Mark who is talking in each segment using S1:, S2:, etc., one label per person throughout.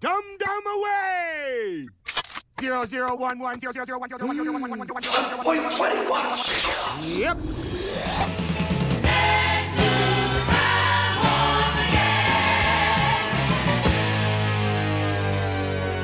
S1: Dum dum away! Zero zero one one zero zero zero one zero zero one zero zero one one one zero one zero one zero one zero one. Yep.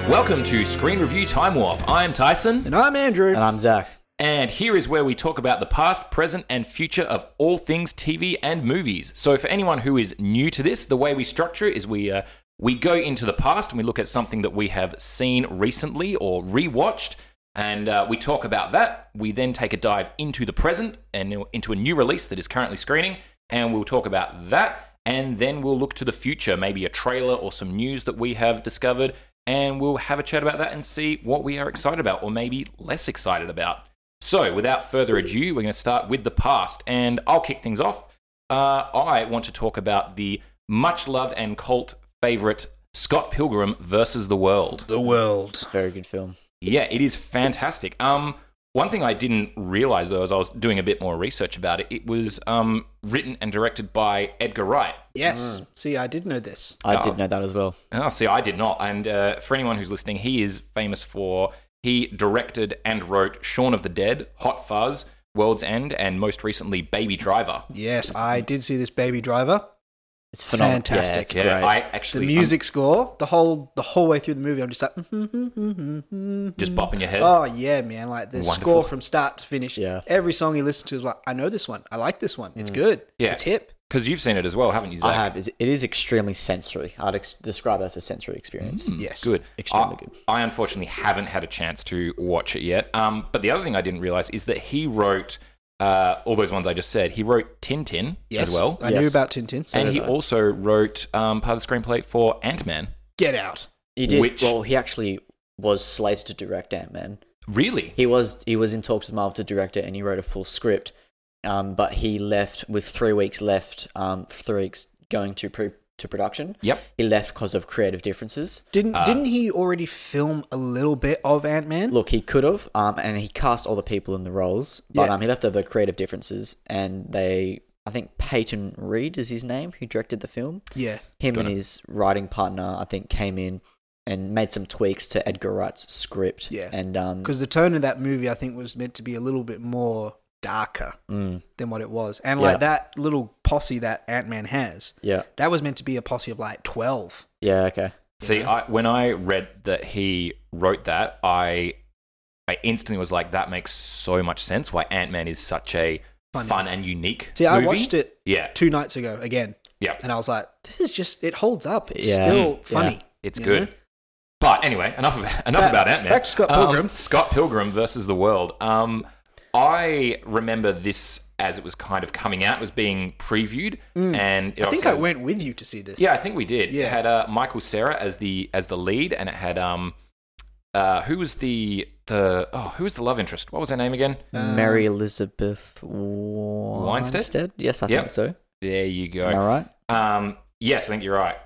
S2: Welcome to Screen Review Time Warp. I'm Tyson,
S3: And I'm Andrew.
S4: And I'm Zach.
S2: and here is where we talk about the past, present, and future of all things TV and movies. So, for anyone who is new to this, the way we structure it is we uh, we go into the past and we look at something that we have seen recently or rewatched, and uh, we talk about that. We then take a dive into the present and into a new release that is currently screening, and we'll talk about that. And then we'll look to the future, maybe a trailer or some news that we have discovered, and we'll have a chat about that and see what we are excited about or maybe less excited about. So, without further ado, we're going to start with the past, and I'll kick things off. Uh, I want to talk about the much loved and cult favorite Scott Pilgrim versus the World.
S3: The world.
S4: Very good film.
S2: Yeah, it is fantastic. Um, one thing I didn't realize though, as I was doing a bit more research about it, it was um, written and directed by Edgar Wright. Mm.
S3: Yes. See, I did know this.
S4: I
S2: Oh.
S4: did know that as well.
S2: Oh, see, I did not. And uh, for anyone who's listening, he is famous for he directed and wrote Shaun of the Dead, Hot Fuzz, World's End, and most recently Baby Driver.
S3: Yes, I did see this Baby Driver.
S4: It's phenomenal.
S3: Fantastic.
S4: Yeah, it's
S2: yeah,
S4: great.
S2: I actually
S3: The
S2: I'm
S3: music score, the whole the whole way through the movie, I'm just like, "Hmm,
S2: just bopping your head.
S3: oh yeah, man! Like the
S2: Wonderful.
S3: score from start to finish.
S4: Yeah.
S3: Every song you listen to is like, I know this one. I like this one. It's good.
S2: Mm. Yeah.
S3: It's hip.
S2: Because you've seen it as well, haven't you, Zach?
S4: I have. It is extremely sensory. I'd ex- describe it as a sensory experience.
S3: Yes.
S2: Mm. Good.
S4: Extremely
S2: I,
S4: good.
S2: I unfortunately haven't had a chance to watch it yet. Um, but the other thing I didn't realize is that he wrote uh, all those ones I just said. He wrote Tintin
S3: Yes.
S2: as well.
S3: I
S4: Yes.
S3: knew about Tintin.
S2: and he
S4: did I.
S2: also wrote um, part of the screenplay for Ant Man.
S3: Get out.
S4: He did.
S2: Which-
S4: Well, he actually was slated to direct Ant Man.
S2: Really?
S4: He was. He was in talks with Marvel to direct it, and he wrote a full script. Um, but he left with three weeks left. Um, three weeks going to pre to production.
S2: Yep.
S4: He left because of creative differences.
S3: Didn't
S2: Uh,
S3: didn't he already film a little bit of Ant Man?
S4: Look, he could have, um, and he cast all the people in the roles, but
S3: Yeah.
S4: um, he left over creative differences, and they, I think Peyton Reed is his name, who directed the film.
S3: Yeah.
S4: Him
S2: Don't
S4: and
S2: know.
S4: his writing partner, I think, came in and made some tweaks to Edgar Wright's script.
S3: Yeah.
S4: and um,
S3: because the tone of that movie I think was meant to be a little bit more darker
S4: mm,
S3: than what it was, and
S4: Yeah.
S3: like that little posse that Ant Man has,
S4: yeah,
S3: that was meant to be a posse of like twelve.
S4: yeah, okay,
S2: See, I, when I read that he wrote that, I I instantly was like, that makes so much sense. Why Ant Man is such a
S3: Funny.
S2: fun and unique.
S3: See, I
S2: movie.
S3: watched it
S2: Yeah,
S3: two nights ago again,
S2: yeah.
S3: and I was like, this is just it holds up. It's
S4: Yeah.
S3: still
S4: Mm.
S3: funny.
S2: It's
S3: you
S2: good.
S3: know?
S2: But anyway, enough of, enough
S3: Back-
S2: about Ant Man.
S3: back to Scott Pilgrim.
S2: Scott Pilgrim versus the World. Um, I remember this as it was kind of coming out, it was being previewed, and it
S3: Mm. I think
S2: obviously
S3: I
S2: was-
S3: went with you to see this.
S2: Yeah, I think we did.
S3: Yeah.
S2: It had uh, Michael Sarah as the as the lead, and it had um, uh, who was the the oh who was the love interest? What was her name again?
S3: Um,
S4: Mary Elizabeth Weinstead. Yes, I
S2: Yep.
S4: think so.
S2: There you go.
S4: Am I right?
S2: Um, yes, I think you're right.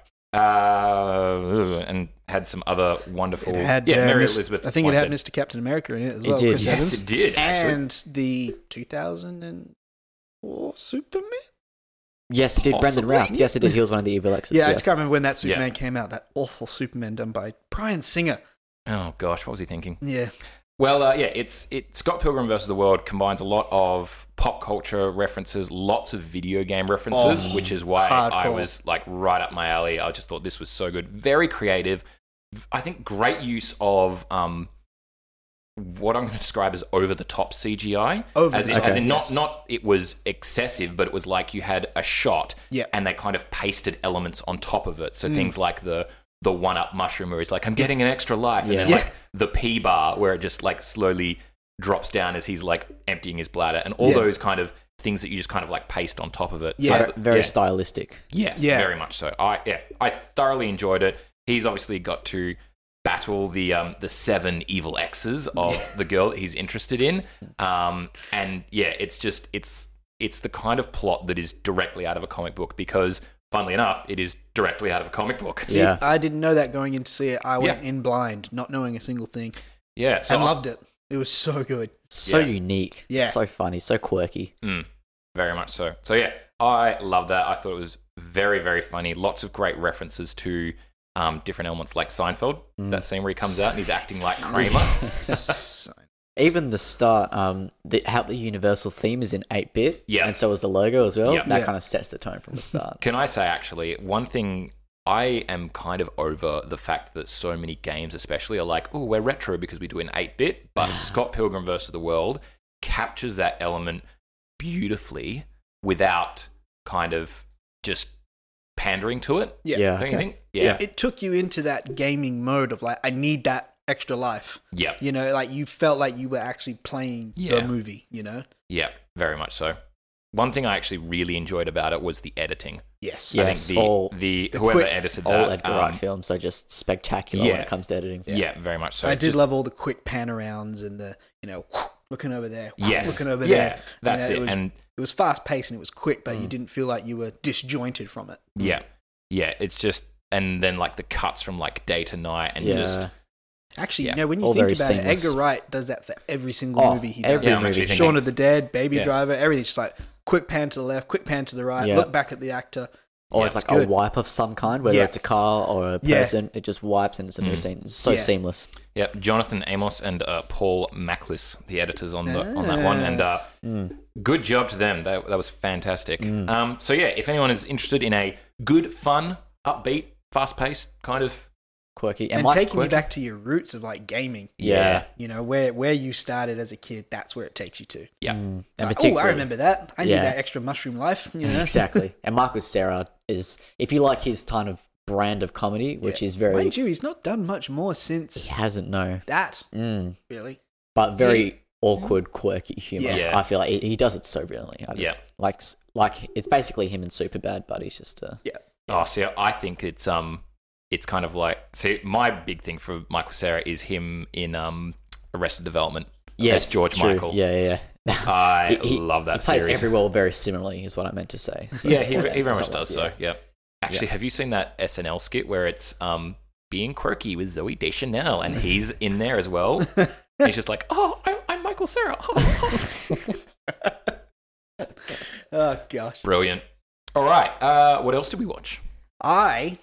S2: Uh, and had some other wonderful.
S3: It had
S2: yeah,
S3: uh,
S2: Mary
S3: Mis-
S2: Elizabeth.
S3: I think it had
S2: Winstead.
S3: Mr. Captain America in it as
S4: It
S3: well.
S4: did,
S3: Chris
S4: yes.
S3: Evans.
S2: Yes, it did. Actually.
S3: And the 2004 Superman.
S4: Yes, it did Brendan
S2: Possibly.
S4: Routh? Yes, it did. He was one of the E evil exes.
S3: Yeah, I
S4: yes.
S3: just can't remember when that
S2: Yeah.
S3: Superman came out. That awful Superman done by Brian Singer.
S2: oh gosh, what was he thinking?
S3: Yeah,
S2: Well, uh, yeah, it's it. Scott Pilgrim versus the World combines a lot of pop culture references, lots of video game references,
S3: Oh,
S2: which is why I
S3: hardcore.
S2: was like right up my alley. I just thought this was so good, very creative. I think great use of um, what I'm going to describe as over the top CGI.
S3: Over
S2: as
S3: the
S2: in,
S3: top,
S2: as in not
S3: yes.
S2: not it was excessive, but it was like you had a shot,
S3: Yeah.
S2: and they kind of pasted elements on top of it. So
S3: Mm.
S2: things like the the one up mushroom, where he's like, "I'm getting an extra life," and
S4: Yeah.
S2: then
S3: Yeah.
S2: like the P bar where it just like slowly drops down as he's like emptyying his bladder and all
S3: Yeah.
S2: those kind of things that you just kind of like paste on top of it.
S3: Yeah.
S4: Very- very
S2: yeah.
S4: stylistic.
S2: Yes,
S3: Yeah.
S2: very much so. I yeah, I thoroughly enjoyed it. He's obviously got to battle the um the seven evil exes of the girl that he's interested in. Um and yeah, it's just it's it's the kind of plot that is directly out of a comic book because funnily enough, it is directly out of a comic book.
S3: See,
S4: Yeah.
S3: I didn't know that going in to see it. I went
S2: Yeah.
S3: in blind, not knowing a single thing,
S2: Yeah, so
S3: and loved it. It was so good.
S4: So
S2: Yeah.
S4: unique.
S3: Yeah.
S4: So funny. So quirky.
S2: Very much so. So yeah, I love that. I thought it was very, very funny. Lots of great references to um, different elements, like Seinfeld.
S3: Mm.
S2: That scene where he comes out and he's acting like Kramer.
S4: Even the start, um, the, how the universal theme is in eight bit,
S2: Yeah.
S4: and so is the logo as well.
S2: Yep.
S4: That
S3: Yeah.
S4: kind of sets the tone from the start.
S2: Can I say actually one thing? I am kind of over the fact that so many games, especially, are like, "Oh, we're retro because we do an eight-bit." But Scott Pilgrim vs. the World captures that element beautifully without kind of just pandering to it.
S3: Yeah.
S4: Yeah.
S2: Don't
S4: okay.
S2: you think?
S3: It, it took you into that gaming mode of like, I need that extra life.
S2: yeah,
S3: You know, like you felt like you were actually playing
S2: Yeah.
S3: the movie. You know.
S2: yeah, very much so. One thing I actually really enjoyed about it was the editing.
S3: Yes.
S4: Yeah.
S2: I
S4: Yes,
S2: think the,
S4: all-
S2: the,
S3: the
S2: whoever
S3: quick-
S2: edited
S4: All
S2: that,
S4: Edgar
S2: um,
S4: Wright films are just spectacular when
S2: yeah.
S4: it comes to editing.
S2: yeah. very much so.
S3: I did
S2: Just-
S3: love all the quick pan arounds and the you know looking over there,
S2: yes,
S3: looking over
S2: yeah,
S3: there.
S2: that's
S3: You
S2: it,
S3: know, was,
S2: and
S3: it was fast paced and it was quick,
S2: Mm.
S3: but you didn't feel like you were disjointed from it.
S4: Mm.
S2: Yeah. Yeah. It's just, and then like the cuts from like day to night and
S4: Yeah.
S2: just,
S3: Actually,
S2: Yeah.
S3: you know, when you
S4: All
S3: think
S4: very
S3: about it,
S4: seamless.
S3: Edgar Wright does that for every single
S4: Oh,
S3: movie he does.
S4: every
S2: Yeah, I'm
S4: movie.
S2: actually
S3: Shaun
S2: thinking-
S3: of the Dead, Baby
S2: Yeah.
S3: Driver, everything's just like quick pan to the left, quick pan to the right,
S4: Yeah.
S3: look back at the actor.
S4: Or
S2: Yeah,
S4: it's like
S2: it's
S4: a
S3: good.
S4: wipe of some kind, whether
S3: Yeah.
S4: it's a car or a
S3: Yeah.
S4: person. It just wipes and it's a new
S2: Mm.
S4: scene. It's so
S3: Yeah.
S4: seamless.
S2: yep. Jonathan Amos and uh, Paul Macklis, the editors on the, on that one. And, uh,
S4: Mm.
S2: good job to them. That, that was fantastic.
S4: Mm.
S2: Um, so yeah, if anyone is interested in a good, fun, upbeat, fast paced kind of,
S4: Quirky. And,
S3: And,
S4: my,
S3: taking you
S2: quirky.
S3: back to your roots of like gaming.
S4: Yeah.
S3: You know, where where you started as a kid, that's where it takes you to.
S2: Yeah.
S4: Mm. And
S3: Like, oh, I
S4: particularly-
S3: remember that. I
S4: Yeah.
S3: need that extra mushroom life. You know?
S4: exactly. And Mark with Sarah is, if you like his kind of brand of comedy, which is very,
S3: Mind you, he's not done much more since
S4: he hasn't no,
S3: that,
S4: mm,
S3: really.
S4: but very awkward, quirky humor.
S3: Yeah.
S2: Yeah.
S4: I feel like he, he does it so brilliantly. I just
S2: Yeah.
S4: like like it's basically him and Superbad, but he's just uh,
S2: oh, see, I think it's, um, it's kind of like, see, my big thing for Michael Sarah is him in, um, Arrested Development.
S4: yes,
S2: as George
S4: true.
S2: Michael.
S4: Yeah, yeah. yeah.
S2: I
S4: He- he-
S2: love that
S4: he plays
S2: series.
S4: every role very similarly, is what I meant to say. So
S2: yeah, he, he
S4: for that,
S2: very
S4: it's
S2: much
S4: not like-
S2: does. So, yeah. Actually, have you seen that SNL skit where it's um, being quirky with Zoe Deschanel and he's in there as well? And he's just like, oh, I'm, I'm Michael Sarah.
S3: Oh, gosh.
S2: Brilliant. All right. Uh, what else did we watch?
S3: I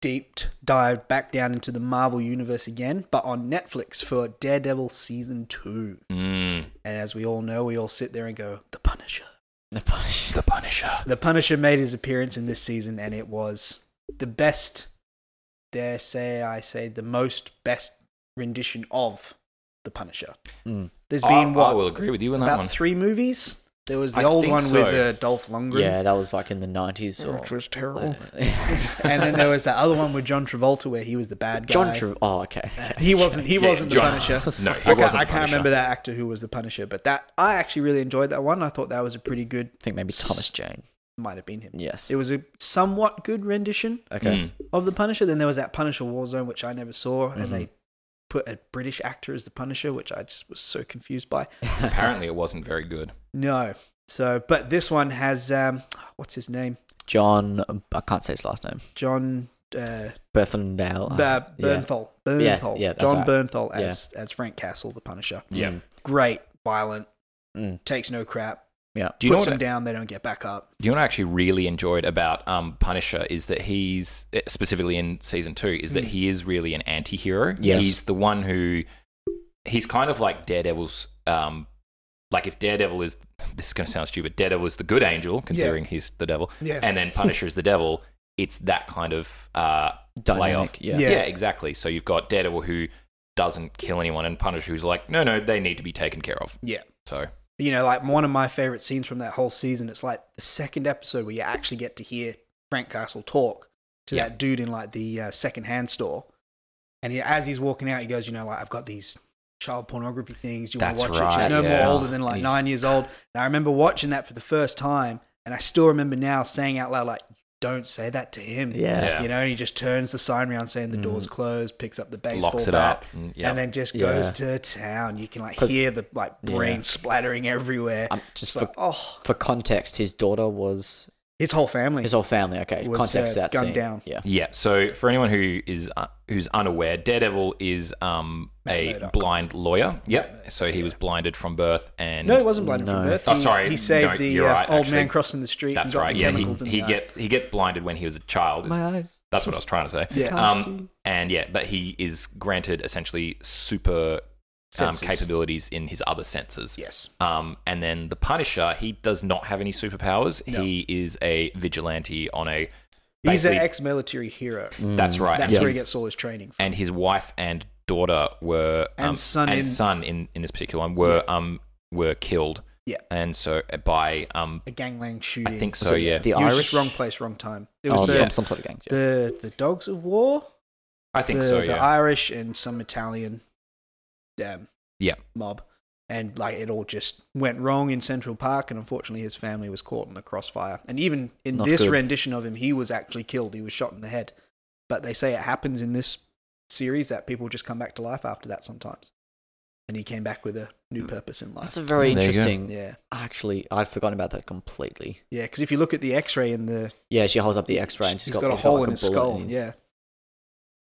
S3: deep dived back down into the Marvel universe again, but on Netflix for Daredevil season two.
S2: Mm,
S3: And as we all know, we all sit there and go, The Punisher.
S4: The Punisher.
S2: the Punisher.
S3: The Punisher made his appearance in this season, and it was the best, dare say I say, the most best rendition of The Punisher.
S4: Mm.
S3: There's
S2: I,
S3: been what?
S2: I will agree with you on that
S3: about
S2: one.
S3: three movies. There was the
S2: I
S3: old
S2: think
S3: one
S2: so.
S3: with uh, Dolph Lundgren.
S4: Yeah, that was like in the nineties. Which was terrible.
S3: and then there was that other one with John Travolta where he was the bad guy. Uh,
S4: John Travolta. Oh, okay.
S3: He wasn't. He
S2: Yeah,
S3: wasn't
S2: John-
S3: the Punisher.
S2: No,
S3: I
S2: he
S3: can't,
S2: wasn't.
S3: I can't remember that actor who was the Punisher, but that I actually really enjoyed that one. I thought that was a pretty good.
S4: I think maybe Thomas Jane.
S3: Might have been him.
S4: Yes.
S3: It was a somewhat good rendition
S4: Okay.
S2: Hmm.
S3: of the Punisher. Then there was that Punisher Warzone, which I never saw, and they
S2: Mm-hmm.
S3: put a British actor as the Punisher, which I just was so confused by.
S2: Apparently, it wasn't very good.
S3: No. So, but this one has um, what's his name?
S4: John. I can't say his last name.
S3: John uh,
S4: Berthendale.
S3: uh,
S4: yeah.
S3: Bernthal.
S4: Yeah,
S3: Bernthal.
S4: yeah, that's
S3: John
S4: right.
S3: Bernthal as as Frank Castle, the Punisher.
S2: Yeah.
S4: Mm.
S3: Great, violent,
S4: Mm.
S3: takes no crap.
S4: Yeah.
S2: Do you know
S3: puts
S2: what?
S3: them down, they don't get back up.
S2: Do you know what I actually really enjoyed about um, Punisher is that he's eh, specifically in season two is that he is really an anti-hero.
S4: Yes.
S2: He's the one who he's kind of like Daredevil's um, like if Daredevil is this is going to sound stupid, Daredevil is the good angel considering he's the devil,
S3: Yeah.
S2: and then Punisher is the devil. It's that kind of uh, playoff.
S4: Dynamic, yeah.
S2: yeah,
S3: Yeah.
S2: exactly. So you've got Daredevil who doesn't kill anyone, and Punisher who's like, no, no, they need to be taken care of.
S3: Yeah.
S2: So
S3: You know, like one of my favorite scenes from that whole season, it's like the second episode where you actually get to hear Frank Castle talk to
S2: Yeah.
S3: that dude in like the uh, secondhand store. And he, as he's walking out, he goes, you know, like, I've got these child pornography things. Do you want
S2: That's
S3: to watch
S2: right,
S3: it? She's no
S4: yeah.
S3: more older than like
S4: And he's-
S3: nine years old. And I remember watching that for the first time. And I still remember now saying out loud, like, don't say that to him.
S4: Yeah.
S2: Yeah. Mm.
S3: You know, and he just turns the sign around saying the door's closed, picks up the baseball
S2: locks it
S3: bat,
S2: up. Mm, And, yeah.
S3: and then just
S4: Yeah.
S3: goes to town. You can like
S4: 'Cause-
S3: hear the like brain
S4: yeah.
S3: splattering everywhere.
S4: Um,
S3: It's
S4: just
S3: like,
S4: for,
S3: oh,
S4: for context, his daughter was
S3: His whole family.
S4: His whole family. Okay,
S3: Was,
S4: context
S3: uh,
S4: that
S3: gunned
S4: scene.
S3: down.
S4: Yeah.
S2: Yeah. So for anyone who is uh, who's unaware, Daredevil is um,
S3: Matt
S2: a
S3: Murdock.
S2: blind lawyer. Yep. So he was blinded from birth, and
S3: No, he wasn't blinded from
S4: No.
S3: birth.
S2: Oh,
S3: He-
S2: sorry.
S3: He saved
S2: No,
S3: the
S2: you're
S3: uh,
S2: right,
S3: old
S2: actually.
S3: man crossing the street and
S2: That's
S3: got
S2: right.
S3: the
S2: Yeah. He,
S3: chemicals in
S2: he
S3: the eye.
S2: get he gets blinded when he was a child.
S4: eyes.
S2: That's what I was trying to say.
S3: Yeah.
S2: Um, and yeah, but he is granted essentially super um,
S3: Senses.
S2: capabilities in his other senses.
S3: Yes.
S2: Um, and then the Punisher, he does not have any superpowers.
S3: No.
S2: He is a vigilante on a.
S3: He's an
S2: basically-
S3: ex-military hero.
S4: Mm.
S2: That's right.
S3: That's
S2: and
S3: where he
S2: he's-
S3: gets all his training from.
S2: and his wife and daughter were
S3: And
S2: um,
S3: son
S2: and
S3: in-
S2: son in, in this particular one were um were killed.
S3: Yeah.
S2: And so uh, by um
S3: A gangland shooting.
S2: I think so yeah.
S4: The
S3: he was just
S4: Irish.
S3: wrong place, wrong time. It was
S4: Oh,
S3: the,
S4: some, some sort of gang. Yeah.
S3: the the Dogs of War.
S2: I think
S3: the,
S2: so
S3: the
S2: yeah.
S3: Irish and some Italian um,
S2: Yeah.
S3: mob. And like it all just went wrong in Central Park, and unfortunately, his family was caught in the crossfire. And even in
S4: Not
S3: this
S4: good.
S3: rendition of him, he was actually killed. He was shot in the head. But they say it happens in this series that people just come back to life after that sometimes. And he came back with a
S4: Hmm.
S3: new purpose in life.
S4: That's a very
S2: There you go.
S4: interesting.
S3: Yeah,
S4: Actually, I'd forgotten about that completely.
S3: yeah. Because if you look at the X-ray in the,
S4: Yeah, she holds up the X-ray and
S3: he's
S4: she's got,
S3: got a
S4: he's
S3: hole
S4: like
S3: in his
S4: bullet
S3: skull.
S4: his-
S3: Yeah,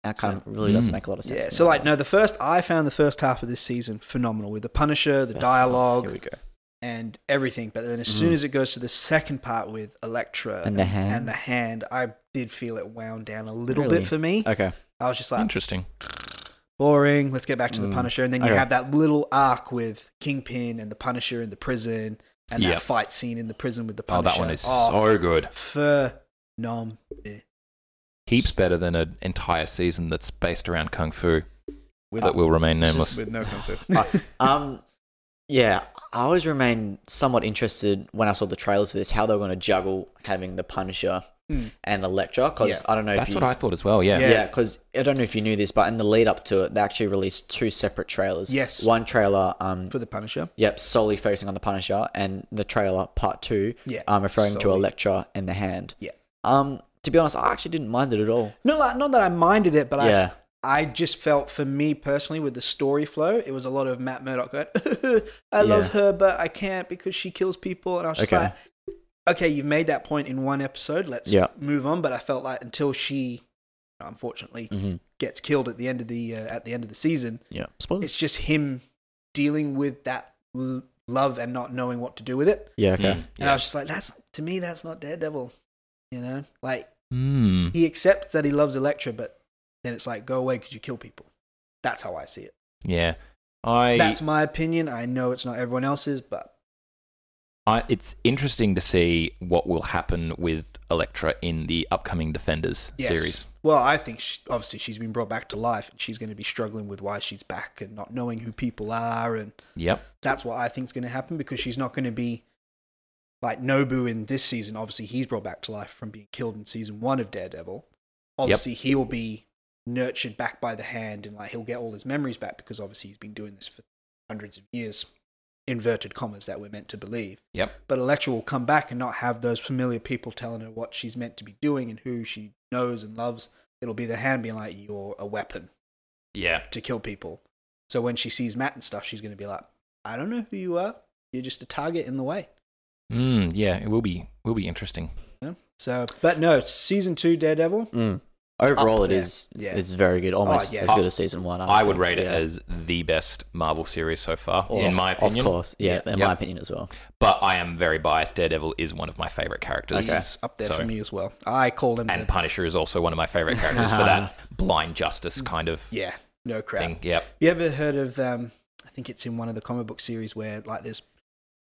S4: That kind of
S3: So-
S4: really doesn't
S2: Mm.
S4: make a lot of sense.
S3: yeah.
S4: in
S3: So
S4: that
S3: like,
S4: way.
S3: no, the first I found the first half of this season phenomenal with the Punisher, the
S4: Best half.
S3: dialogue,
S4: Here we go.
S3: and everything. But then as soon as it goes to the second part with Elektra
S4: And the hand.
S3: and the hand, I did feel it wound down a little
S4: Really?
S3: bit for me.
S4: Okay.
S3: I was just like,
S2: Interesting.
S3: boring. Let's get back to the
S4: Mm.
S3: Punisher, and then you
S4: Okay.
S3: have that little arc with Kingpin and the Punisher in the prison, and
S2: Yep.
S3: that fight scene in the prison with the
S2: Oh,
S3: Punisher.
S2: that one is
S3: Oh,
S2: so good.
S3: phenomenal.
S2: Heaps better than an entire season that's based around kung fu
S3: With,
S2: that will remain
S3: it's
S2: nameless.
S3: just with no kung fu.
S4: Um, yeah, I always remained somewhat interested when I saw the trailers for this how they were going to juggle having the Punisher
S3: Mm.
S4: and Elektra because
S3: Yeah.
S4: I don't know if
S2: That's
S4: you,
S2: what I thought as well. Yeah.
S3: Yeah.
S4: yeah because I don't know if you knew this, but in the lead up to it, they actually released two separate trailers.
S3: Yes.
S4: one trailer, um,
S3: for the Punisher.
S4: yep, solely focusing on the Punisher, and the trailer part two,
S3: Yeah,
S4: um, referring to
S3: solely.
S4: Elektra and the Hand.
S3: Yeah.
S4: Um, to be honest, I actually didn't mind it at all.
S3: No, like, not that I minded it, but
S4: Yeah.
S3: I, I just felt for me personally with the story flow, it was a lot of Matt Murdock going, "I love
S4: Yeah.
S3: her, but I can't because she kills people," and I was just
S4: Okay.
S3: like, "Okay, you've made that point in one episode. Let's
S4: Yeah.
S3: move on." But I felt like until she, unfortunately,
S4: Mhm.
S3: gets killed at the end of the uh, at the end of the season,
S4: Yeah, spoilers.
S3: it's just him dealing with that l- love and not knowing what to do with it.
S4: yeah,
S2: Mm,
S4: okay.
S3: And I was just like, "That's to me, that's not Daredevil." You know, like
S2: Mm.
S3: he accepts that he loves Electra, but then it's like, go away because you kill people. That's how I see it.
S2: Yeah. I
S3: That's my opinion. I know it's not everyone else's, but
S2: I, it's interesting to see what will happen with Elektra in the upcoming Defenders
S3: yes.
S2: series.
S3: Well, I think she, obviously she's been brought back to life, and she's going to be struggling with why she's back and not knowing who people are, and
S2: Yep.
S3: that's what I think's going to happen because she's not going to be like Nobu in this season. Obviously, he's brought back to life from being killed in season one of Daredevil. Obviously, he'll be nurtured back by the hand and like he'll get all his memories back because obviously he's been doing this for hundreds of years. Inverted commas that we're meant to believe.
S2: Yep.
S3: But Electra will come back and not have those familiar people telling her what she's meant to be doing and who she knows and loves. It'll be the hand being like, You're a weapon
S2: Yeah.
S3: to kill people. So when she sees Matt and stuff, she's going to be like, I don't know who you are. You're just a target in the way.
S2: Mm, yeah, it will be will be interesting.
S3: You know? So, but no, it's season two Daredevil.
S4: Mm. Overall,
S3: Up
S4: it
S3: there.
S4: is
S3: Yeah. Oh,
S4: it's very good, almost
S3: yeah.
S4: as good as season one.
S2: I would
S4: think,
S2: rate it
S4: yeah.
S2: as the best Marvel series so far,
S3: Oh,
S4: Or-
S2: in my opinion.
S4: Of course, yeah, in
S2: Yeah.
S4: my opinion as well.
S2: But I am very biased. Daredevil is one of my favorite characters,
S3: He's up there
S2: So-
S3: for me as well. I call him
S2: and
S3: the,
S2: Punisher is also one of my favorite characters for that blind justice kind of
S3: yeah, no crap.
S2: thing. Yep.
S3: You ever heard of? Um, I think it's in one of the comic book series where like there's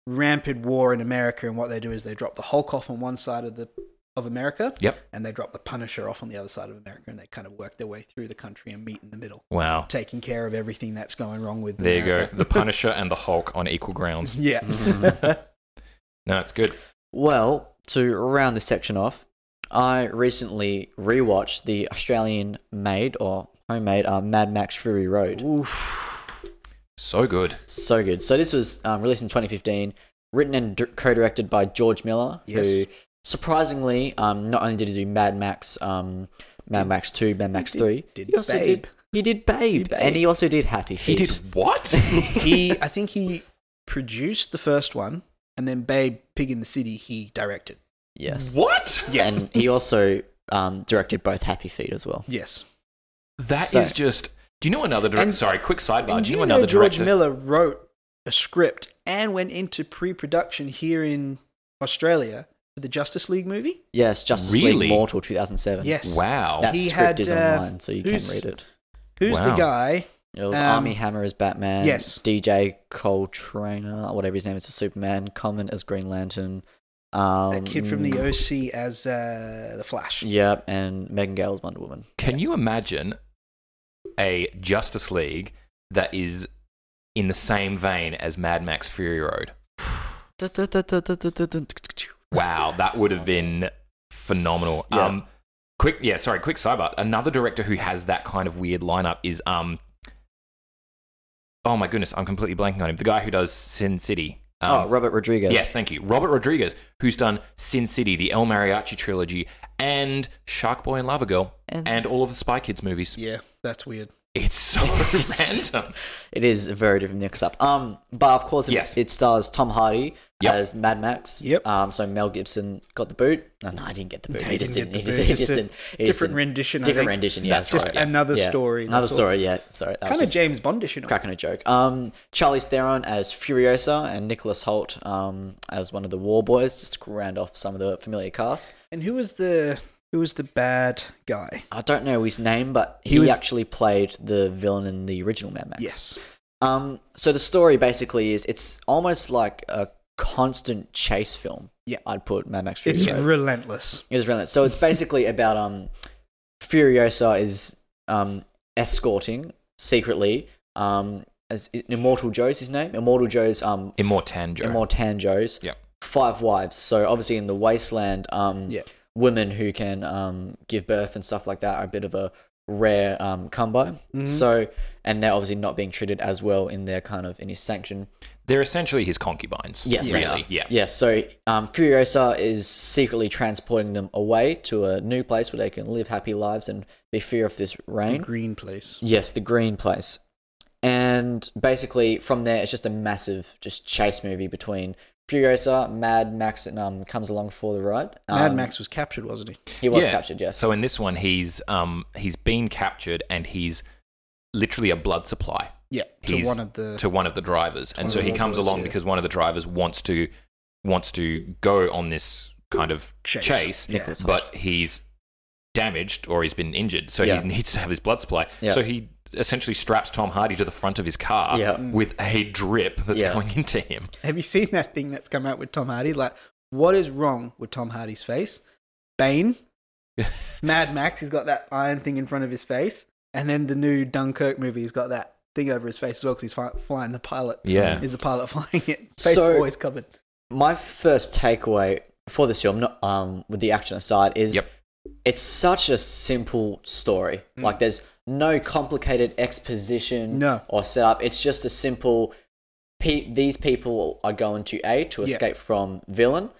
S3: rampant war in America, and what they do is they drop the Hulk off on one side of the of America,
S2: Yep.
S3: and they drop the Punisher off on the other side of America, and they kind of work their way through the country and meet in the middle,
S2: Wow.
S3: taking care of everything that's going wrong with.
S2: There you go.
S3: America.
S2: The Punisher and the Hulk on equal grounds.
S3: yeah.
S2: No, it's good.
S4: Well, to round this section off, I recently rewatched the Australian-made or homemade uh, Mad Max Fury Road.
S2: So good.
S4: So good. So this was um, released in 2015, written and dir- co-directed by George Miller,
S3: Yes.
S4: who surprisingly, um, not only did he do Mad Max, um, Mad Max Two, Mad Max Three,
S3: did
S4: he also
S3: Babe.
S4: did he did Babe, and he also did Happy
S2: He
S4: Feet.
S2: did what?
S3: he I think he produced the first one and then Babe Pig in the City he directed.
S4: Yes.
S2: What?
S3: Yeah.
S4: And he also um, directed both Happy Feet as well.
S3: Yes.
S2: That is
S4: So-
S2: just. Do you know another director?
S3: And-
S2: Sorry, quick sidebar.
S3: And
S2: Do you know another
S3: George
S2: director?
S3: Miller wrote a script and went into pre-production here in Australia for the Justice League movie?
S4: Yes, Justice
S2: Really?
S4: League Mortal 2007.
S3: Yes.
S2: Wow.
S4: That
S3: He
S4: script
S3: had,
S4: is
S3: uh,
S4: online, so you can
S3: who's-
S4: read it.
S3: Who's
S2: Wow.
S3: the guy?
S4: It was
S3: um,
S4: Army Hammer as Batman.
S3: yes.
S4: DJ Cole Trainer, or whatever his name is, as Superman. Common as Green Lantern. Um,
S3: That kid from the OC as uh, the Flash.
S4: Yep, and Megan Gale as Wonder Woman.
S2: Can you imagine a Justice League that is in the same vein as Mad Max Fury Road? Wow, that would have been phenomenal.
S4: Yeah.
S2: Um, quick, yeah, sorry, quick sidebar. Another director who has that kind of weird lineup is um. Oh my goodness, I'm completely blanking on him. The guy who does Sin City. Um,
S4: oh, Robert Rodriguez.
S2: Yes, thank you. Robert Rodriguez, who's done Sin City, the El Mariachi trilogy, and Shark Boy and Lava Girl, and,
S4: And-
S2: all of the Spy Kids movies.
S3: Yeah, that's weird.
S2: It's so
S4: Yes.
S2: random.
S4: It is a very different mix-up. Um, but of course, it,
S2: Yes.
S4: it stars Tom Hardy
S2: Yep.
S4: as Mad Max.
S3: Yep.
S4: Um, so Mel Gibson got the boot. No, no, I didn't get the boot.
S3: No,
S4: he
S3: he
S4: just
S3: didn't
S4: didn't.
S3: get
S4: He
S3: the boot.
S4: just, he
S3: Just
S4: just
S3: a
S4: didn't. he just
S3: Different
S4: didn't-
S3: rendition. I
S4: Different
S3: think.
S4: rendition. Yeah,
S2: That's
S4: sorry.
S2: right.
S4: yeah.
S3: Another
S4: Yeah.
S3: story.
S4: Another story. Yeah, sorry. that was
S3: Kind of
S4: just
S3: James Bondish, you know.
S4: Cracking a joke. Um, Charlize Theron as Furiosa and Nicholas Holt um, as one of the War Boys. Just to round off some of the familiar cast.
S3: And who was the who was the bad guy?
S4: I don't know his name, but
S3: He
S4: he,
S3: was-
S4: actually played the villain in the original Mad Max.
S3: Yes.
S4: Um, so the story basically is it's almost like a constant chase film.
S3: Yeah.
S4: I'd put Mad Max Fury
S3: It's
S4: Road.
S3: relentless.
S4: it is relentless. So it's basically about um, Furiosa is um escorting secretly um as Immortal Joe's his name. Immortal Joe's um
S2: Immortanjo.
S4: Immortanjo's
S2: Yep.
S4: five wives. So obviously in the wasteland um
S3: Yeah.
S4: women who can um give birth and stuff like that are a bit of a rare um come by.
S2: Mm-hmm.
S3: Mhm.
S4: So and they're obviously not being treated as well in their kind of in his sanction.
S2: They're essentially his concubines.
S4: Yes,
S3: Yeah.
S4: they
S2: really.
S4: are.
S2: Yeah.
S4: Yes. So um, Furiosa is secretly transporting them away to a new place where they can live happy lives and be free of this
S3: The
S4: rain.
S3: green place.
S4: yes, the green place. And basically, from there, it's just a massive just chase movie between Furiosa, Mad Max, and um comes along for the ride. Um,
S3: Mad Max was captured, wasn't he?
S4: He was
S2: Yeah.
S4: captured. Yes.
S2: So in this one, he's um he's been captured and he's literally a blood supply
S3: Yeah.
S2: He's-
S3: to one of the
S2: to one of the drivers, and
S3: One
S2: so
S3: of
S2: he
S3: the
S2: comes
S3: boys,
S2: along
S3: yeah.
S2: because one of the drivers wants to wants to go on this kind of
S3: Chase.
S2: chase,
S3: Yeah.
S2: but he's damaged or he's been injured, so
S4: Yeah.
S2: he needs to have his blood supply.
S4: Yeah.
S2: So he essentially straps Tom Hardy to the front of his car
S4: Yeah.
S2: with a drip that's
S4: Yeah.
S2: going into him.
S3: Have you seen that thing that's come out with Tom Hardy? Like, what is wrong with Tom Hardy's face? Bane, Mad Max, he's got that iron thing in front of his face. And then the new Dunkirk movie, he's got that thing over his face as well because he's fi- flying the pilot.
S2: Yeah.
S3: Is the pilot flying it? His face
S4: So-
S3: is always covered.
S4: my first takeaway for this film, not um, with the action aside, is
S2: Yep.
S4: it's such a simple story. Like there's no complicated exposition
S3: Mm. No.
S4: or setup. It's just a simple. Pe- these people are going to A to
S3: Yeah.
S4: escape from villain,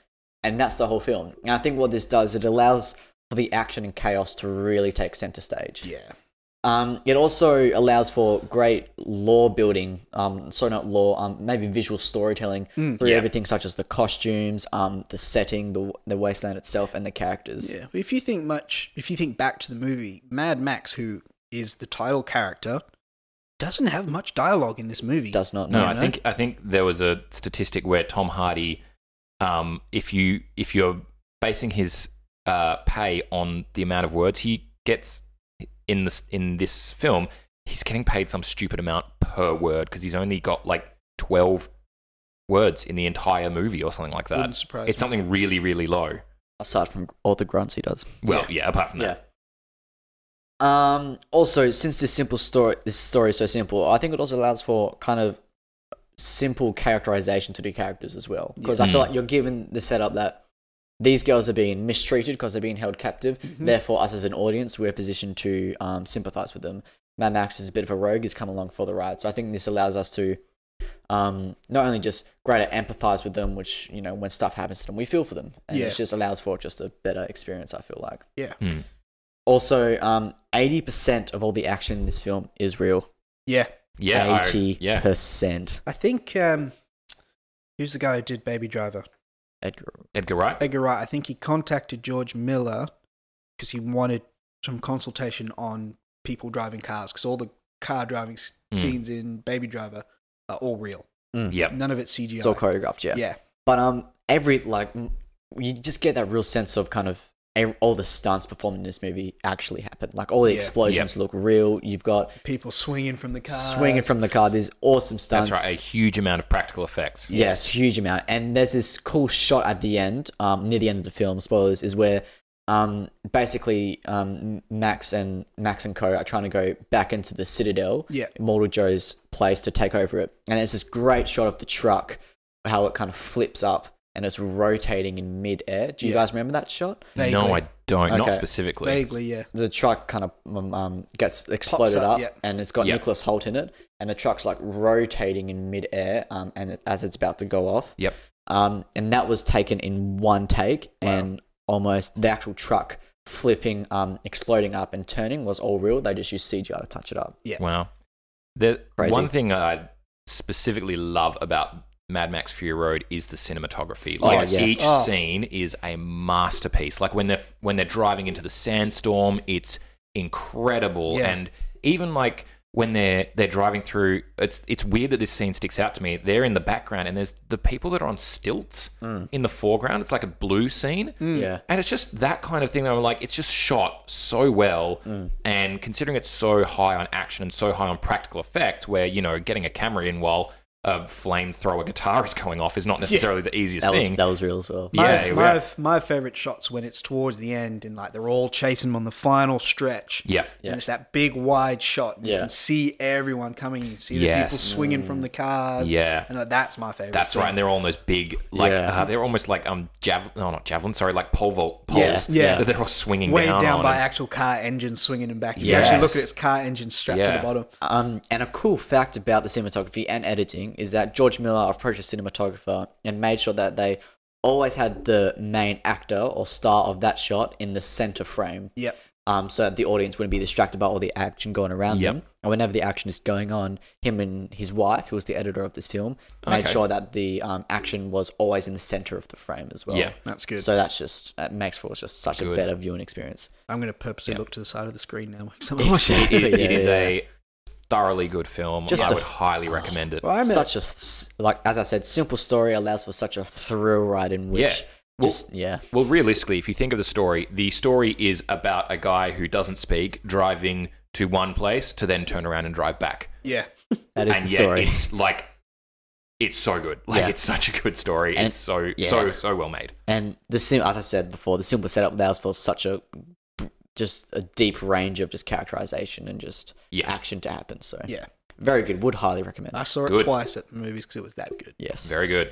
S4: and that's the whole film. And I think what this does, it allows for the action and chaos to really take center stage.
S3: Yeah.
S4: Um, it also allows for great lore building. Um, sorry, not lore. Um, maybe visual storytelling through
S2: yeah.
S4: everything such as the costumes, um, the setting, the the wasteland itself, and the characters.
S3: Yeah. If you think much, if you think back to the movie, Mad Max, who is the title character, doesn't have much dialogue in this movie.
S4: Does not
S2: No,
S4: know.
S2: I
S3: no.
S2: think I think there was a statistic where Tom Hardy, um, if you if you're basing his uh, pay on the amount of words he gets in this in this film, he's getting paid some stupid amount per word because he's only got like twelve words in the entire movie or something like that.
S3: Wouldn't surprise
S2: it's
S3: me.
S2: something really really low.
S4: Aside from all the grunts he does.
S2: Well, yeah. apart from
S4: Yeah.
S2: that,
S4: Um, also, since this simple story, this story is so simple, I think it also allows for kind of simple characterization to the characters as well. Because I feel
S2: Mm.
S4: like you're given the setup that these girls are being mistreated because they're being held captive.
S3: Mm-hmm.
S4: Therefore, us as an audience, we're positioned to um, sympathize with them. Mad Max is a bit of a rogue; he's come along for the ride. So I think this allows us to um, not only just greater empathize with them, which you know when stuff happens to them, we feel for them, and
S3: Yeah.
S4: it just allows for just a better experience. I feel like.
S3: Yeah.
S2: Hmm.
S4: Also, um, eighty percent of all the action in this film is real.
S3: Yeah.
S2: yeah, I-
S4: eighty
S2: yeah.
S4: percent.
S3: I think um, who's the guy who did Baby Driver?
S4: Edgar.
S2: Edgar Wright.
S3: Edgar Wright, I think he contacted George Miller because he wanted some consultation on people driving cars because all the car driving s-
S4: Hmm.
S2: Mm.
S3: scenes in Baby Driver are all real.
S2: Yep.
S3: None of it's CGI.
S4: It's all choreographed, yeah.
S3: yeah.
S4: But um, every like, m- you just get that real sense of kind of ev- all the stunts performed in this movie actually happened. Like all the
S3: Yeah.
S4: explosions look real. You've got
S3: People swinging from the cars.
S4: swinging from the car. There's awesome stunts.
S2: That's right. A huge amount of practical effects.
S4: Yes, huge amount. And there's this cool shot at the end, um, near the end of the film, spoilers, is where um, basically um, Max and Max and Co are trying to go back into the Citadel,
S3: Yeah.
S4: Mortal Joe's place to take over it. And there's this great shot of the truck, how it kind of flips up and it's rotating in mid-air. Do you
S3: Yeah.
S4: guys remember that shot?
S3: Vaguely.
S2: No, I don't. Not
S4: Okay.
S2: specifically.
S3: Vaguely, yeah.
S4: the truck kind of um, um, gets exploded
S3: up,
S4: up,
S3: yeah.
S4: and it's got
S2: Yeah.
S4: Nicholas Holt in it, and the truck's like rotating in midair, um, and it, as it's about to go off.
S2: Yep.
S4: Um, and that was taken in one take, and almost the actual truck flipping, um, exploding up and turning was all real. They just used CGI to touch it up.
S2: Wow. The
S4: Crazy.
S2: one thing I specifically love about Mad Max Fury Road is the cinematography.
S4: Oh,
S2: Like
S4: yes.
S2: each
S3: Oh.
S2: scene is a masterpiece. Like when they're when they're driving into the sandstorm, it's incredible.
S3: Yeah.
S2: And even like when they're they're driving through, it's it's weird that this scene sticks out to me. They're in the background, and there's the people that are on stilts
S4: Mm.
S2: in the foreground. It's like a blue scene.
S4: Yeah.
S2: And it's just that kind of thing that I'm like, it's just shot so well.
S4: Mm.
S2: And considering it's so high on action and so high on practical effect, where, you know, getting a camera in while a flamethrower guitar is going off is not necessarily the easiest
S4: That was
S2: thing.
S4: that was real as well.
S2: Yeah.
S3: My, my,
S2: yeah.
S3: my favorite shots when it's towards the end and like they're all chasing him on the final stretch.
S2: yeah.
S4: Yeah.
S3: And it's that big wide shot. And You
S4: Yeah.
S3: can see everyone coming. You can see the people
S2: Yes.
S3: swinging from the cars.
S2: Yeah.
S3: And like, that's my favorite.
S2: That's
S3: scene.
S2: right. And they're all on those big, like,
S4: Yeah.
S2: uh, they're almost like, um, javelin, no, not javelin, sorry, like pole vault poles.
S3: yeah.
S2: That they're all swinging
S3: Weighed
S2: down,
S3: down,
S2: on
S3: by
S2: and-
S3: actual car engines swinging and back. If You actually look
S4: Yes.
S3: at its car engine strapped to
S2: Yeah.
S3: the bottom.
S4: Um, and a cool fact about the cinematography and editing is that George Miller approached a cinematographer and made sure that they always had the main actor or star of that shot in the center frame,
S3: Yep.
S4: um, so that the audience wouldn't be distracted by all the action going around
S2: Yep.
S4: them. And whenever the action is going on, him and his wife, who was the editor of this film, made
S2: Okay.
S4: sure that the um, action was always in the center of the frame as well.
S2: Yeah.
S3: That's good.
S4: So that's just that makes for just such a
S2: Good.
S4: better viewing experience.
S3: I'm going to purposely look to the side of the screen now. because I'm
S2: It- it- it
S4: Yeah,
S2: is
S4: yeah.
S2: a thoroughly good film.
S4: Just
S2: I
S4: a-
S2: would highly recommend it.
S3: Well, I'm
S4: such a s- like as I said, simple story allows for such a thrill ride in which
S2: Yeah. Well-
S4: just yeah
S2: Well, realistically, if you think of the story, the story is about a guy who doesn't speak driving to one place to then turn around and drive back.
S3: yeah.
S4: that is
S2: and
S4: the
S2: yet
S4: story.
S2: it's like it's so good. Like
S4: Yeah.
S2: it's such a good story.
S4: And
S2: it's so
S4: yeah.
S2: so so well made.
S4: And the sim as I said before, the simple setup allows for such a just a deep range of just characterization and just
S2: Yeah.
S4: action to happen. So
S3: Yeah.
S4: very good. Would highly recommend.
S3: I saw it
S2: Good.
S3: twice at the movies because it was that good.
S4: yes,
S2: Very good.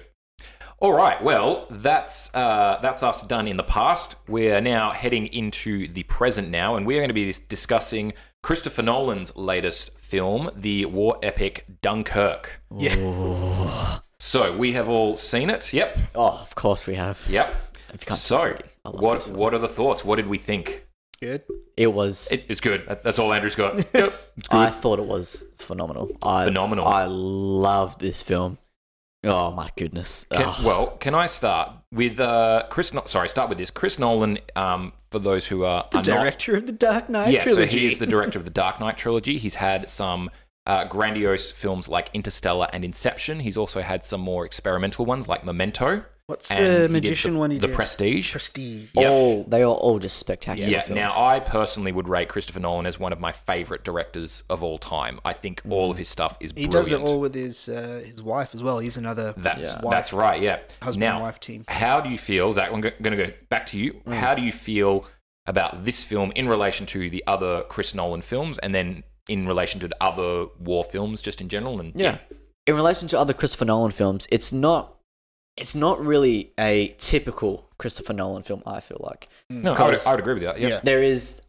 S2: All right. Well, that's uh, that's us done in the past. We're now heading into the present now, and we're going to be discussing Christopher Nolan's latest film, the war epic Dunkirk.
S3: Yeah.
S2: Oh. So we have all seen it. Yep.
S4: oh, of course we have.
S2: Yep.
S4: If you can't see
S2: So,
S4: already, I love
S2: what
S4: this film.
S2: what are the thoughts? What did we think?
S3: Good.
S4: It was.
S2: It, it's good. That- That's all Andrew's got. Yep, it's
S4: I
S2: good.
S4: thought it was phenomenal. I,
S2: Phenomenal.
S4: I love this film. Oh my goodness.
S2: Can,
S4: Oh,
S2: well, can I start with uh, Chris? No, sorry, start with this. Chris Nolan. Um, for those who are,
S3: The
S2: are not
S3: director of the Dark Knight
S2: yeah,
S3: trilogy.
S2: so he is the director of the Dark Knight trilogy. He's had some uh, grandiose films like Interstellar and Inception. He's also had some more experimental ones like Memento.
S3: What's
S2: and he
S3: the
S2: did
S3: magician
S2: the,
S3: one? He
S2: The
S3: did?
S2: Prestige.
S3: Prestige.
S2: yeah.
S4: all they are all just spectacular.
S2: Yeah,
S4: films.
S2: now I personally would rate Christopher Nolan as one of my favorite directors of all time. I think all of his stuff is
S3: Mm. He does
S2: brilliant.
S3: it all with his uh, his wife as well. He's another
S2: That's
S3: wife,
S2: that's right. Yeah.
S3: husband
S2: now,
S3: and wife team.
S2: how do you feel, Zach? I'm going to go back to you.
S4: Mm.
S2: How do you feel about this film in relation to the other Chris Nolan films, and then in relation to the other war films, just in general? And
S4: Yeah. In relation to other Christopher Nolan films, it's not it's not really a typical Christopher Nolan film, I feel like.
S2: no, I would,
S4: Because-
S2: I would agree with that. Yeah,
S3: Yeah.
S4: There is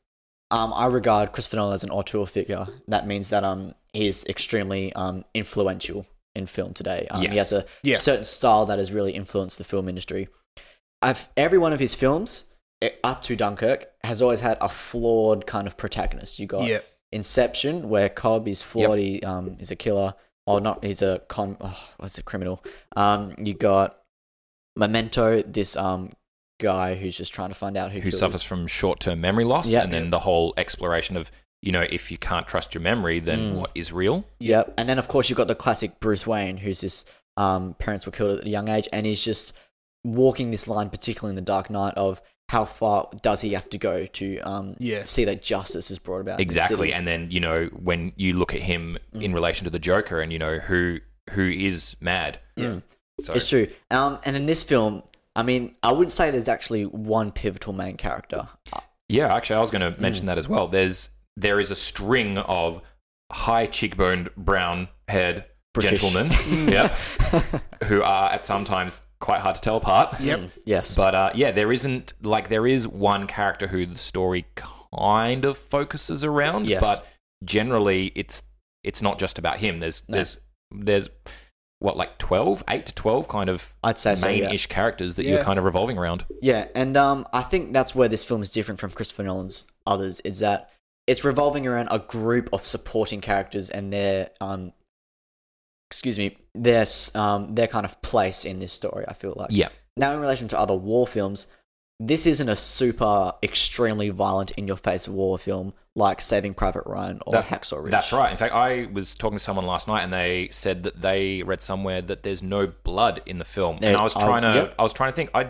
S4: um I regard Christopher Nolan as an auteur figure. That means that um he is extremely um influential in film today. Um, he
S2: Yes.
S4: has a
S3: Yeah.
S4: certain style that has really influenced the film industry. I've, every one of his films, eh, up to Dunkirk, has always had a flawed kind of protagonist. You got
S3: Yeah.
S4: Inception, where Cobb is flawed, he um oh, is a killer, or not? He's a con. Oh, what's a criminal? Um, you got Memento, this um guy who's just trying to find out who,
S2: who
S4: killed
S2: suffers
S4: his-
S2: from short-term memory loss,
S4: Yeah.
S2: and then the whole exploration of you know if you can't trust your memory, then
S4: Mm.
S2: what is real?
S4: Yep. And then of course you've got the classic Bruce Wayne, who's this um, parents were killed at a young age, and he's just walking this line, particularly in the Dark Knight, of how far does he have to go to um,
S3: Yeah.
S4: see that justice is Mm. brought about. in the
S2: Exactly.
S4: city.
S2: And then you know when you look at him in relation to the Joker, and you know who who is mad.
S4: Yeah.
S2: So
S4: It's true. Um, and in this film, I mean, I would say there's actually one pivotal main character.
S2: yeah, actually, I was going to
S4: Hmm.
S2: mention that as well. There's there is a string of high cheekboned, brown haired
S4: British. Hmm.
S2: gentlemen, yep, who are at sometimes quite hard to tell apart.
S3: Yep.
S4: Yes.
S2: But uh, yeah, there isn't like there is one character who the story kind of focuses around,
S4: Yes.
S2: but generally it's it's not just about him. There's
S4: No.
S2: there's there's what like 12, 8 to 12 kind of
S4: I'd say so. Yeah.
S2: main-ish characters that you're
S3: Yeah.
S2: kind of revolving around.
S4: Yeah, and um, I think that's where this film is different from Christopher Nolan's others. Is that it's revolving around a group of supporting characters and their um, excuse me, their s- um, their kind of place in this story. I feel like.
S2: Yeah.
S4: Now, in relation to other war films, this isn't a super extremely violent in your face war film like Saving Private Ryan or
S2: That-
S4: Hacksaw Ridge.
S2: That's right. In fact, I was talking to someone last night, and they said that they read somewhere that there's no blood in the film.
S4: There-
S2: and I was
S4: I-
S2: trying to,
S4: yep.
S2: I was trying to think. I,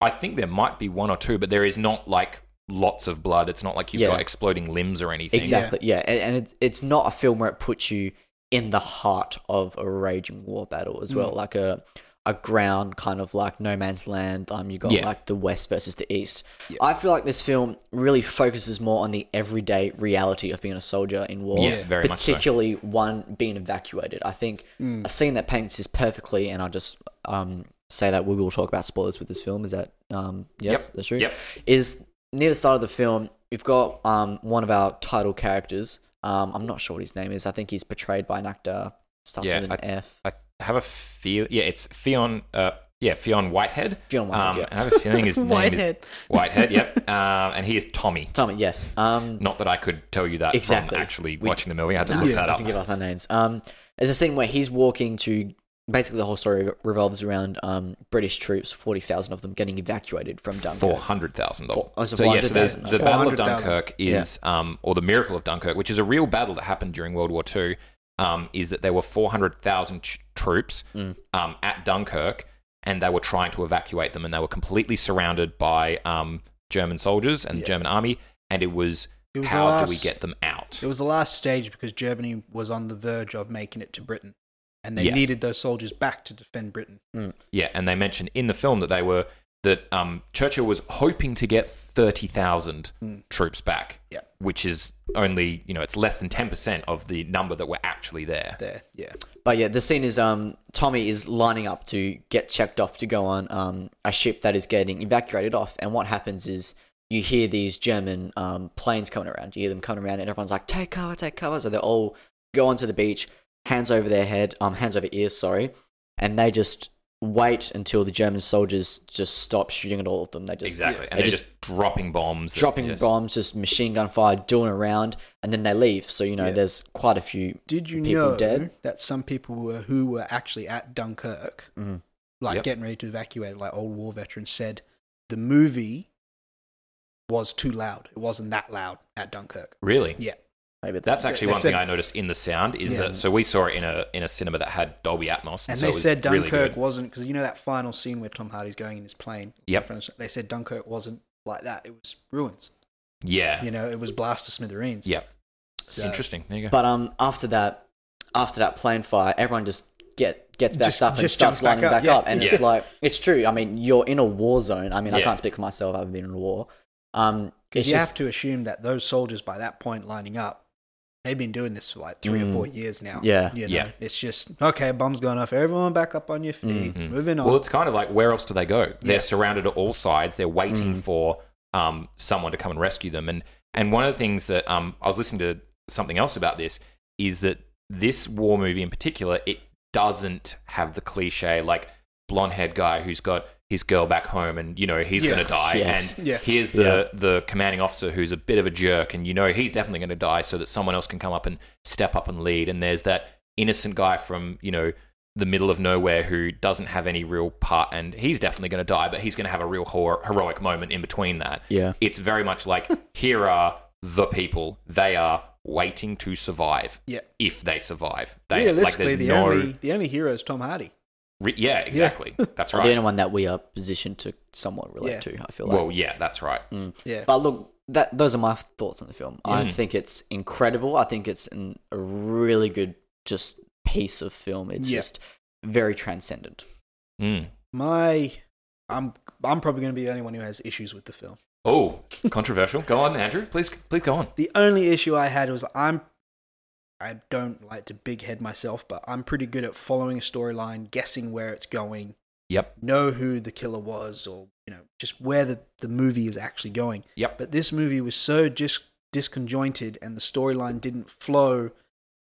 S2: I think there might be one or two, but there is not like lots of blood. It's not like you've
S4: Yeah.
S2: got exploding limbs or anything.
S4: Exactly. Yeah, and, and it, it's not a film where it puts you in the heart of a raging war battle as well, like a a ground kind of like no man's land. Um, you got
S2: Yeah.
S4: like the west versus the east. I feel like this film really focuses more on the everyday reality of being a soldier in war.
S2: Yeah, very much so.
S4: particularly one being evacuated. I think a scene that paints this perfectly, and I just um say that we will talk about spoilers with this film. Is that um yes,
S2: Yep.
S4: that's true
S2: Yep.
S4: is near the start of the film. You've got um, one of our title characters. Um, I'm not sure what his name is. I think he's portrayed by an actor starting
S2: Yeah,
S4: with an F.
S2: I have a feel. Yeah, it's Fionn. Uh, yeah, Fionn Whitehead.
S4: Fionn Whitehead,
S2: Um,
S4: yeah.
S2: I have a feeling his name
S5: Whitehead.
S2: is Whitehead. Yep. Um, and he is Tommy.
S4: Tommy, yes. Um,
S2: Not that I could tell you that
S4: Exactly.
S2: from actually
S4: We-
S2: watching the movie. I had to look
S4: yeah,
S2: that up.
S4: doesn't give us our names. Um, there's a scene where he's walking to. Basically, the whole story revolves around um, British troops, forty thousand of them, getting evacuated from
S2: Four
S4: Dunkirk.
S2: hundred thousand
S4: Four-
S2: dollars.
S4: oh, so
S2: So yeah, so there's
S4: 400,000,
S2: the Battle of
S3: 400,000.
S2: Dunkirk is, um, or the Miracle of Dunkirk, which is a real battle that happened during World War Two. Um, is that there were four hundred thousand ch- troops
S4: Mm.
S2: um, at Dunkirk, and they were trying to evacuate them, and they were completely surrounded by um, German soldiers and the German army, and it was,
S3: It was
S2: how
S3: the
S2: do we
S3: last-
S2: get them out?
S3: It was the last stage because Germany was on the verge of making it to Britain, and they
S2: Yes.
S3: needed those soldiers back to defend Britain.
S2: Yeah, and they mentioned in the film that they were that um, Churchill was hoping to get thirty thousand troops back,
S3: Hmm. Yeah.
S2: which is only you know it's less than ten percent of the number that were actually there.
S3: There, yeah,
S4: But yeah, the scene is um Tommy is lining up to get checked off to go on um a ship that is getting evacuated off, and what happens is you hear these German um planes coming around. You hear them coming around, and everyone's like, "Take cover, take cover!" So they all go onto the beach, hands over their head, um hands over ears, sorry, and they just wait until the German soldiers just stop shooting at all of them. They just
S2: Exactly, and
S4: they
S2: they're just, dropping bombs,
S4: dropping
S2: Yes.
S4: bombs, just machine gun fire, doing around, and then they leave. So you know,
S3: Yeah.
S4: there's quite a few
S3: Did you
S4: people
S3: know
S4: dead.
S3: that some people were, who were actually at Dunkirk,
S4: Mhm.
S3: like
S2: Yep.
S3: getting ready to evacuate, like old war veterans, said the movie was too loud. It wasn't that loud at Dunkirk.
S2: Really,
S3: Yeah,
S4: Maybe
S2: that's actually
S3: They
S2: one
S3: said-
S2: thing I noticed in the sound is
S3: Yeah.
S2: that so we saw it in a in a cinema that had Dolby Atmos,
S3: and
S2: so
S3: they
S2: it was
S3: said
S2: really
S3: Dunkirk
S2: good.
S3: wasn't because you know that final scene where Tom Hardy's going in his plane. in
S2: Yep.
S3: front of- They said Dunkirk wasn't like that. It was ruins.
S2: yeah,
S3: You know, it was blast to smithereens.
S2: yeah,
S3: So-
S2: interesting. There you go.
S4: But um, after that, after that plane fire, everyone just get gets back
S3: Just-
S4: up and
S3: just jumps
S4: starts
S3: back
S4: lining back
S3: up,
S4: up,
S3: yeah.
S4: and
S2: Yeah.
S4: it's like it's true. I mean, you're in a war zone. I mean, I
S2: Yeah.
S4: can't speak for myself. I haven't been in a war. Um,
S3: Because
S4: it's
S3: you
S4: just
S3: have to assume that those soldiers by that point lining up, they've been doing this for like three
S4: Mm.
S3: or four years now.
S4: Yeah.
S3: You know,
S2: Yeah.
S3: It's just, okay, bomb's gone off. Everyone back up on your feet.
S2: Mhm.
S3: Moving on.
S2: Well, it's kind of like where else do they go? They're
S3: Yeah.
S2: surrounded at all sides. They're waiting
S4: Mm.
S2: for um, someone to come and rescue them. And and one of the things that um, I was listening to something else about this is that this war movie in particular, it doesn't have the cliche like blonde haired guy who's got his girl back home and you know he's
S3: Yeah.
S2: going to die
S4: Yes.
S2: and
S3: Yeah.
S2: here's the the commanding officer who's a bit of a jerk and you know he's definitely going to die so that someone else can come up and step up and lead and there's that innocent guy from you know the middle of nowhere who doesn't have any real part, and he's definitely going to die, but he's going to have a real hor- heroic moment in between that.
S4: Yeah.
S2: It's very much like here are the people; they are waiting to survive.
S3: Yeah.
S2: If they survive, they
S3: Realistically,
S2: like,
S3: the
S2: there's no,
S3: only the only hero is Tom Hardy.
S2: re- yeah, exactly. That's
S4: The
S2: right.
S4: only one that we are positioned to somewhat relate
S3: Yeah.
S4: to, I feel like.
S2: Well, yeah, that's right.
S3: Yeah,
S4: But look, that those are my thoughts on the film. I
S2: Mm.
S4: think it's incredible. I think it's an, a really good just piece of film. It's
S3: Yeah.
S4: just very transcendent.
S2: Mm.
S3: my I'm I'm probably going to be the only one who has issues with the film.
S2: Oh, controversial. Go on, Andrew. Please, please go on.
S3: The only issue I had was I'm I don't like to big head myself, but I'm pretty good at following a storyline, guessing where it's going,
S2: Yep.
S3: know who the killer was or you know just where the, the movie is actually going
S2: Yep.
S3: but this movie was so just disconjointed and the storyline didn't flow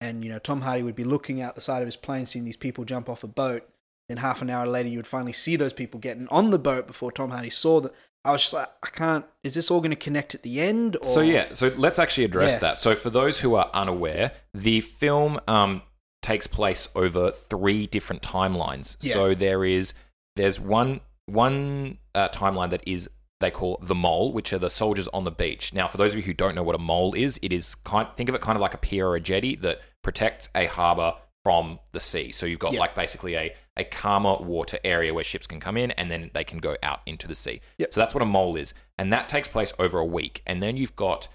S3: and you know tom hardy would be looking out the side of his plane seeing these people jump off a boat then half an hour later you would finally see those people getting on the boat before tom hardy saw them i was just like i can't is this all going to connect at the end or
S2: So yeah, so let's actually address
S3: Yeah.
S2: that. So for those who are unaware, the film um, takes place over three different timelines.
S3: Yeah.
S2: So there is there's one one uh, timeline that is they call the mole, which are the soldiers on the beach. Now, for those of you who don't know what a mole is, it is kind think of it kind of like a pier or a jetty that protects a harbor from the sea. So you've got
S3: Yeah.
S2: like basically a a calmer water area where ships can come in and then they can go out into the sea.
S3: Yep.
S2: So that's what a mole is, and that takes place over a week. And then you've got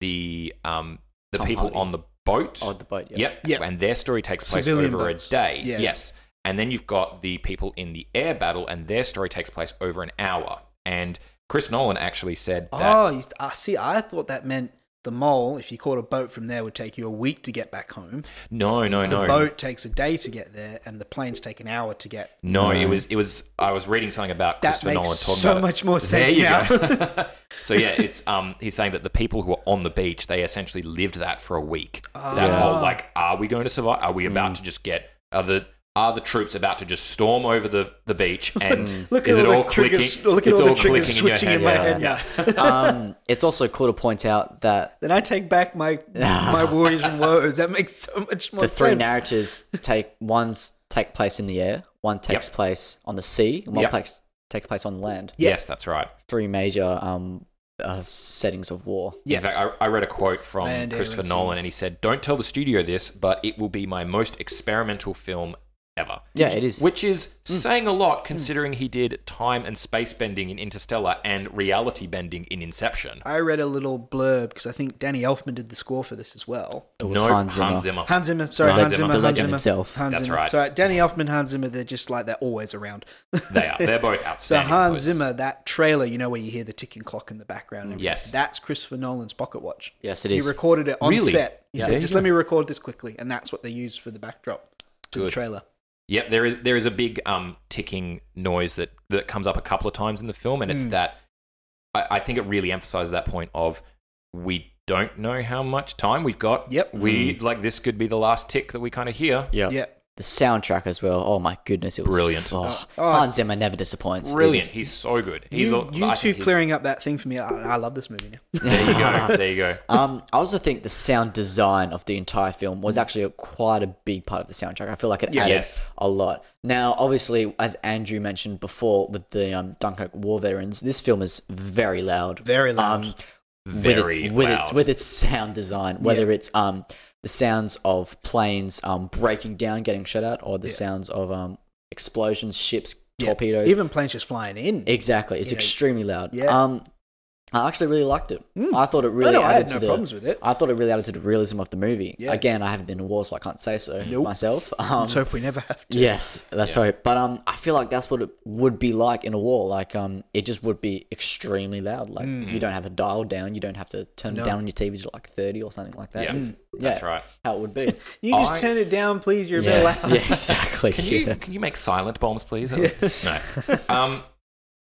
S2: the um the
S4: Tom
S2: people
S4: Hardy.
S2: on the boat.
S4: Oh, the boat. Yeah.
S2: Yep.
S3: Yep.
S2: And their story takes place
S3: Civilian
S2: over
S3: boats.
S2: a day.
S3: Yeah.
S2: Yes. And then you've got the people in the air battle, and their story takes place over an hour. And Chris Nolan actually said that.
S3: oh you, i see i thought that meant the mole if you caught a boat from there would take you a week to get back home
S2: no, no,
S3: the
S2: no.
S3: boat takes a day to get there and the planes take an hour to get
S2: no, it was, it was. I was reading something about
S3: That
S2: Christopher
S3: makes
S2: Nolan talking
S3: so
S2: about it.
S3: much more
S2: There
S3: sense
S2: you
S3: now.
S2: go. so yeah, it's um. He's saying that the people who are on the beach, they essentially lived that for a week. That
S3: Ah.
S2: whole like, are we going to survive? Are we about to just get? Are the are the troops about to just storm over the, the beach? And
S3: Look at
S2: is
S3: all
S2: it
S3: the
S2: all clicking?
S3: triggers- look at
S2: it's
S3: all the
S2: all
S3: triggers
S2: clicking in your
S3: switching
S2: head.
S3: in my
S2: now.
S3: head now.
S4: um, it's also cool to point out that
S3: Then I take back my my worries and woes. That makes so much more
S4: the three
S3: sense.
S4: narratives take one's take place in the air, one takes
S2: Yep.
S4: place on the sea, and one
S3: Yep.
S4: takes takes place on land.
S3: Yeah.
S2: Yes, that's right.
S4: Three major um, uh, settings of war.
S3: Yeah.
S2: In fact, I, I read a quote from
S3: Land, air,
S2: Christopher
S3: and sea.
S2: Nolan, and he said, "Don't tell the studio this, but it will be my most experimental film ever."
S4: Yeah, it is.
S2: Which is
S4: Hmm.
S2: saying a lot considering he did time and space bending in Interstellar and reality bending in Inception.
S3: I read a little blurb because I think Danny Elfman did the score for this as well.
S4: it was
S2: no
S4: Hans Zimmer.
S3: Hans Zimmer, sorry,
S2: Hans
S3: Hans
S2: Zimmer.
S3: Zimmer,
S2: The
S3: Hans
S4: legend
S3: Zimmer,
S4: himself.
S3: Hans
S2: That's
S3: Zimmer.
S2: right.
S3: Sorry, Danny Elfman, Hans Zimmer. They're just like they're always around.
S2: They are. They're both
S3: So
S2: outstanding.
S3: Hans
S2: composers.
S3: Zimmer, that trailer, you know where you hear the ticking clock in the background. and
S2: Yes.
S3: everything, that's Christopher Nolan's pocket watch.
S4: Yes, it
S3: he
S4: is.
S3: recorded it on
S2: Really?
S3: set. He
S2: Yeah.
S3: said,
S2: There you
S3: "Just
S2: go.
S3: let me record this quickly," and that's what they used for the backdrop to the
S2: Good.
S3: trailer.
S2: Yep, there is there is a big um ticking noise that that comes up a couple of times in the film, and it's
S4: Hmm.
S3: Mm.
S2: that I, I think it really emphasizes that point of we don't know how much time we've got.
S3: Yep.
S2: we
S4: Hmm.
S2: like this could be the last tick that we kind of hear.
S4: Yeah.
S3: Yeah.
S4: The soundtrack as well. Oh my goodness, it was
S2: Brilliant.
S4: Oh,
S3: Oh.
S4: Hans Zimmer never disappoints.
S2: Brilliant, he's so good. He's
S3: you
S2: a-
S3: you
S2: I
S3: two
S2: think he's-
S3: clearing up that thing for me. I, I love this movie now.
S2: There you go. There you go.
S4: Um, I also think the sound design of the entire film was actually a, quite a big part of the soundtrack. I feel like it
S3: Yeah.
S4: added
S2: Yes.
S4: a lot. Now, obviously, as Andrew mentioned before, with the um, Dunkirk war veterans, this film is very loud.
S3: Very loud.
S4: Um,
S2: Very
S4: with, it, with
S2: loud.
S4: its with its sound design, whether it's um the sounds of planes um breaking down, getting shut out, or the
S3: Yeah.
S4: sounds of um explosions, ships,
S3: Yeah.
S4: torpedoes.
S3: Even planes just flying in.
S4: Exactly. It's
S3: You know,
S4: extremely loud.
S3: yeah.
S4: Um, I actually really liked it.
S3: Mm.
S4: I thought it really
S3: no, I
S4: added
S3: had
S4: to
S3: no
S4: the.
S3: problems with it.
S4: I thought it really added to the realism of the movie.
S3: Yeah.
S4: Again, I haven't been to war, so I can't say so
S3: Nope.
S4: myself. Um,
S3: Let's hope we never have to.
S4: yes, that's right. But um, I feel like that's what it would be like in a war. Like um, it just would be extremely loud. Like
S2: Mm.
S4: you don't have to dial down. You don't have to turn
S3: No.
S4: it down on your TV to like thirty or something like that.
S2: Yeah. Mm.
S4: It's-
S2: That's
S4: yeah,
S2: right.
S4: How it would be.
S3: You just
S2: I-
S3: turn it down, please. You're a bit
S4: yeah.
S3: loud.
S4: yeah, exactly.
S2: Can you
S4: Yeah.
S2: can you make silent bombs, please? No. Um,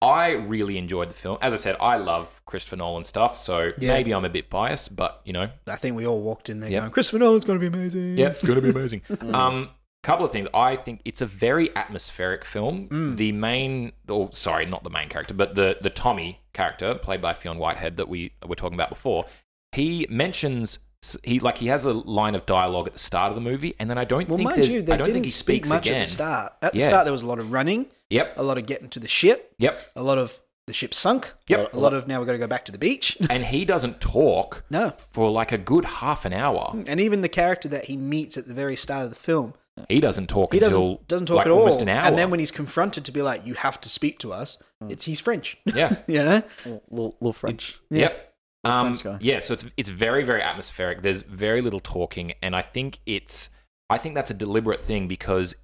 S2: I really enjoyed the film. As I said, I love Christopher Nolan stuff, so
S3: Yeah.
S2: maybe I'm a bit biased, but you know,
S3: I think we all walked in there
S2: Yep.
S3: going, Christopher Nolan's going to be amazing.
S2: yeah, it's gonna be amazing.
S3: Mm.
S2: um, couple of things. I think it's a very atmospheric film.
S3: Mm.
S2: The main, or sorry, not the main character, but the the Tommy character played by Fionn Whitehead that we were talking about before. He mentions s- he like he has a line of dialogue at the start of the movie, and then I don't
S3: Well,
S2: think
S3: mind
S2: there's,
S3: you, they
S2: I don't
S3: didn't
S2: think he
S3: speak
S2: speaks
S3: much
S2: again.
S3: at the start. At the
S2: Yeah.
S3: start, there was a lot of running,
S2: Yep,
S3: a lot of getting to the ship,
S2: yep,
S3: a lot of the ship sunk,
S2: Yep.
S3: a lot of now we're going to go back to the beach.
S2: and he doesn't talk
S3: no,
S2: for like a good half an hour.
S3: and even the character that he meets at the very start of the film,
S2: He doesn't talk
S3: he doesn't
S2: until
S3: doesn't talk
S2: like
S3: at all.
S2: almost an hour. Hmm.
S3: And then when he's confronted to be like, "You have to speak to us," it's he's French.
S2: yeah,
S3: you know,
S4: Little, little French.
S2: Yep. Um,
S4: French guy.
S2: yeah, so it's it's very very atmospheric. There's very little talking, and I think it's I think that's a deliberate thing because,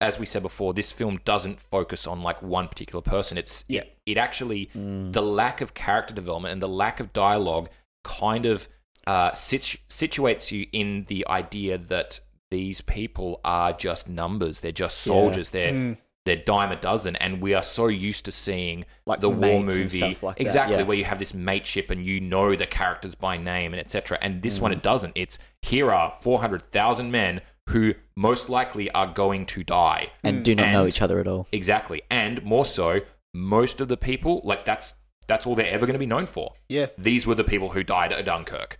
S2: as we said before, this film doesn't focus on like one particular person. It's
S3: Yeah.
S2: it, it actually
S4: Mm.
S2: the lack of character development and the lack of dialogue kind of uh, situ- situates you in the idea that these people are just numbers. They're just
S4: Yeah. Mm.
S2: soldiers. They're they're dime a dozen, and we are so used to seeing
S4: Like
S2: the war
S4: mates
S2: movie
S4: and stuff like that,
S2: exactly
S4: yeah.
S2: where you have this mateship and you know the characters by name and etc. And this one it
S3: Mm.
S2: doesn't. It's here are four hundred thousand men who most likely are going to die.
S4: And do not know
S2: And-
S4: each other at all.
S2: Exactly, and more so, most of the people like that's that's all they're ever going to be known for.
S3: yeah.
S2: These were the people who died at Dunkirk.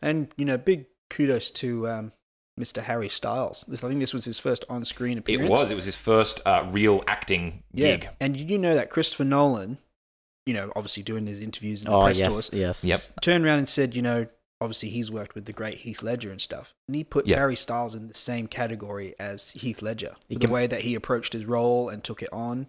S3: And you know, big kudos to um, Mr. Harry Styles. This, I think this was his first on-screen appearance.
S2: It was it was his first uh, real acting
S3: yeah.
S2: gig.
S3: And did you know that Christopher Nolan, you know, obviously doing his interviews and
S4: Oh,
S3: press
S4: yes,
S3: tours,
S4: yes.
S2: Yep.
S3: turned around and said, you know, obviously he's worked with the great Heath Ledger and stuff, and he puts
S2: Yeah.
S3: Harry Styles in the same category as Heath Ledger.
S4: He
S3: the
S4: can-
S3: way that he approached his role and took it on.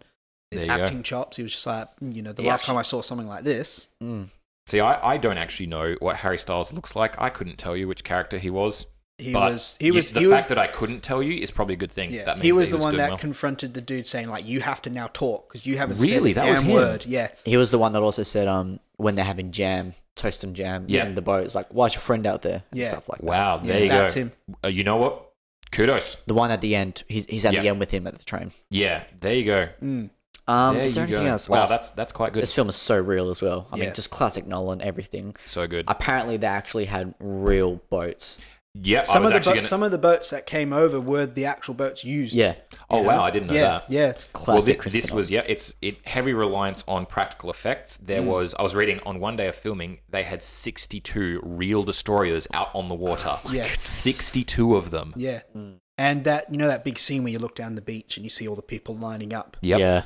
S3: His
S2: There you go.
S3: acting chops. He was just like, you know, the
S2: He
S3: last
S2: actually-
S3: time I saw something like this,
S4: Mm.
S2: See, I, I don't actually know what Harry Styles looks like. I couldn't tell you which character he was.
S3: he
S2: but
S3: was, he was,
S2: the
S3: he
S2: fact
S3: was,
S2: that I couldn't tell you is probably a good thing.
S3: yeah,
S2: that means
S3: he was
S2: that
S3: the one
S2: doing
S3: that
S2: well.
S3: confronted the dude saying like, you have to now talk because you haven't
S2: Really?
S3: said a
S2: That was
S3: damn
S2: him?
S3: word. Yeah,
S4: He was the one that also said, um, when they're having jam, toast and jam
S2: Yeah.
S4: in the boat, it's like, why's your friend out there? And
S3: Yeah.
S4: stuff like that.
S2: wow,
S3: Yeah,
S2: there you
S3: that's
S2: go.
S3: him.
S2: Uh, you know what? Kudos.
S4: The one at the end, he's, he's at
S2: Yeah.
S4: the end with him at the train.
S2: Yeah, there you go.
S3: Mm.
S4: Um,
S2: There
S4: is there
S2: you go.
S4: anything else?
S2: Wow,
S4: Oh,
S2: that's that's quite good.
S4: This film is so real as well. I
S3: Yeah.
S4: mean, just classic Nolan, everything.
S2: So good.
S4: Apparently, they actually had real boats.
S2: Yep. I
S3: Some
S2: was
S3: of the boats,
S2: actually gonna-
S3: some of the boats that came over were the actual boats used.
S4: Yeah,
S2: oh
S3: you know?
S2: wow, I didn't know
S3: yeah,
S2: that.
S3: yeah.
S2: Well, thi-
S4: classic.
S2: this,
S4: Christopher
S2: was yeah. It's it heavy reliance on practical effects. There
S4: Mm.
S2: was I was reading on one day of filming they had sixty two real destroyers out on the water.
S3: Yeah.
S2: sixty two of them.
S3: Yeah. And that you know that big scene where you look down the beach and you see all the people lining up.
S2: Yep.
S4: Yeah,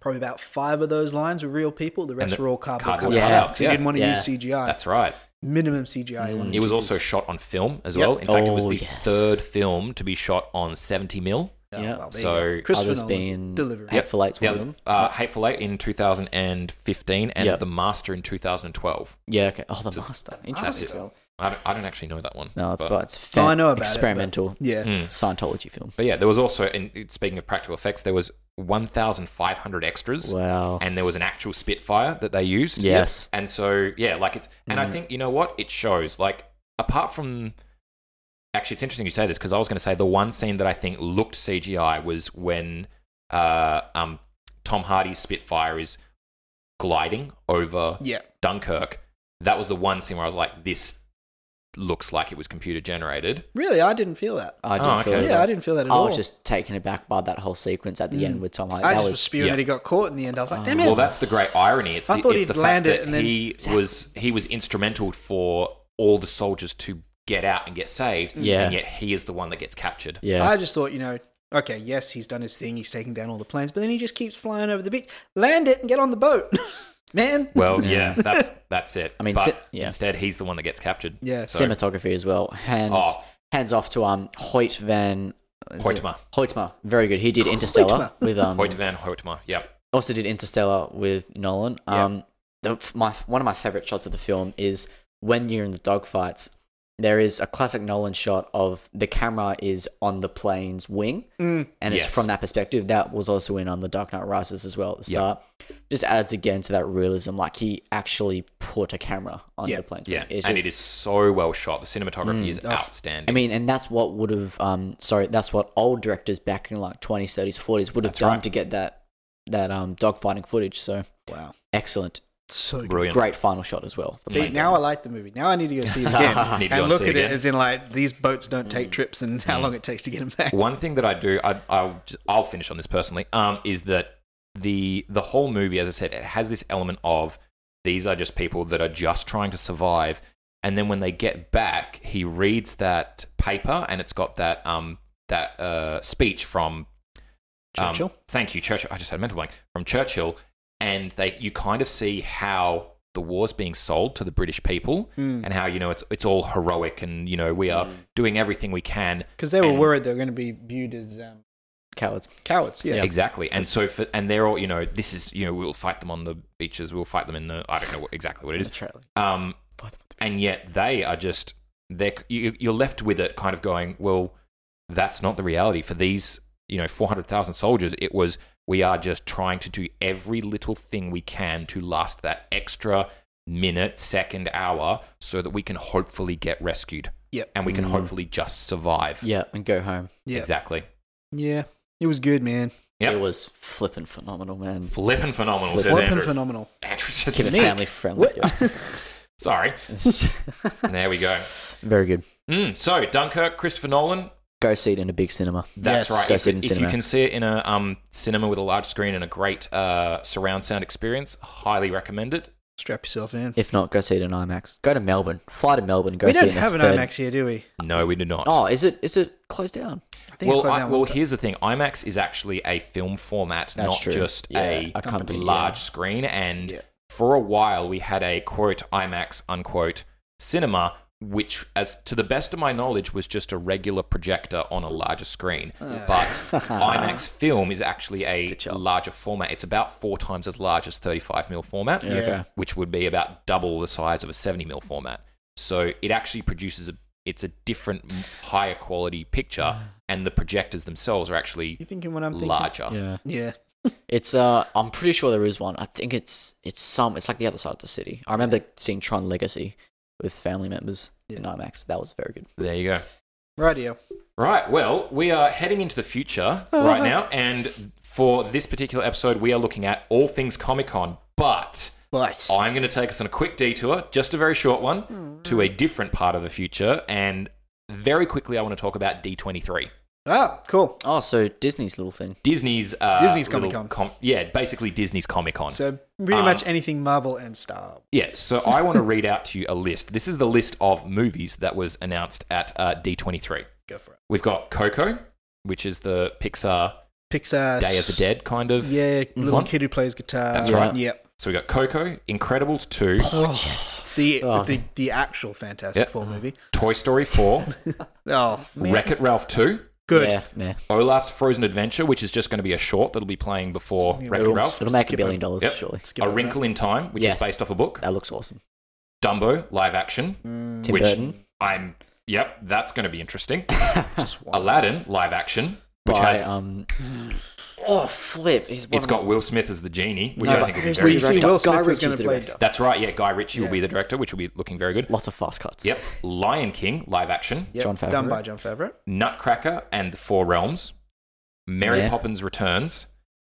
S3: Probably about five of those lines were real people. The rest
S2: the
S3: were all cardboard,
S2: cardboard
S3: cutouts.
S2: cutouts,
S3: He
S2: yeah.
S3: didn't want to
S4: Yeah.
S3: use CGI.
S2: That's right.
S3: Minimum CGI. he wanted
S2: It
S3: to
S2: was also
S3: use.
S2: shot on film as
S3: Yep.
S2: well. In fact, it was
S4: Oh,
S2: the
S4: yes.
S2: third film to be shot on 70 mil.
S4: Yeah.
S3: there you
S2: So-
S3: go. Christopher
S4: Others
S3: Nolan
S4: being-
S3: delivery.
S4: Yep. Hateful Eight's
S2: The
S4: one of
S2: other-
S4: them.
S2: Uh, Hateful Eight in 2015 and
S4: Yep.
S2: The Master in 2012.
S4: yeah. Okay. Oh, the master. Interesting.
S3: Master.
S2: I don't, I don't actually know that one.
S4: No, it's
S2: but,
S4: but it's
S3: Oh,
S4: fa-
S3: I know about it, but- Mm.
S4: experimental Mm.
S3: Yeah.
S4: Scientology film.
S2: but yeah, there was also, in, speaking of practical effects, there was 1,500 extras.
S4: Wow.
S2: And there was an actual Spitfire that they used.
S4: Yes.
S2: And so, yeah, like it's, and
S4: Mm.
S2: I think, you know what? It shows, like, apart from, actually, it's interesting you say this because I was going to say the one scene that I think looked CGI was when uh, um, Tom Hardy's Spitfire is gliding over
S3: Yeah.
S2: Dunkirk. That was the one scene where I was like, this looks like it was computer generated.
S3: Really, I didn't feel that.
S4: I didn't
S2: Oh,
S4: feel
S2: okay.
S4: it.
S3: yeah, I didn't feel that at
S4: I
S3: all. Mm.
S4: was just taken aback by that whole sequence at the end with Tom Hanks.
S3: I
S4: that
S3: just was,
S4: was
S3: spewing
S2: yeah.
S3: that he got caught in the end. I was like, damn it.
S2: Well, that's the great irony. It's
S3: I
S2: the,
S3: thought
S2: it's
S3: he'd
S2: the
S3: land
S2: fact
S3: it
S2: that
S3: and then-
S2: he was he was instrumental for all the soldiers to get out and get saved.
S4: Yeah.
S2: and yet he is the one that gets captured.
S4: yeah.
S3: I just thought, you know, okay, yes, he's done his thing, he's taking down all the planes, but then he just keeps flying over the beach. Land it and get on the boat, man.
S2: Well, yeah, that's that's it.
S4: I mean,
S2: But
S4: si- yeah.
S2: instead he's the one that gets captured.
S3: yeah,
S2: so-
S4: cinematography as well. Hands
S2: Oh.
S4: hands off to um Hoyt van is it-
S2: Hoytma.
S4: Hoytma, very good. He did Interstellar
S3: Hoytma.
S4: with um.
S2: Hoyt van Hoytma. Yeah,
S4: Also did Interstellar with Nolan.
S3: Yeah.
S4: Um, the, my one of my favorite shots of the film is when you're in the dogfights. There is a classic Nolan shot of the camera is on the plane's wing,
S3: Mm.
S4: and it's
S2: Yes.
S4: from that perspective. That was also in on the Dark Knight Rises as well at the
S2: Yeah.
S4: start. Just adds again to that realism, like he actually put a camera on
S3: Yeah.
S4: the plane's
S2: yeah,
S4: wing. It's
S2: and
S4: just-
S2: it is so well shot. The cinematography is outstanding.
S4: I mean, and that's what would have, um, sorry, that's what old directors back in like 20s, 30s, 40s would have
S2: That's
S4: done
S2: right.
S4: to get that that um, dogfighting footage. So
S3: Wow,
S4: excellent,
S3: so good.
S2: brilliant.
S4: great final shot as well. The
S3: See,
S4: main-
S3: now I like the movie. Now I need to go see it
S2: Need
S3: again
S2: to go
S3: and
S2: and
S3: look
S2: see
S3: at
S2: it
S3: it
S2: again. Mm.
S3: as in like these boats don't take trips and how long it takes to get them back.
S2: One thing that I do, I, I'll, just, I'll finish on this personally, um, is that the the whole movie, as I said, it has this element of these are just people that are just trying to survive, and then when they get back, he reads that paper, and it's got that um that uh speech from um,
S3: Churchill?
S2: thank you, Churchill. I just had a mental blank from Churchill, and they you kind of see how the war's being sold to the British people,
S3: Hmm.
S2: and how you know it's it's all heroic, and you know we are doing everything we can.
S3: Because Hmm. they were
S2: And-
S3: worried they were going to be viewed as um,
S4: Cowards.
S3: cowards. Yeah.
S2: Exactly. And so, for, and they're all, you know, this is, you know, we'll fight them on the beaches, we'll fight them in the, I don't know what, exactly what it is.
S4: Literally.
S2: Um,
S4: Fight them with
S2: and yet they are just, they're, you, you're left with it kind of going, well, that's not the reality. For these, you know, 400,000 soldiers, it was, we are just trying to do every little thing we can to last that extra minute, second, hour so that we can hopefully get rescued
S3: Yep.
S2: and we can
S4: Mm.
S2: hopefully just survive.
S4: the- Yeah, and go home.
S3: Yeah.
S2: Exactly.
S3: Yeah. It was good, man.
S2: Yep.
S4: It was flippin' phenomenal, man.
S2: Flippin' phenomenal. says
S3: Flippin'
S2: Andrew. Oh
S3: phenomenal.
S2: Andrew's just
S4: Keep it
S2: saying-
S4: family friendly. yeah.
S2: Sorry.
S4: It's-
S2: There we go.
S4: Very good.
S2: Mm, so Dunkirk, Christopher Nolan.
S4: Go see it in a big cinema.
S3: Yes.
S2: That's right.
S4: Go
S2: If,
S4: see it in
S2: if you
S4: cinema.
S2: can see it in a um, cinema with a large screen and a great uh, surround sound experience, highly recommend it.
S3: Strap yourself in.
S4: If not, go see it in IMAX. Go to Melbourne. Fly to Melbourne. and Go
S3: we
S4: see
S3: don't
S4: it in
S3: have
S4: a
S3: an
S4: third-
S3: IMAX here, do we?
S2: No, we do not.
S4: Oh, is it? Is it closed down?
S3: I think it
S2: well,
S3: closed
S2: I,
S3: down
S2: well,
S3: one time.
S2: here's the thing. IMAX is actually a film format,
S4: That's
S2: not
S4: true.
S2: just
S4: Yeah,
S2: a,
S4: a company,
S2: large
S4: yeah.
S2: screen. And
S3: Yeah.
S2: for a while, we had a quote IMAX unquote cinema, which, as to the best of my knowledge, was just a regular projector on a larger screen.
S3: Ah.
S2: But IMAX film is actually a
S4: Stitch up.
S2: larger format. It's about four times as large as 35 mm format,
S4: Yeah, okay.
S2: which would be about double the size of a 70 mm format. So it actually produces a it's a different, m- higher quality picture, and the projectors themselves are
S3: You
S2: actually
S3: thinking what I'm thinking?
S2: larger.
S4: Yeah.
S3: Yeah.
S4: It's uh, I'm pretty sure there is one. I think it's it's some. It's like the other side of the city. I remember seeing Tron Legacy with family members in IMAX. That was very good.
S2: There you go.
S3: Radio.
S2: Right. Well, we are heading into the future
S3: Oh.
S2: right now, and for this particular episode, we are looking at all things Comic Con, but.
S3: But
S2: I'm going to take us on a quick detour, just a very short
S3: Mm-hmm.
S2: one, to a different part of the future. And very quickly, I want to talk about D23.
S3: ah, cool.
S4: Oh, so Disney's little thing.
S2: Disney's. Uh,
S3: Disney's
S2: little
S3: Comic-Con.
S2: com- yeah, basically Disney's Comic Con.
S3: So pretty
S2: Um,
S3: much anything Marvel and Star.
S2: yeah, so I want to read out to you a list. This is the list of movies that was announced at uh, D23.
S3: Go for it.
S2: We've got Coco, which is the Pixar
S3: Pixar.
S2: Day of the Dead kind of.
S3: Yeah, little
S2: One.
S3: kid who plays guitar.
S2: That's
S4: right.
S3: Yep.
S2: So we got Coco, Incredibles 2,
S4: yes.
S3: The
S4: Oh.
S3: the, the actual Fantastic
S2: Yep.
S3: Four movie.
S2: Toy Story 4,
S3: Oh, man.
S2: Wreck It Ralph 2,
S3: good.
S4: Yeah, yeah.
S2: Olaf's Frozen Adventure, which is just going to be a short that'll be playing before
S3: Yeah,
S2: Wreck It
S3: it'll-
S2: Ralph.
S4: It'll make
S3: Skip
S4: a
S3: it.
S4: billion dollars
S2: Yep.
S4: surely.
S3: Skip
S2: A
S3: over
S2: Wrinkle in Time, which
S4: Yes.
S2: is based off a book.
S4: That looks awesome.
S2: Dumbo, live action,
S3: Mm,
S4: Tim
S2: which
S4: Burton
S2: I'm. Yep, that's going to be interesting.
S3: just one.
S2: Aladdin, live action, which
S4: by
S2: has.
S4: um. Oh flip! He's one
S2: it's
S4: of
S2: got Will Smith as the genie, which
S3: No,
S2: I
S3: but
S2: think will be
S4: who's
S2: very
S4: the
S2: interesting.
S4: director?
S3: Will Smith
S4: Guy
S3: was
S4: Ritchie's
S3: gonna
S4: the
S3: play-
S4: director.
S2: That's right, yeah. Guy Ritchie will
S3: Yeah.
S2: be the director, which will be looking very good.
S4: Lots of fast cuts.
S2: Yep. Lion King, live action.
S3: Yep,
S4: John Favreau.
S3: Done by John Favreau.
S2: Nutcracker and the Four Realms. Mary
S4: Yeah.
S2: Poppins Returns.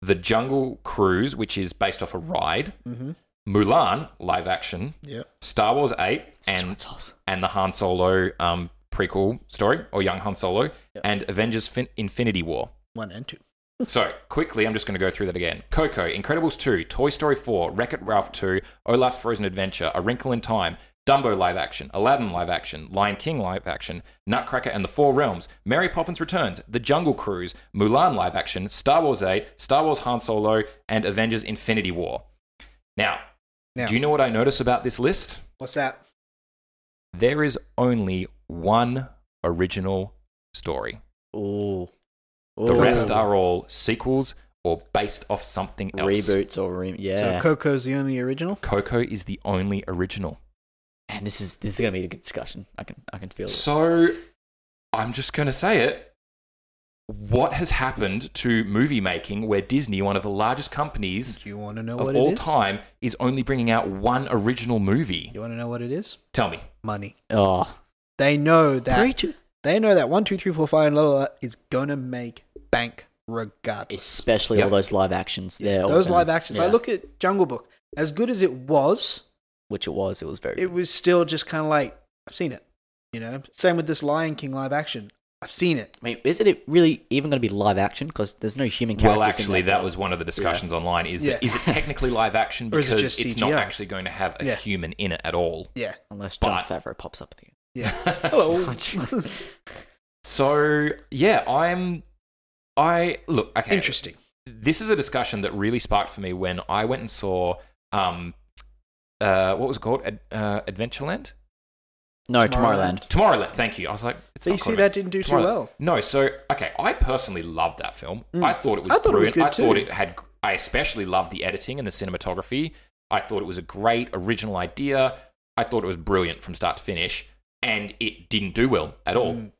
S2: The Jungle Cruise, which is based off a ride.
S3: Mm-hmm.
S2: Mulan, live action.
S3: Yep.
S2: Star Wars 8
S4: Szechuan
S2: and
S4: sauce.
S2: and the Han Solo um, prequel story or young Han Solo and Avengers fin- Infinity War.
S3: One and two.
S2: So quickly, I'm just going to go through that again. Coco, Incredibles 2, Toy Story 4, Wreck It Ralph 2, Olaf's Frozen Adventure, A Wrinkle in Time, Dumbo live action, Aladdin live action, Lion King live action, Nutcracker and the Four Realms, Mary Poppins Returns, The Jungle Cruise, Mulan live action, Star Wars 8, Star Wars Han Solo, and Avengers Infinity War. Now,
S3: Now,
S2: do you know what I notice about this list?
S3: what's that?
S2: there is only one original story.
S4: Ooh.
S2: The
S4: Ooh.
S2: rest are all sequels or based off something else.
S4: reboots or re- yeah.
S3: So Coco's the only original.
S2: Coco is the only original.
S4: and this is this is gonna be a good discussion. I can I can feel it.
S2: So I'm just going to say it. What has happened to movie making where Disney, one of the largest companies
S3: Do you want to know
S2: of
S3: what
S2: all
S3: it is?
S2: time, is only bringing out one original movie?
S3: You want to know what it is?
S2: Tell me.
S3: Money.
S4: Oh,
S3: They know that.
S4: Preacher.
S3: They know that one, two, three, four, five, la, la, la, is gonna make bank regardless.
S4: especially
S2: Yep.
S4: all those live actions. Yeah, all
S3: Those
S4: gonna-
S3: live actions. I
S4: yeah.
S3: look at Jungle Book. As good as it was,
S4: which it was. It was very.
S3: it was still just kind of like I've seen it. You know. Same with this Lion King live action. I've seen it.
S4: I mean, is it really even going to be live action? Because there's no human characters.
S2: Well, actually,
S4: in
S2: that was one of the discussions online. Is that
S3: Yeah.
S2: is it technically live action
S3: Or is
S2: because
S3: it just
S2: it's not
S3: CGI?
S2: actually going to have a
S3: Yeah.
S2: human in it at all?
S3: Yeah.
S4: unless John
S2: but- Oh,
S4: Favreau pops up at the end.
S3: Yeah.
S2: so yeah, I'm. I look okay.
S3: Interesting.
S2: This is a discussion that really sparked for me when I went and saw um, uh, what was it called? Ad, uh, Adventureland,
S4: No,
S3: Tomorrowland.
S4: Tomorrowland.
S2: Tomorrowland. Thank you. I was like, it's
S3: But
S2: not
S3: you see,
S2: called
S3: that didn't do too
S2: Tomorrowland.
S3: well.
S2: No, so okay, I personally loved that film.
S3: Mm.
S2: I thought it was
S3: I thought it was
S2: brilliant.
S3: good
S2: I thought
S3: too.
S2: it had I especially loved the editing and the cinematography. I thought it was a great original idea. I thought it was brilliant from start to finish, and it didn't do well at all.
S3: Mm.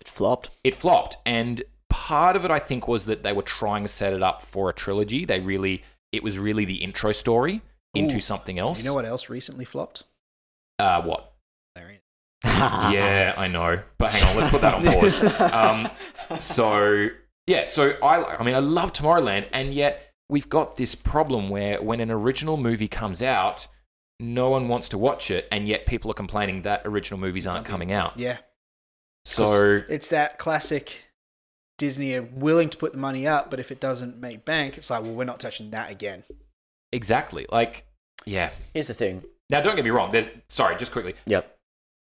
S4: It flopped.
S2: It flopped, and part of it I think was that they were trying to set it up for a trilogy. They really it was really the intro story into
S3: Ooh.
S2: something else.
S3: You know what else recently flopped?
S2: Uh, what?
S3: Larry. Uh-huh.
S2: yeah, I know. But hang on, let's put that on pause. Um, so yeah, so I I mean I love Tomorrowland, and yet we've got this problem where when an original movie comes out, no one wants to watch it, and yet people are complaining that original movies aren't coming out.
S3: Yeah.
S2: So
S3: it's that classic Disney are willing to put the money up, but if it doesn't make bank, it's like, well, we're not touching that again.
S2: exactly, like yeah.
S4: Here's the thing.
S2: Now don't get me wrong. There's sorry, just quickly.
S4: Yep.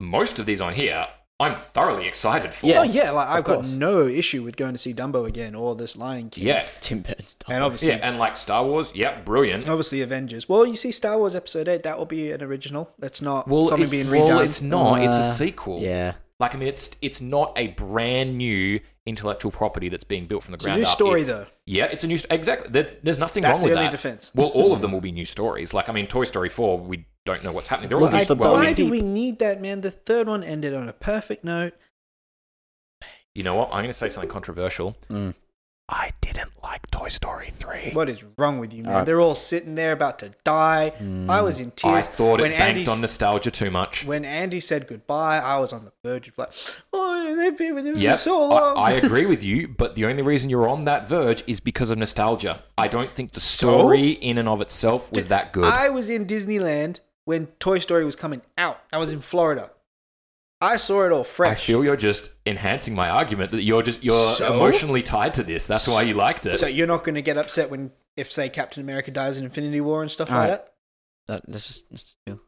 S2: Most of these on here, I'm thoroughly excited for.
S4: Yes.
S3: oh yeah, like
S4: of
S3: I've got
S4: course.
S3: no issue with going to see Dumbo again or this Lion King.
S2: yeah,
S4: Tim Burton's done.
S3: and obviously,
S2: yeah, and like Star Wars, yeah, brilliant.
S3: obviously Avengers. Well, you see Star Wars Episode Eight, that will be an original. That's not
S2: Well,
S3: something
S2: it-
S3: being redone.
S2: well, it's not. it's a
S4: Uh,
S2: sequel.
S4: Yeah.
S2: Like I mean, it's it's not a brand new intellectual property that's being built from the
S3: a
S2: ground
S3: new
S2: up.
S3: story,
S2: It's-
S3: though.
S2: Yeah, it's a new st- exactly. There's, there's nothing
S3: That's
S2: wrong
S3: the
S2: with
S3: only
S2: that.
S3: defense.
S2: Well, all of them will be new stories. Like I mean, Toy Story four, we don't know what's happening. They're all
S4: Well,
S2: new.
S4: I-
S2: well,
S4: I
S3: why
S4: mean-
S3: do we need that, man? The third one ended on a perfect note.
S2: you know what? I'm going to say something controversial.
S4: Mm.
S2: I didn't like Toy Story three.
S3: What is wrong with you, man?
S4: Alright.
S3: They're all sitting there about to die. I was in
S2: Hmm. I
S3: tears.
S2: thought it
S3: when
S2: banked
S3: Andy
S2: on nostalgia too much.
S3: when Andy said goodbye, I was on the verge of like, oh, they've been with me
S2: Yep,
S3: so
S2: I,
S3: long.
S2: I agree with you, but the only reason you're on that verge is because of nostalgia. I don't think the
S3: So?
S2: story in and of itself was
S3: Dude,
S2: that good.
S3: I was in Disneyland when Toy Story was coming out. I was in Florida. I saw it all
S2: I
S3: fresh.
S2: feel you're just enhancing my argument that you're just you're
S3: So?
S2: emotionally tied to this. That's why you liked it.
S3: so you're not going to get upset when if say Captain America dies in Infinity War and stuff like
S4: Alright.
S3: that.
S4: That, that's just. that's-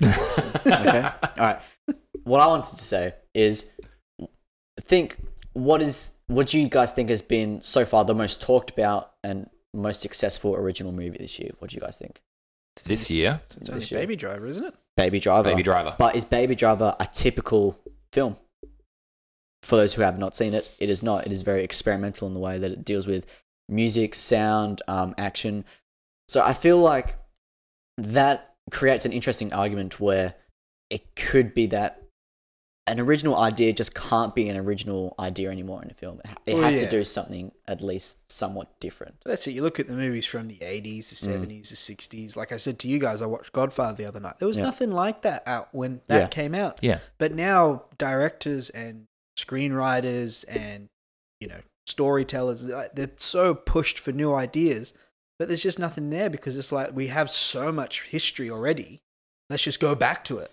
S4: yeah. okay. All right. What I wanted to say is, think what is what do you guys think has been so far the most talked about and most successful original movie this year? What do you guys think?
S2: This year?
S3: it's, it's only
S4: This year.
S3: Baby Driver, isn't it?
S4: Baby Driver.
S2: Baby Driver.
S4: But is Baby Driver a typical film? For those who have not seen it, it is not. It is very experimental in the way that it deals with music, sound, um, action. So I feel like that creates an interesting argument where it could be that an original idea just can't be an original idea anymore in a film. It ha- It
S3: Well,
S4: has
S3: yeah.
S4: to do something at least somewhat different.
S3: That's it. You look at the movies from the 80s, the
S2: Mm.
S3: 70s, the 60s. Like I said to you guys, I watched Godfather the other night. There was
S4: Yeah.
S3: nothing like that out when that
S4: Yeah.
S3: came out.
S2: Yeah.
S3: But now directors and screenwriters and you know storytellers like, they're so pushed for new ideas, but there's just nothing there because it's like we have so much history already. Let's just go back to it.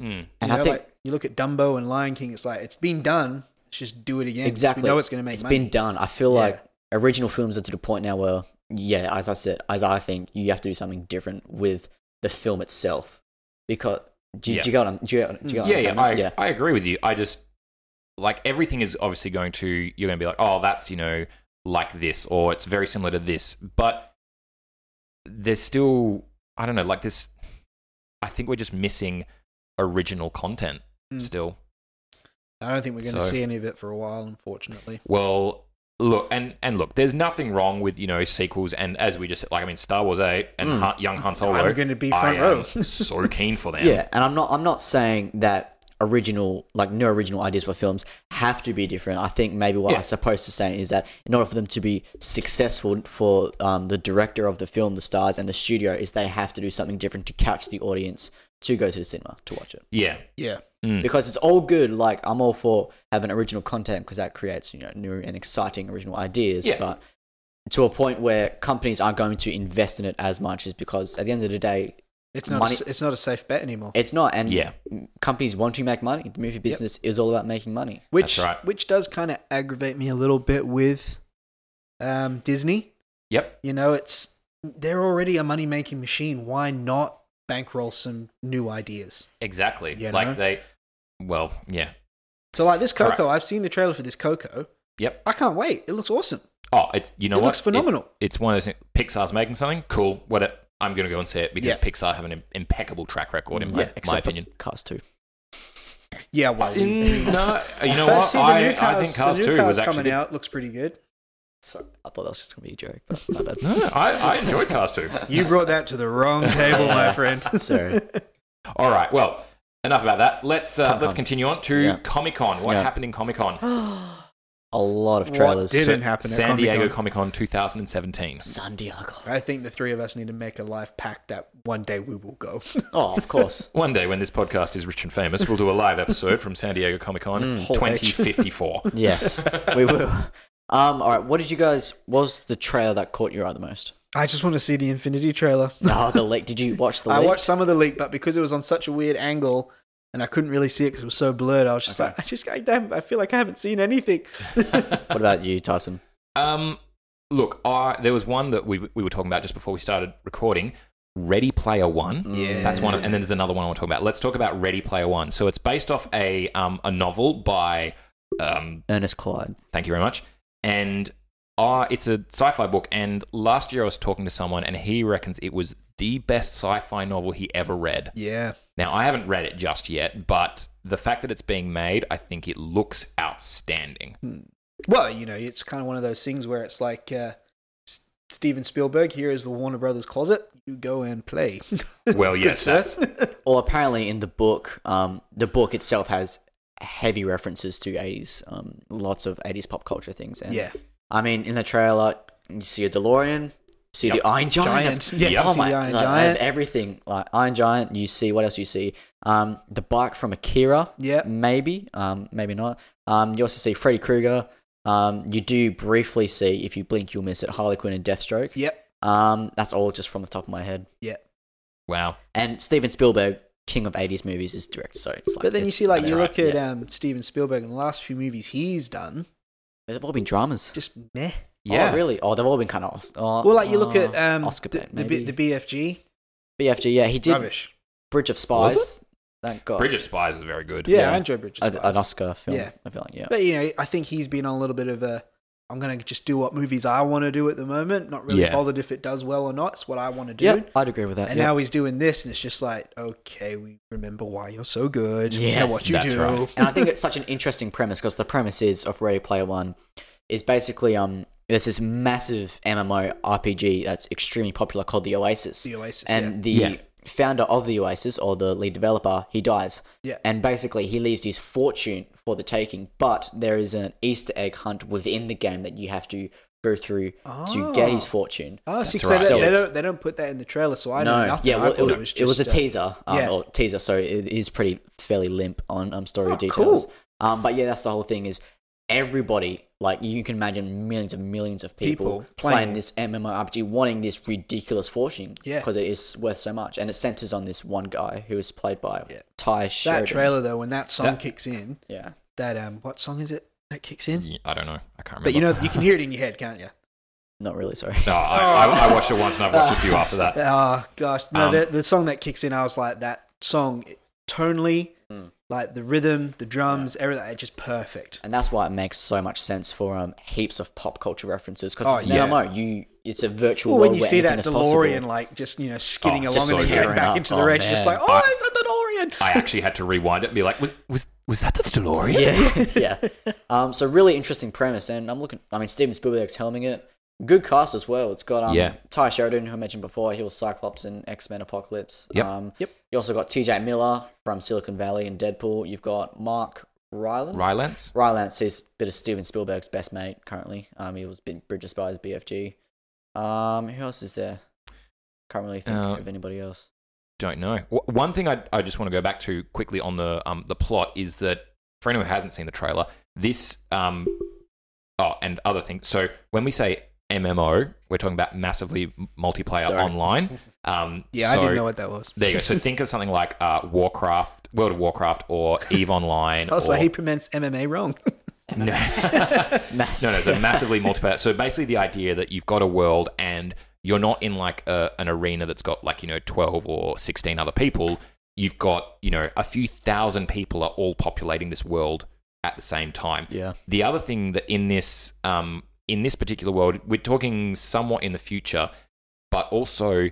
S2: Hmm.
S4: And
S3: you
S4: I
S3: know,
S4: think
S3: like, you look at Dumbo and Lion King. It's like it's been done. Let's just do it again. 'cause
S4: exactly.
S3: We know it's going to make
S4: It's
S3: money.
S4: been done. I feel
S3: Yeah.
S4: like original films are to the point now where, yeah, as I said, as I think, you have to do something different with the film itself because do, you- do you get what I'm, do you, do you get what
S2: Yeah,
S4: I'm
S2: yeah,
S4: coming
S2: I,
S4: at?
S2: I agree with you. I just like everything is obviously going to you're going to be like, "Oh, that's, you know, like this or it's very similar to this." But there's still I don't know, like this I think we're just missing original content
S3: Mm.
S2: still.
S3: I don't think we're going to
S2: So-
S3: see any of it for a while, unfortunately.
S2: Well, look, and and look, there's nothing wrong with you know sequels, and as we just like, I mean, Star Wars Eight and
S4: Mm.
S2: Han, young Han Solo.
S3: I'm gonna be
S2: I
S3: front row.
S2: am so keen for
S4: yeah.
S2: them.
S4: yeah, and I'm not, I'm not saying that original, like no original ideas for films have to be different. I think maybe what
S2: Yeah.
S4: I'm supposed to say is that in order for them to be successful for um, the director of the film, the stars, and the studio, is they have to do something different to catch the audience to go to the cinema to watch it.
S2: yeah,
S3: Yeah.
S2: Hmm.
S4: because it's all good. Like I'm all for having original content because that creates you know new and exciting original ideas.
S2: Yeah.
S4: But to a point where companies aren't going to invest in it as much is because at the end of the day,
S3: It's not. A,
S4: Money-
S3: s- it's not a safe bet anymore.
S4: It's not, and
S2: Yeah.
S4: companies want to make money. The movie business is all about making money.
S3: which
S2: right.
S3: which does kind of aggravate me a little bit with um, Disney.
S2: Yep.
S3: You know, it's they're already a money making machine. Why not bankroll some new ideas?
S2: Exactly.
S3: You know?
S2: Like they. Well, yeah.
S3: So like this
S2: Correct.
S3: Coco, I've seen the trailer for this Coco.
S2: Yep.
S3: I can't wait. It looks awesome.
S2: Oh, it's you know
S3: it
S2: what?
S3: looks phenomenal.
S2: it's one of those things. Pixar's making something cool. What it, I'm going to go and see it because
S3: Yeah. Mm,
S2: Pixar have an im- impeccable track record, in my, my
S4: Except for
S2: opinion.
S4: Cars two.
S3: yeah, well, we-
S2: Mm, no, you know
S3: But
S2: what?
S3: see, the
S2: I,
S3: new
S2: I
S3: Cars-
S2: think
S3: the
S2: Cars
S3: new
S2: Two
S3: Cars
S2: was actually.
S3: coming out. Looks pretty good.
S4: Sorry, I thought that was just gonna be a joke, but my bad.
S2: No, I, I enjoyed Cars Two.
S3: You brought that to the wrong table, my friend.
S4: Sorry.
S2: All right. Well, enough about that. Let's uh,
S4: Comic-Con.
S2: let's continue on to
S4: Yeah.
S2: Comic Con. What
S4: Yeah.
S2: happened in Comic Con?
S4: A lot of
S3: What
S4: trailers.
S3: did-
S4: So-
S3: Didn't happen at
S2: San Diego
S3: Comic-Con.
S2: Comic Con 2017.
S4: San Diego.
S3: I think the three of us need to make a life pact that one day we will go.
S4: Oh, of course.
S2: One day when this podcast is rich and famous, we'll do a live episode from San Diego Comic Con
S4: Mm.
S3: Whole page.
S2: 2054.
S4: yes, we will. Um, all right. What did you guys? What was the trailer that caught your eye the most?
S3: I just want to see the Infinity trailer.
S4: Oh, the leak. Did you watch the leak?
S3: I watched some of the leak, but because it was on such a weird angle and I couldn't really see it because it was so blurred, I was just
S4: Okay.
S3: like, I just, I, damn, I feel like I haven't seen anything.
S4: What about you, Tyson?
S2: Um, look, I, there was one that we, we were talking about just before we started recording. Ready Player One.
S4: Yeah.
S2: That's one, of, and then there's another one I want to talk about. Let's talk about Ready Player One. So it's based off a um, a novel by um,
S4: Ernest Clyde.
S2: Thank you very much. And uh, it's a sci fi book. And last year I was talking to someone, and he reckons it was the best sci fi novel he ever read.
S3: Yeah.
S2: Now, I haven't read it just yet, but the fact that it's being made, I think it looks outstanding.
S3: Well, you know, it's kind of one of those things where it's like, uh, S- Steven Spielberg, here is the Warner Brothers closet. You go and play.
S2: Well,
S3: Good
S2: yes,
S3: sir.
S2: that's-
S4: Well, apparently in the book, um, the book itself has heavy references to 80s, um, lots of 80s pop culture things. And
S3: yeah.
S4: I mean, in the trailer, you see a DeLorean, see
S2: Yep.
S4: the Iron Giant.
S3: Giant. Yeah,
S2: Yeah.
S3: you
S4: Oh
S3: see
S4: my,
S3: the Iron
S4: like,
S3: Giant.
S4: everything like Iron Giant. You see what else you see? Um, the bike from Akira.
S3: Yep.
S4: maybe, um, maybe not. Um, you also see Freddy Krueger. Um, you do briefly see, if you blink, you'll miss it. Harley Quinn and Deathstroke.
S3: Yep.
S4: Um, that's all just from the top of my head.
S3: Yep.
S2: wow.
S4: And Steven Spielberg, king of '80s movies, is direct. So it's like,
S3: But then you
S4: it's-
S3: see, like,
S4: that's
S3: you
S4: right,
S3: look at
S4: yeah.
S3: um, Steven Spielberg in the last few movies he's done,
S4: they've all been dramas.
S3: just meh.
S2: Yeah.
S4: Oh, really? Oh, they've all been kind of. Oh,
S3: Well, like, you look
S4: oh,
S3: at um,
S4: Oscar
S3: the,
S4: bait,
S3: the,
S4: maybe.
S3: B- the BFG.
S4: BFG. Yeah, he did
S3: Rubbish.
S4: Bridge of
S2: Was it?
S4: Spies. Thank God.
S2: Bridge of Spies is very good.
S3: Oh. Yeah,
S4: Yeah.
S3: I enjoy Bridges.
S4: A- an Oscar film.
S3: Yeah.
S4: I feel like yeah.
S3: But you know, I think he's been on a little bit of a. I'm gonna just do what movies I want to do at the moment. Not really
S2: Yeah.
S3: bothered if it does well or not. It's what I want to do.
S4: Yeah, I'd agree with that.
S3: And
S4: yeah.
S3: now he's doing this, and it's just like, okay, we remember why you're so good. Yeah,
S4: Yes,
S3: what you
S2: that's
S3: do.
S2: right.
S4: and I think it's such an interesting premise because the premise is of Ready Player One is basically um there's this massive MMO RPG that's extremely popular called the Oasis,
S3: The Oasis.
S4: and the
S2: Yeah.
S4: founder of the Oasis or the lead developer he dies,
S3: Yeah.
S4: and basically he leaves his fortune for the taking. But there is an Easter egg hunt within the game that you have to go through to get his
S3: Oh.
S4: fortune.
S3: yeah. oh, see, 'cause
S2: right.
S3: they, don't,
S4: So
S3: they,
S4: it's-
S3: don't, they don't put that in the trailer, so I know
S4: No,
S3: nothing.
S4: yeah,
S3: I
S4: well,
S3: thought
S4: it, was, it was a
S3: just, uh,
S4: teaser, um,
S3: yeah.
S4: or teaser, so it is pretty fairly limp on um, story
S3: Oh,
S4: details.
S3: cool.
S4: Um, but yeah, that's the whole thing is everybody, like you can imagine millions and millions of people,
S3: People
S4: playing.
S3: playing.
S4: this MMORPG, wanting this ridiculous fortune
S3: Yeah.
S4: because it is worth so much, and it centers on this one guy who is played by
S3: Yeah.
S4: Ty
S3: that
S4: Sheridan.
S3: trailer though, when that song
S2: That-
S3: kicks in,
S4: Yeah,
S3: that um, what song is it that kicks in?
S2: Yeah, I don't know. I can't remember.
S3: But you know, you can hear it in your head, can't you?
S4: not really. Sorry.
S2: no, I, I, I watched it once and I've watched a few after that.
S3: Oh gosh, no,
S2: Um,
S3: the, the song that kicks in, I was like that song tonally,
S4: Hmm.
S3: like the rhythm, the drums, everything, it's just perfect.
S4: and that's why it makes so much sense for um heaps of pop culture references because
S3: Oh,
S4: it's an
S3: yeah.
S4: MMO. You, it's a virtual
S3: Well,
S4: world
S3: when you
S4: where
S3: see that
S4: anything is
S3: DeLorean
S4: possible.
S3: like just you know skidding
S2: Oh,
S3: along
S2: just
S3: and
S2: so
S3: then going
S4: tearing
S3: back
S4: up.
S3: into the
S4: Oh,
S3: race, just
S4: man.
S3: like oh, it's a DeLorean.
S2: I actually had to rewind it and be like, was, was, was that the DeLorean?
S4: Yeah, yeah. Um, so really interesting premise, and I'm looking. I mean, Steven Spielberg's helming it. Good cast as well. It's got um,
S2: Yeah.
S4: Ty Sheridan, who I mentioned before. He was Cyclops in X Men Apocalypse.
S2: Yep.
S4: Um,
S3: Yep.
S4: You also got T.J. Miller from Silicon Valley and Deadpool. You've got Mark Rylance.
S2: Rylance?
S4: Rylance is a bit of Steven Spielberg's best mate currently. Um, he was been Bridge of Spies, BFG. Um, who else is there? Can't really think
S2: Uh,
S4: of anybody else.
S2: Don't know. W- One thing I, I just want to go back to quickly on the um the plot is that for anyone who hasn't seen the trailer, this um oh and other things. So when we say MMO. We're talking about massively multiplayer
S4: Sorry.
S2: online. Um,
S3: Yeah, I
S2: so-
S3: didn't know what that was.
S2: There you go. So think of something like uh, Warcraft, World of Warcraft, or Eve Online.
S3: Also,
S2: or-
S3: he pronounced MMA wrong.
S4: Mass.
S2: No, no, so massively multiplayer. So basically, the idea that you've got a world and you're not in like a, an arena that's got like you know twelve or sixteen other people. You've got you know a few thousand people are all populating this world at the same time.
S4: Yeah.
S2: The other thing that in this um, in this particular world, we're talking somewhat in the future, but also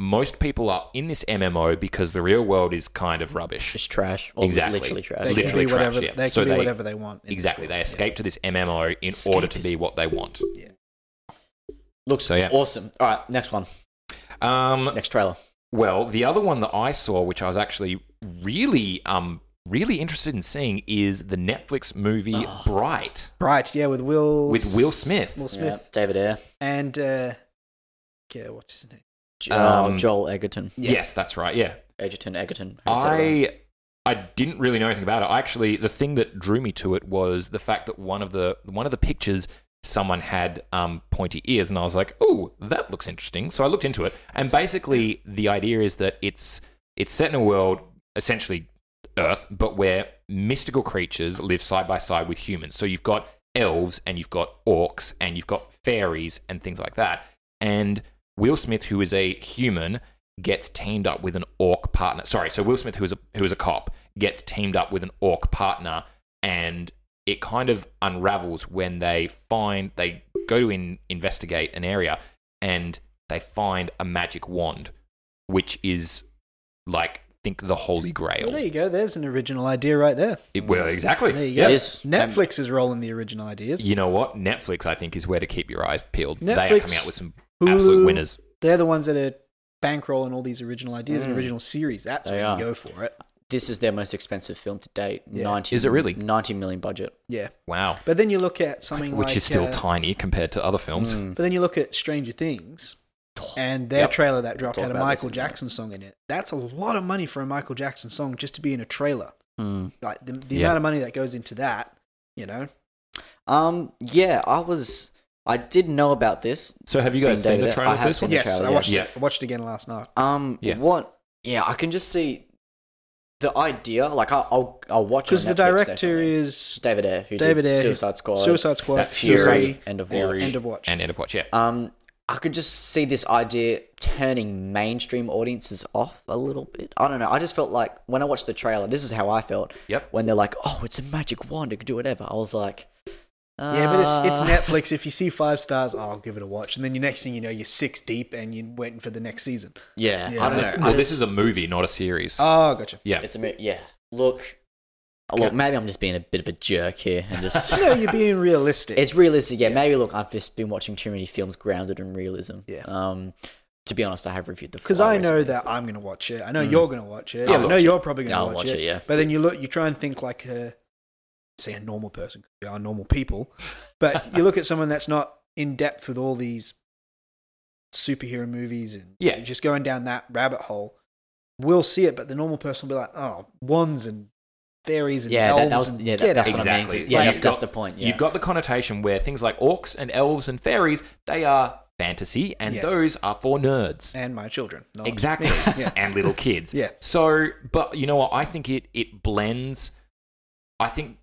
S2: most people are in this MMO because the real world is kind of rubbish.
S4: It's trash. Or
S2: Exactly.
S4: Literally trash.
S3: They can
S2: Literally
S3: be
S2: trash,
S3: whatever
S2: yeah.
S3: they can
S2: So
S3: be
S2: they-
S3: whatever they want. in this
S2: Exactly.
S3: world.
S2: They
S3: Yeah.
S2: escape to this MMO in order to be what they want.
S4: Looks
S2: So, yeah.
S4: awesome. All right, next one.
S2: Um,
S4: Next trailer.
S2: Well, the other one that I saw, which I was actually really, um, really interested in seeing, is the Netflix movie Bright.
S3: Right, yeah, with Will
S2: With Will Smith.
S3: Will
S4: Yeah,
S3: Smith
S4: David Ayer.
S3: and uh, yeah, what's his name?
S4: Jo- uh,
S2: Um,
S4: Joel Egerton.
S3: Yeah.
S2: Yes, that's right. Yeah,
S4: Egerton, Egerton. how do you say that?
S2: I, I didn't really know anything about it. I actually, the thing that drew me to it was the fact that one of the one of the pictures someone had um, pointy ears, and I was like, "Oh, that looks interesting." So I looked into it, and basically, the idea is that it's it's set in a world essentially Earth, but where mystical creatures live side by side with humans. So you've got elves and you've got orcs and you've got fairies and things like that. And Will Smith, who is a human, gets teamed up with an orc partner. Sorry, so Will Smith, who is a who is a cop, gets teamed up with an orc partner, and it kind of unravels when they find they go to in, investigate an area and they find a magic wand, which is like think the holy grail.
S3: Well, there you go. There's an original idea right there.
S2: It, well, exactly.
S3: There you
S2: oh. Yeah.
S3: go.
S4: It is-
S3: Netflix is rolling the original ideas.
S2: You know what? Netflix, I think, is where to keep your eyes peeled. They are
S3: Netflix,
S2: coming out with some
S3: Hulu,
S2: absolute winners.
S3: They're the ones that are bankrolling all these original ideas and
S4: Mm.
S3: original series. That's
S4: They
S3: where
S4: are.
S3: you go for it.
S4: This is their most expensive film to date.
S3: Yeah.
S4: 90,
S2: Is it really?
S4: 90 million budget.
S3: Yeah,
S2: Wow.
S3: but then you look at something
S2: Which
S3: like,
S2: is still
S3: uh,
S2: tiny compared to other films.
S4: Mm.
S3: But then you look at Stranger Things and their
S2: Yep.
S3: trailer that dropped
S4: Talk
S3: had a
S4: about this
S3: Michael
S4: in a minute.
S3: Jackson song in it. That's a lot of money for a Michael Jackson song just to be in a trailer.
S4: Mm.
S3: Like the, the
S2: Yeah.
S3: amount of money that goes into that, you know.
S4: Um, yeah, I was. I did know about this.
S2: So, have you guys
S4: Been
S2: seen the
S4: dated. I
S2: trailer for
S4: have
S2: this
S4: seen
S2: one?
S4: it.
S3: yes,
S4: trailer,
S3: I
S4: yeah.
S3: watched
S2: Yeah.
S3: it. I watched it again last night.
S4: Um,
S2: Yeah.
S4: what? Yeah, I can just see the idea. Like, I'll I'll, I'll watch it on
S3: Because the
S4: Netflix,
S3: director
S4: definitely.
S3: is
S4: David Ayer, who
S3: David
S4: did
S3: Ayer,
S4: Suicide Squad,
S3: Suicide Squad,
S2: That
S4: Fury,
S3: Fury,
S4: End of War.
S2: Fury,
S3: End of Watch.
S2: And End of Watch, yeah.
S4: Um, I could just see this idea turning mainstream audiences off a little bit. I don't know. I just felt like when I watched the trailer, this is how I felt.
S2: Yep.
S4: When they're like, "Oh, it's a magic wand; it can do whatever," I was like,
S3: yeah, but it's, it's
S4: "Uh,
S3: Netflix. If you see five stars, I'll give it a watch. And then your next thing you know, you're six deep and you're waiting for the next season.
S4: Yeah,
S3: Yeah.
S4: I don't know.
S2: Uh, Well, this is a movie, not a series.
S3: Oh, gotcha.
S2: yeah.
S4: It's a mo- yeah. Look, look.
S2: Okay.
S4: Maybe I'm just being a bit of a jerk here, and just
S3: No, you're being realistic.
S4: it's realistic. Yeah, maybe look, I've just been watching too many films grounded in realism.
S3: Yeah.
S4: Um, to be honest, I have reviewed the
S3: Because
S4: fly
S3: I know
S4: recently.
S3: that I'm going to watch it. I know you're going to watch it.
S2: I'll
S3: I know
S2: watch
S3: you're probably going to
S4: I'll
S3: watch,
S4: watch
S3: it.
S4: it, yeah.
S3: But then you look, you try and think like a, say a normal person. 'cause We are normal people, but you look at someone that's not in depth with all these superhero movies and
S2: Yeah.
S3: just going down that rabbit hole. We'll see it, but the normal person will be like, oh, wands and fairies and
S4: Yeah,
S3: elves.
S4: that, that was
S3: and
S4: yeah. That,
S3: get
S4: that's
S3: out.
S4: what I mean.
S2: Exactly.
S4: Yeah,
S2: Like,
S4: that's,
S2: you've
S4: that's
S2: got-
S4: the point. Yeah.
S2: You've got the connotation where things like orcs and elves and fairies, they are fantasy, and
S3: Yes.
S2: those are for nerds.
S3: And my children. not me.
S2: Exactly.
S3: Yeah.
S2: And little kids.
S3: Yeah.
S2: So, but you know what? I think it it blends. I think,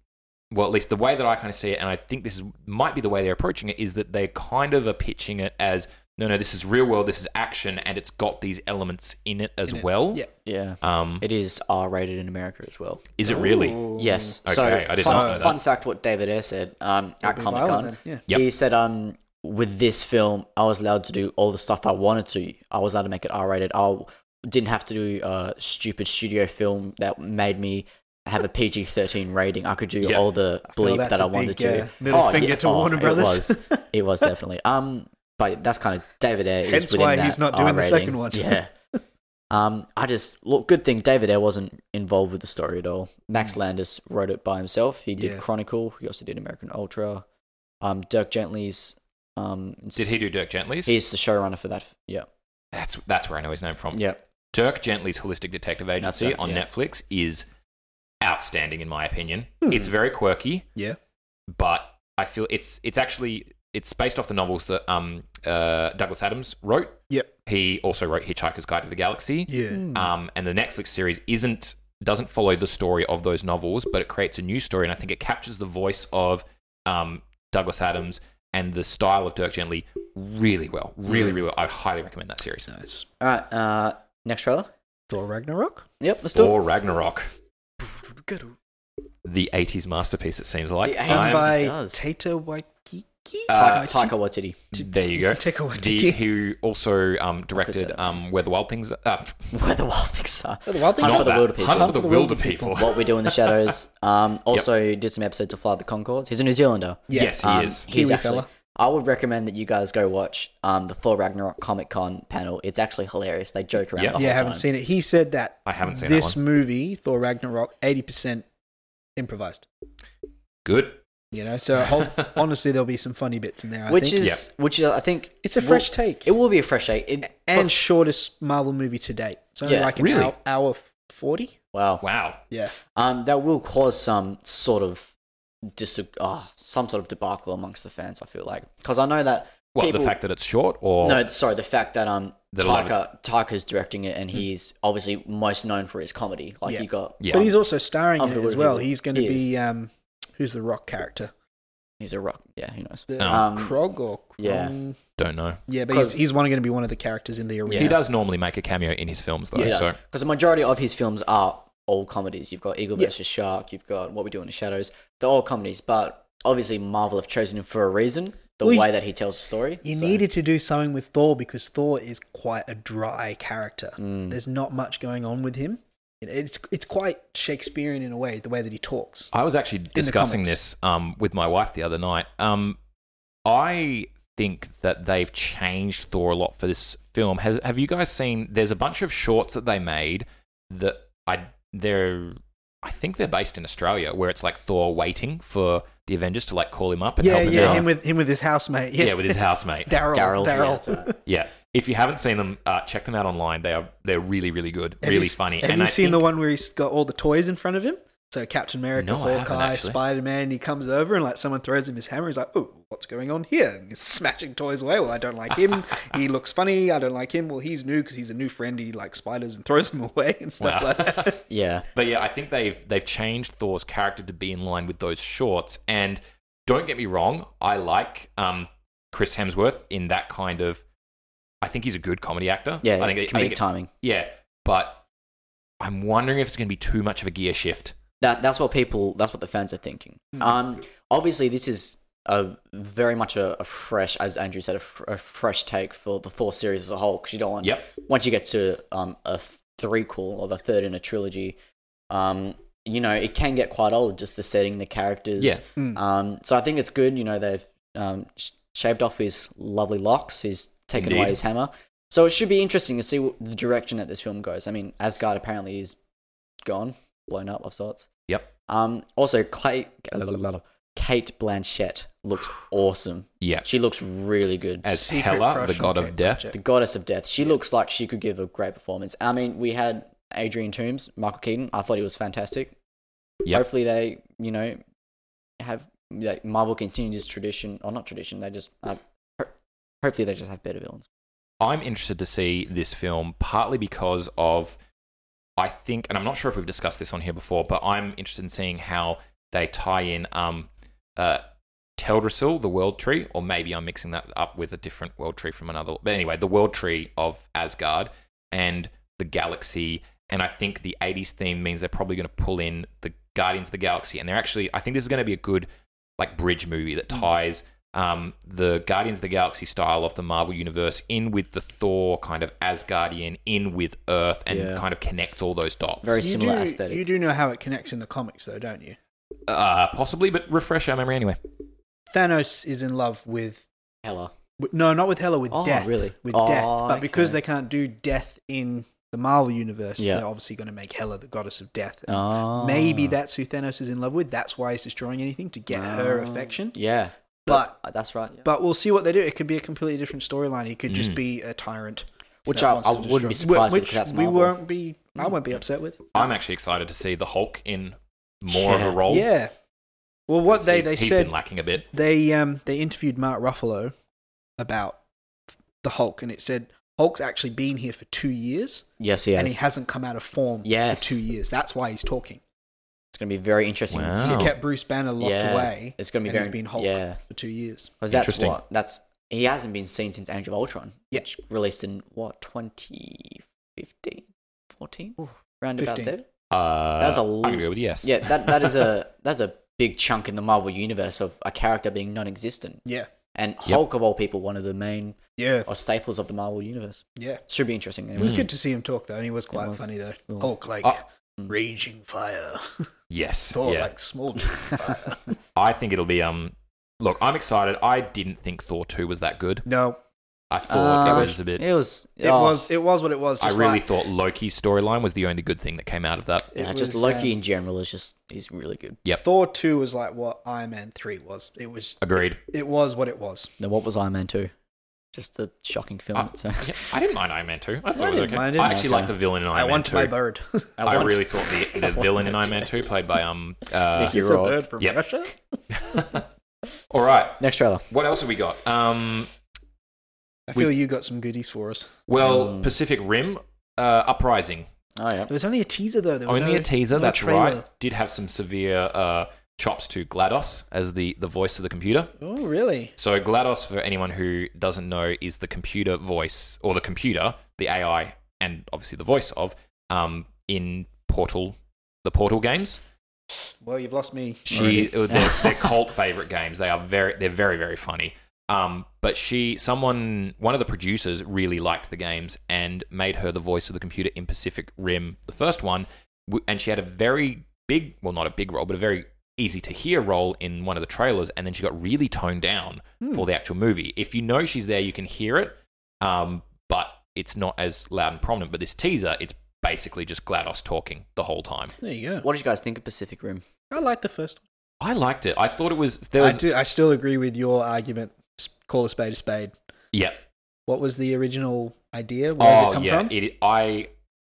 S2: well, at least the way that I kind of see it, and I think this is, might be the way they're approaching it, is that they kind of are pitching it as no, no, this is real world, this is action, and it's got these elements in it as
S3: In it.
S2: well.
S3: Yeah.
S4: yeah.
S2: Um,
S4: It is R rated in America as well.
S2: is it really?
S3: Ooh.
S4: Yes.
S2: Okay,
S4: so
S2: I did
S4: fun,
S2: not know that.
S4: fun fact: what David Ayer said um,
S3: It'll
S4: at
S3: be
S4: Comic
S3: violent
S4: Con.
S3: then, Yeah.
S2: Yep.
S4: He said, um, with this film, I was allowed to do all the stuff I wanted to. I was allowed to make it R rated. I didn't have to do a stupid studio film that made me have a PG 13 rating. I could do
S2: Yeah.
S4: all the
S3: feel
S4: bleep
S3: that's
S4: that I
S3: a big,
S4: wanted to. Oh,
S3: uh, middle finger to Warner Brothers.
S4: It was, it was definitely. Um, but that's kind of David Ayer. is
S3: Hence
S4: within
S3: why
S4: that
S3: he's not
S4: R
S3: doing the
S4: rating.
S3: second one.
S4: Yeah. Um, I just look. Good thing David Ayer wasn't involved with the story at all. Max Landis wrote it by himself. He did
S3: Mm. Yeah.
S4: Chronicle. He also did American Ultra. Um, Dirk Gently's. Um,
S2: Did he do Dirk Gently's?
S4: He's the showrunner for that. Yeah,
S2: that's that's where I know his name from.
S4: yeah.
S2: Dirk Gently's Holistic Detective
S4: That's
S2: Agency
S4: right,
S2: on
S4: yeah.
S2: Netflix is
S4: Hmm.
S2: outstanding in my opinion. It's very quirky.
S3: Yeah.
S2: but I feel it's it's actually it's based off the novels that um, uh, Douglas Adams wrote.
S3: Yep.
S2: He also wrote Hitchhiker's Guide to the Galaxy.
S3: Yeah.
S4: Mm.
S2: Um, and the Netflix series isn't doesn't follow the story of those novels, but it creates a new story, and I think it captures the voice of um, Douglas Adams and the style of Dirk Gently really well, really, really well. I'd highly recommend that series.
S3: Nice.
S4: All right. Uh, next trailer.
S3: Thor Ragnarok.
S4: Yep. Let's do it.
S2: Or Ragnarok, the '80s masterpiece. It seems like.
S4: The
S3: Done
S4: I'm-
S3: by
S4: It does.
S3: Taika Waititi.
S2: Uh,
S4: Taika Taika Waititi.
S2: there you go.
S3: Taika
S2: The,
S3: Waititi.
S2: who also um, directed
S4: that.
S2: um, Where the Wild Things Are. Uh,
S4: Where the wild things are.
S3: The Wild Things
S2: not
S4: Hunt for the
S2: that.
S4: Wilder People.
S2: Hunt for the Wilder People.
S4: What we do in the shadows. Um, also did some episodes of Flight of the Concords. He's a New Zealander.
S3: Yeah.
S2: Yes, he
S4: Um,
S2: is.
S4: He's
S3: Kiwi
S4: actually.
S3: fella.
S4: I would recommend that you guys go watch um, the Thor Ragnarok Comic Con panel. It's actually hilarious. They joke around.
S2: Yeah.
S4: the
S3: Yeah, I
S4: whole
S3: haven't
S4: time.
S3: seen it. He said that
S2: I haven't seen
S3: this
S2: that one.
S3: movie, Thor Ragnarok, eighty percent improvised.
S2: Good.
S3: You know, so hon- honestly, there'll be some funny bits in there. I
S4: Which
S3: think.
S4: is which is I think
S3: It's a
S4: will-
S3: fresh take.
S4: It will be a fresh take. It,
S3: and shortest Marvel movie to date. It's only
S4: Yeah,
S3: like an
S2: really?
S3: hour, hour forty.
S4: wow.
S2: Wow.
S3: Yeah,
S4: Um, that will cause some sort of dis- oh, some sort of debacle amongst the fans. I feel like because I know that
S2: What
S4: people,
S2: the fact that it's short or
S4: no, sorry, the fact that um
S2: That a lot Hmm.
S4: Taika Taika's directing it and he's obviously most known for his comedy. Like
S3: Yeah.
S4: he got
S2: yeah.
S3: but he's also starring in
S4: Of
S3: it
S4: the
S3: as
S4: Woody
S3: well.
S4: Woody.
S3: He's going to
S4: He
S3: be
S4: is.
S3: um, who's the rock character?
S4: he's a rock. Yeah, who knows?
S3: The,
S2: Um,
S3: Krog or
S4: yeah.
S3: Krong?
S2: don't know.
S3: yeah, but he's,
S4: 'Cause-
S3: he's one going to be one of the characters in the arena.
S2: He does normally make a cameo in his films though.
S4: Yeah,
S2: so
S4: because the majority of his films are old comedies. You've got Eagle
S3: Yeah.
S4: versus Shark. You've got What We Do in the Shadows. They're all comedies, but obviously Marvel have chosen him for a reason. The
S3: Well, you-
S4: way that he tells the story.
S3: You
S4: so-
S3: needed to do something with Thor because Thor is quite a dry character.
S4: Mm.
S3: There's not much going on with him. It- It's it's quite Shakespearean in a way, the way that he talks.
S2: I was actually discussing
S3: comics.
S2: this um, with my wife the other night. Um, I think that they've changed Thor a lot for this film. Has have you guys seen? There's a bunch of shorts that they made that I they're I think they're based in Australia, where it's like Thor waiting for the Avengers to like call him up and
S3: Yeah,
S2: help him
S3: yeah,
S2: out.
S3: him with him with his housemate. Yeah,
S2: yeah, with his housemate.
S3: Daryl.
S4: Daryl. yeah, that's
S3: Daryl.
S4: right.
S2: yeah, if you haven't seen them, uh, check them out online. They are they're really really good,
S3: Have you
S2: really
S3: s-
S2: funny.
S3: Have
S2: and
S3: you
S2: I
S3: seen
S2: think-
S3: the one where he's got all the toys in front of him? So Captain America,
S2: No, I haven't,
S3: Hawkeye,
S2: actually.
S3: Spider Man, and he comes over and like someone throws him his hammer. He's like, "Oh, what's going on here?" And he's smashing toys away. Well, I don't like him. he looks funny. I don't like him. Well, he's new because he's a new friend. He likes spiders and throws them away and stuff
S2: Wow.
S3: like that.
S4: Yeah.
S2: But yeah, I think they've they've changed Thor's character to be in line with those shorts. And don't get me wrong, I like um, Chris Hemsworth in that kind of. I think he's a good comedy actor.
S4: Yeah.
S2: I think, I
S4: comedic
S2: think it-
S4: timing.
S2: yeah, but I'm wondering if it's going to be too much of a gear shift.
S4: That that's what people that's what the fans are thinking.
S2: Hmm.
S4: Um, obviously this is a very much a, a fresh, as Andrew said, a, fr- a fresh take for the Thor series as a whole. Because you don't want
S2: Yep.
S4: once you get to um a three call or the third in a trilogy, um, you know it can get quite old. Just the setting, the characters.
S2: Yeah.
S3: Mm.
S4: Um, so I think it's good. You know they've um sh- shaved off his lovely locks. He's taken away
S2: Indeed.
S4: his hammer. So it should be interesting to see what the direction that this film goes. I mean, Asgard apparently is gone, blown up of sorts.
S2: Yep.
S4: Um, also, Clay, Kate Blanchett looks awesome.
S2: Yeah.
S4: She looks really good.
S2: As
S3: Secret
S2: Hela,
S3: crush
S2: the
S3: on
S2: god of
S3: Kate
S2: death.
S3: Blanchett.
S4: the goddess of death. She looks like she could give a great performance. I mean, we had Adrian Toombs, Michael Keaton. I thought he was fantastic.
S2: Yep.
S4: Hopefully, they, you know, have like Marvel continue this tradition, or not tradition. They just, uh, ho- hopefully, they just have better villains.
S2: I'm interested to see this film partly because of I think, and I'm not sure if we've discussed this on here before, but I'm interested in seeing how they tie in um, uh, Teldrassil, the world tree, or maybe I'm mixing that up with a different world tree from another. But anyway, the world tree of Asgard and the galaxy, and I think the 80s theme means they're probably going to pull in the Guardians of the Galaxy, and they're actually, I think this is going to be a good like bridge movie that ties um, the Guardians of the Galaxy style of the Marvel universe in with the Thor kind of Asgardian in with Earth and
S4: Yeah.
S2: kind of connects all those dots.
S4: Very
S3: You
S4: similar
S3: do-
S4: aesthetic.
S3: You do know how it connects in the comics, though, don't you?
S2: uh, possibly, but refresh our memory anyway.
S3: Thanos is in love with
S4: Hella.
S3: With- No, not with Hela, with
S4: Oh,
S3: death.
S4: really?
S3: With
S4: Oh,
S3: death. But because
S4: okay.
S3: they can't do death in the Marvel universe,
S4: Yeah.
S3: they're obviously going to make Hela the goddess of death. And
S4: Oh.
S3: Maybe that's who Thanos is in love with. That's why he's destroying anything to get her
S4: Oh.
S3: affection.
S4: Yeah.
S3: But
S4: Uh, That's right. yeah.
S3: but we'll see what they do. It could be a completely different storyline. He could just
S2: Mm.
S3: be a tyrant.
S4: Which
S3: that
S4: I,
S3: wants
S4: I
S3: to
S4: wouldn't be
S3: destroy-
S4: surprised with
S3: Which
S4: because that's
S3: we
S4: Marvel.
S3: won't be. I won't be upset with.
S2: I'm actually excited to see the Hulk in more of
S4: Yeah.
S2: a role.
S3: Yeah, Well, what they
S2: Oh. He's-
S3: they
S2: he's
S3: said
S2: been lacking a bit.
S3: they um they interviewed Mark Ruffalo about the Hulk, and it said Hulk's actually been here for two years,
S4: Yes, he
S3: and
S4: has.
S3: he hasn't come out of form
S4: Yes.
S3: for two years. That's why he's talking.
S4: it's going to be very interesting.
S2: Wow.
S4: to
S3: He's
S2: Oh.
S3: kept Bruce Banner locked
S4: Yeah.
S3: away.
S4: It's gonna be
S3: and
S4: very-
S3: he's been Hulk
S4: yeah.
S3: for two years.
S4: Because that's
S2: Interesting.
S4: what that's he hasn't been seen since Age of Ultron,
S3: Yeah.
S4: which released in what 2015, 14, round about
S3: 15.
S4: there.
S2: Uh,
S4: That's a
S2: I'm
S4: l-
S2: gonna go with yes.
S4: Yeah, that that is a that's a big chunk in the Marvel universe of a character being non-existent,
S3: Yeah,
S4: and Hulk of all people, one of the main
S3: yeah,
S4: or staples of the Marvel universe.
S3: yeah.
S4: Should be interesting.
S3: It was
S4: Anyway.
S3: good to see him talk though, and he was quite
S4: Hmm. was. Ah.
S3: funny though.
S4: Cool.
S3: Hulk like
S2: Oh.
S3: raging fire,
S2: Yes.
S3: Thor
S2: yeah.
S3: like smoldering fire.
S2: I think it'll be. Um, look, I'm excited. I didn't think Thor two was that good.
S3: no,
S2: I thought
S4: Uh,
S2: it was a bit.
S4: It was.
S3: it
S4: oh,
S3: was it was what it was.
S2: I
S3: Just
S2: really
S3: like,
S2: thought Loki's storyline was the only good thing that came out of that.
S3: it
S4: yeah, just
S3: was,
S4: Loki
S3: um,
S4: in general is just he's really good.
S2: Yep.
S3: Thor two was like what Iron Man three was. It was
S2: Agreed.
S3: it was what it was.
S4: Then what was Iron Man two? Just a shocking film.
S3: Uh,
S2: I,
S4: so.
S2: Uh, yeah, I didn't mind Iron Man two. I
S3: I
S2: thought it was
S3: didn't
S2: okay.
S3: mind it.
S2: I actually
S4: Okay.
S2: liked the villain in Iron
S3: I
S2: Man
S3: want
S2: two.
S3: my bird.
S2: I,
S4: want-
S2: really thought the, the villain in Iron Man two, played by um. Uh,
S4: Is he- You're right.
S3: from
S2: Yep.
S3: Russia?
S2: all right.
S4: Next trailer.
S2: What else have we got? Um,
S3: I feel you got some goodies for us.
S2: well,
S4: Um,
S2: Pacific Rim uh, Uprising.
S4: Oh yeah.
S3: There was only a teaser though. There was
S2: Only
S3: no-
S2: a teaser.
S3: no
S2: That's
S3: trailer.
S2: right. Did have some severe uh, chops to Glados as the the voice of the computer.
S3: Oh really?
S2: So GLaDOS, for anyone who doesn't know, is the computer voice or the computer, the AI, and obviously the voice of um, in Portal, the Portal games.
S3: Well, you've lost me.
S2: She,
S4: Already.
S2: they're, they're cult favorite games. They are very, they're very, very funny. Um, but she, someone, one of the producers really liked the games and made her the voice of the computer in Pacific Rim, the first one. W- And she had a very big, well, not a big role, but a very easy to hear role in one of the trailers. And then she got really toned down for the actual movie. If you know she's there, you can hear it, um, but it's not as loud and prominent. But this teaser, it's basically just GLaDOS talking the whole time.
S3: There you go.
S4: What did you guys think of Pacific Rim?
S3: I like the first
S2: I liked it. I thought it was there
S3: one. I
S2: was
S3: do. I still agree with your argument. S- Call a spade a spade.
S2: yeah.
S3: What was the original idea? Where does it come from?
S2: Oh, It, I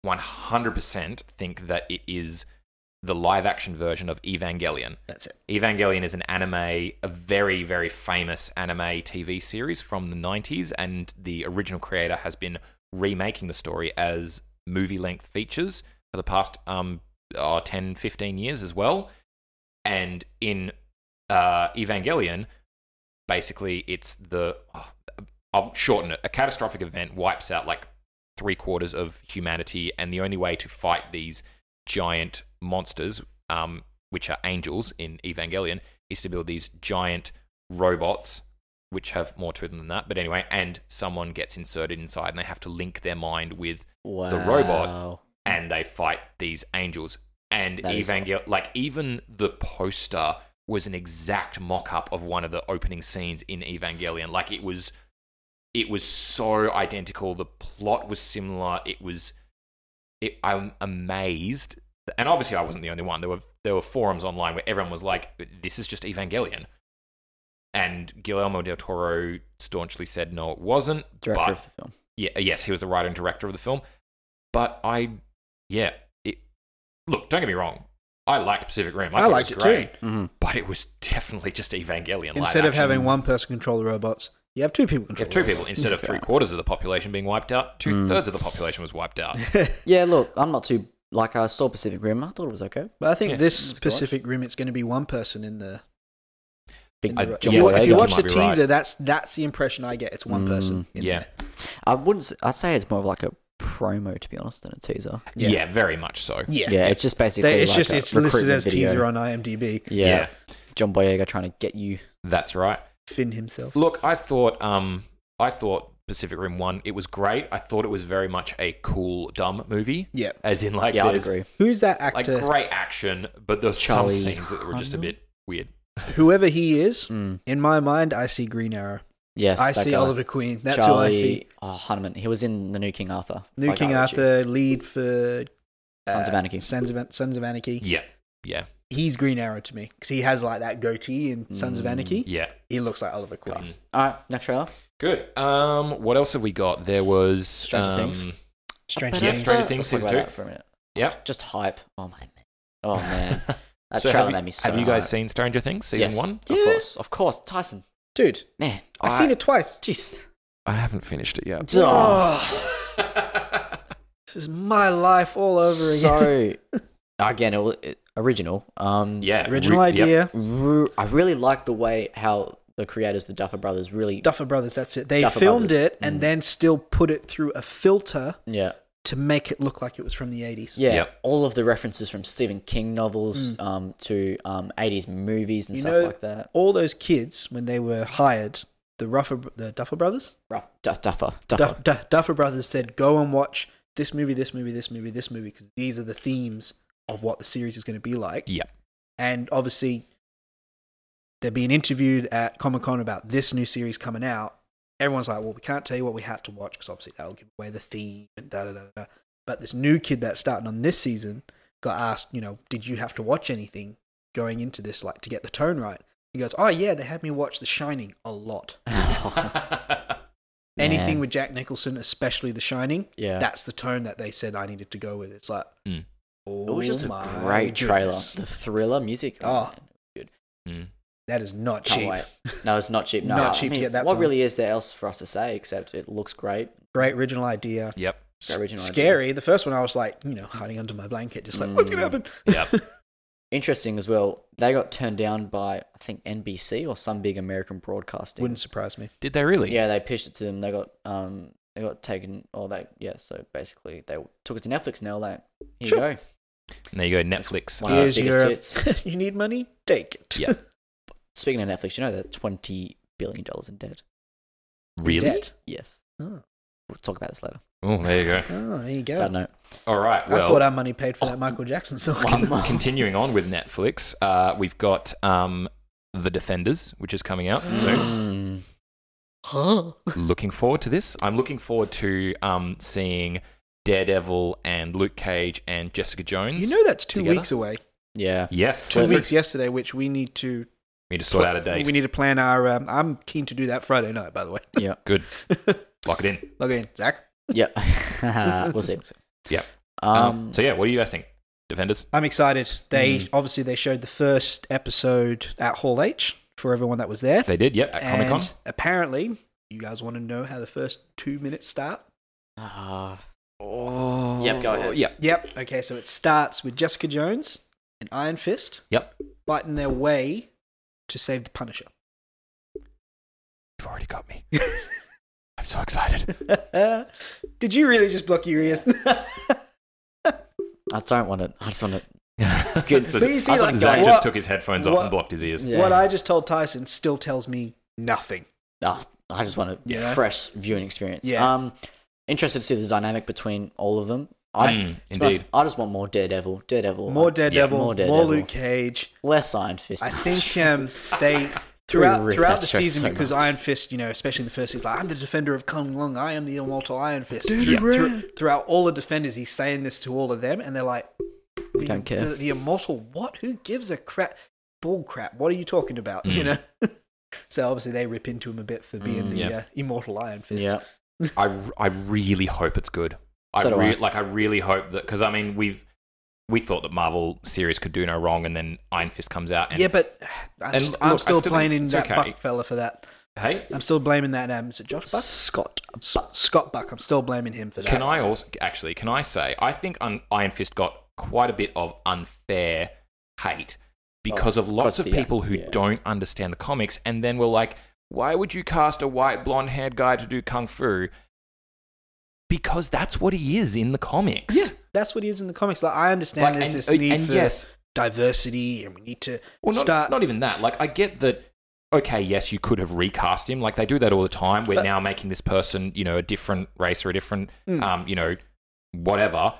S2: 100% think that it is the live action version of Evangelion.
S3: That's it.
S2: Evangelion is an anime, a very, very famous anime TV series from the 90s, and the original creator has been remaking the story as movie length features for the past um, oh, 10, 15 years as well. And in uh, Evangelion, basically, it's the. oh, I'll shorten it. A catastrophic event wipes out like three quarters of humanity, and the only way to fight these giant monsters, um, which are angels in Evangelion, is to build these giant robots, which have more to them than that. But anyway, and someone gets inserted inside, and they have to link their mind with,
S4: Wow.
S2: robot. and they fight these angels. And
S4: That is-
S2: Evangel, like even the poster was an exact mock-up of one of the opening scenes in Evangelion. Like it was, it was so identical. The plot was similar. It was, it, I'm amazed. And obviously, I wasn't the only one. There were there were forums online where everyone was like, "This is just Evangelion." And Guillermo del Toro staunchly said, "No, it wasn't."
S4: Director
S2: but
S4: of the film.
S2: yeah, yes, he was the writer and director of the film. But I, yeah, it, look, don't get me wrong, I liked Pacific Rim. I,
S3: I
S2: thought
S3: liked
S2: it,
S3: it
S2: was
S3: too.
S2: great, But it was definitely just Evangelion.
S3: Instead of
S2: live
S3: having
S2: action.
S3: one person control the robots, you have two people
S2: you
S3: control.
S2: have two
S3: the robots.
S2: people instead of three quarters of the population being wiped
S3: Mm.
S2: out, two thirds of the population was wiped out.
S4: Yeah, look, I'm not too like I saw Pacific Rim. I thought it was okay.
S3: But I think
S2: Yeah.
S3: this Pacific Rim, it's going to be one person in the.
S4: Big
S3: In the
S2: I-
S3: ro-
S4: John
S2: yes,
S3: if you,
S2: think
S3: if
S4: Boyega.
S3: you
S2: you
S3: watch the
S2: might be right. Mm,
S3: teaser, that's that's the impression I get. It's one person. In
S2: yeah.
S3: there.
S4: I wouldn't. s- I'd say it's more of like a promo, to be honest, than a teaser.
S2: Yeah.
S3: Yeah.
S2: very much so.
S3: yeah,
S4: Yeah, it's just basically.
S3: They, it's
S4: like
S3: just
S4: a
S3: it's listed
S4: recruitment
S3: as
S4: video.
S3: teaser on IMDb.
S4: Yeah.
S2: Yeah.
S4: John Boyega trying to get you.
S2: that's right.
S3: Finn himself.
S2: Look, I thought, um, I thought Pacific Rim one, it was great. I thought it was very much a cool dumb movie.
S3: Yeah.
S2: as in like
S4: yeah, I'd
S2: there's-
S4: agree.
S3: Who's that
S2: like
S3: actor?
S2: great action, but there's
S4: Charlie
S2: some scenes that were just a
S4: Hunnam?
S2: bit weird.
S3: Whoever he is,
S4: Mm.
S3: in my mind, I see Green Arrow.
S4: Yes,
S3: I
S4: that
S3: see
S4: guy.
S3: Oliver Queen. That's
S4: Charlie,
S3: who I see.
S4: Oh, Hunterman. He was in the New King Arthur.
S3: New
S4: by Guy
S3: King
S4: Ritchie.
S3: Arthur, lead for
S4: Sons of
S3: uh,
S4: Anarchy.
S3: Sons of, An- Sons of Anarchy.
S2: Yeah, yeah,
S3: He's Green Arrow to me because he has like that goatee in Sons of
S4: Mm.
S3: Anarchy.
S2: yeah.
S3: He looks like Oliver Queen.
S2: Gosh.
S4: All right, next trailer.
S2: Good. Um, what else have we got? There was
S4: Stranger
S2: um,
S4: Things.
S3: Strange
S4: But
S2: Yeah,
S3: Things.
S2: Stranger Things
S4: Let's
S2: season
S4: talk about
S2: two.
S4: that for a minute.
S2: Yep.
S4: Just hype. Oh my. Man. Oh man. That
S2: So
S4: trailer
S2: have you,
S4: made me so
S2: have you guys
S4: hyped.
S2: seen Stranger Things season
S4: Yes,
S2: one?
S4: Of
S3: Yeah.
S4: course, of course. Tyson,
S3: Dude,
S4: man,
S3: I've seen it twice.
S4: Jeez.
S2: I haven't finished it yet.
S4: Duh.
S3: This is my life all over again.
S4: So again, it, wa- it, original. Um,
S2: Yeah,
S3: Original
S2: re- yep.
S3: idea.
S4: ru- I really like the way how the creators, the Duffer Brothers, really.
S3: Duffer Brothers, that's it. They
S4: Duffer
S3: filmed
S4: Brothers. Mm.
S3: it and then still put it through a filter
S4: yeah,
S3: to make it look like it was from the 80s.
S4: yeah.
S2: Yep.
S4: All of the references from Stephen King novels um, to um, 80s movies and
S3: Hmm. You
S4: stuff
S3: know-
S4: like that.
S3: All those kids, when they were hired, the, Ruffer, the Duffer Brothers,
S4: Rough, du- Duffer, Duffer.
S3: Duff, Duff, Duffer Brothers said, go and watch this movie, this movie, this movie, this movie, because these are the themes of what the series is going to be like.
S2: Yeah.
S3: And obviously, they're being interviewed at Comic Con about this new series coming out. Everyone's like, well, we can't tell you what we had to watch because obviously that'll give away the theme and da da da da. But this new kid that's starting on this season got asked, you know, did you have to watch anything going into this, like to get the tone right? He goes, oh, yeah, they had me watch The Shining a lot. Anything
S4: Man.
S3: with Jack Nicholson, especially The Shining,
S4: Yeah.
S3: that's the tone that they said I needed to go with. It's like,
S2: Mm.
S3: oh,
S4: it was just a
S3: my
S4: great trailer.
S3: goodness.
S4: The thriller music.
S3: Oh.
S4: man, good.
S3: That is not
S4: Can't
S3: cheap.
S4: wait. No, it's not cheap. No,
S3: Not
S4: I
S3: cheap to
S4: mean,
S3: get that
S4: What
S3: song.
S4: really is there else for us to say except it looks great?
S3: Great original idea.
S2: Yep.
S3: S-
S4: original idea.
S3: Scary. The first one, I was like, you know, hiding under my blanket, just like, what's
S2: Mm,
S3: gonna happen?
S2: Yep.
S4: Interesting as well. They got turned down by I think NBC or some big American broadcasting.
S3: Wouldn't surprise me.
S2: Did they really?
S4: Yeah, they pitched it to them. They got um they got taken or they yeah. So basically, they took it to Netflix. Now like here
S3: Sure.
S4: you go.
S2: And there you go, Netflix. Uh,
S4: One of the biggest hits.
S3: you need money? Take it.
S2: Yeah.
S4: Speaking of Netflix, you know they're twenty billion dollars in debt.
S2: Really?
S3: Debt.
S4: Yes,
S3: Oh,
S4: we'll talk about this later.
S2: Oh, there you go.
S3: oh, there you go.
S4: Side note.
S2: All right.
S3: I thought
S2: Well, oh,
S3: our money paid for that Michael Jackson song.
S2: con- continuing on with Netflix, uh, we've got um, The Defenders, which is coming out soon.
S4: Mm.
S3: Huh?
S2: looking forward to this. I'm looking forward to um, seeing Daredevil and Luke Cage and Jessica Jones.
S3: You know that's two
S2: Together?
S3: weeks away.
S4: Yeah.
S2: yes.
S3: Two
S4: Well,
S3: weeks yesterday, which we need to
S2: We need to sort out a date.
S3: We need to plan our. Um, I'm keen to do that Friday night. By the way,
S4: Yeah.
S2: Good. Lock it in.
S3: log in, Zach.
S4: Yeah. we'll see. We'll see.
S2: Yep.
S4: Um,
S2: Um, so yeah, what do you guys think, Defenders?
S3: I'm excited. They
S2: Mm.
S3: obviously they showed the first episode at Hall H for everyone that was there.
S2: They did. Yep. At Comic Con.
S3: And apparently, you guys want to know how the first two minutes start?
S4: ah,
S2: Oh.
S4: Yep, go ahead.
S2: Yep.
S3: Yep. Okay, so it starts with Jessica Jones and Iron Fist
S2: Yep.
S3: fighting their way to save the Punisher.
S2: You've already got me. I'm so excited.
S3: Did you really just block your ears?
S4: I don't want it. I just want it.
S2: It's just-
S3: But you see,
S2: I thought
S3: like,
S2: Zach
S3: what-
S2: just took his headphones off
S3: what-
S2: and blocked his ears.
S4: Yeah.
S3: What I just told Tyson still tells me nothing.
S4: ah, I just want a
S3: Yeah.
S4: fresh viewing experience.
S3: Yeah.
S4: Um, interested to see the dynamic between all of them.
S2: Mm,
S4: I, to be honest,
S2: indeed.
S4: I just want more Daredevil. Daredevil.
S3: More
S4: Like,
S3: Daredevil,
S4: more
S3: more,
S4: Daredevil.
S3: Luke Cage.
S4: Less Iron Fist.
S3: I think um, they throughout
S4: ripped
S3: throughout
S4: that
S3: the
S4: show
S3: season
S4: so
S3: because
S4: much.
S3: Iron Fist, you know, especially in the first, he's like, "I'm the defender of Kung Lung. I am the immortal Iron Fist."
S2: Yeah.
S3: Thro- throughout all the defenders, he's saying this to all of them, and they're like, "We
S4: don't care."
S3: The, the immortal, what? Who gives a crap? Bull crap. What are you talking about? You
S4: Hmm.
S3: know. so obviously they rip into him a bit for being the
S2: yeah.
S3: uh, immortal Iron Fist.
S4: Yeah.
S2: I, I really hope it's good. I,
S4: So do
S2: re-
S4: I.
S2: like I really hope that because I mean we've we thought that Marvel series could do no wrong, and then Iron Fist comes out and
S3: Yeah, but I'm,
S2: And
S3: st-
S2: look, I
S3: I'm still
S2: still think
S3: blaming
S2: it's
S3: that
S2: okay.
S3: Buck fella for that.
S2: hey,
S3: I'm still blaming that. Um, is it Josh Buck?
S4: Scott.
S3: S- Scott Buck. I'm still blaming him for that.
S2: Can I also actually? Can I say I think un- Iron Fist got quite a bit of unfair hate because
S3: Oh,
S2: of lots
S4: because
S2: of
S4: the-
S2: people who
S4: yeah.
S2: don't understand the comics, and then were like, "Why would you cast a white blonde-haired guy to do kung fu?" Because that's what he is in the comics.
S3: Yeah, that's what he is in the comics. Like I understand
S2: Like,
S3: there's
S2: and- uh,
S3: this need
S2: and
S3: for
S2: yes.
S3: diversity, and we need to
S2: Well, not,
S3: start.
S2: not even that. Like, I get that. Okay, yes, you could have recast him. Like they do that all the time. We're
S3: But- Hmm.
S2: now making this person, you know, a different race or a different, um, you know, whatever,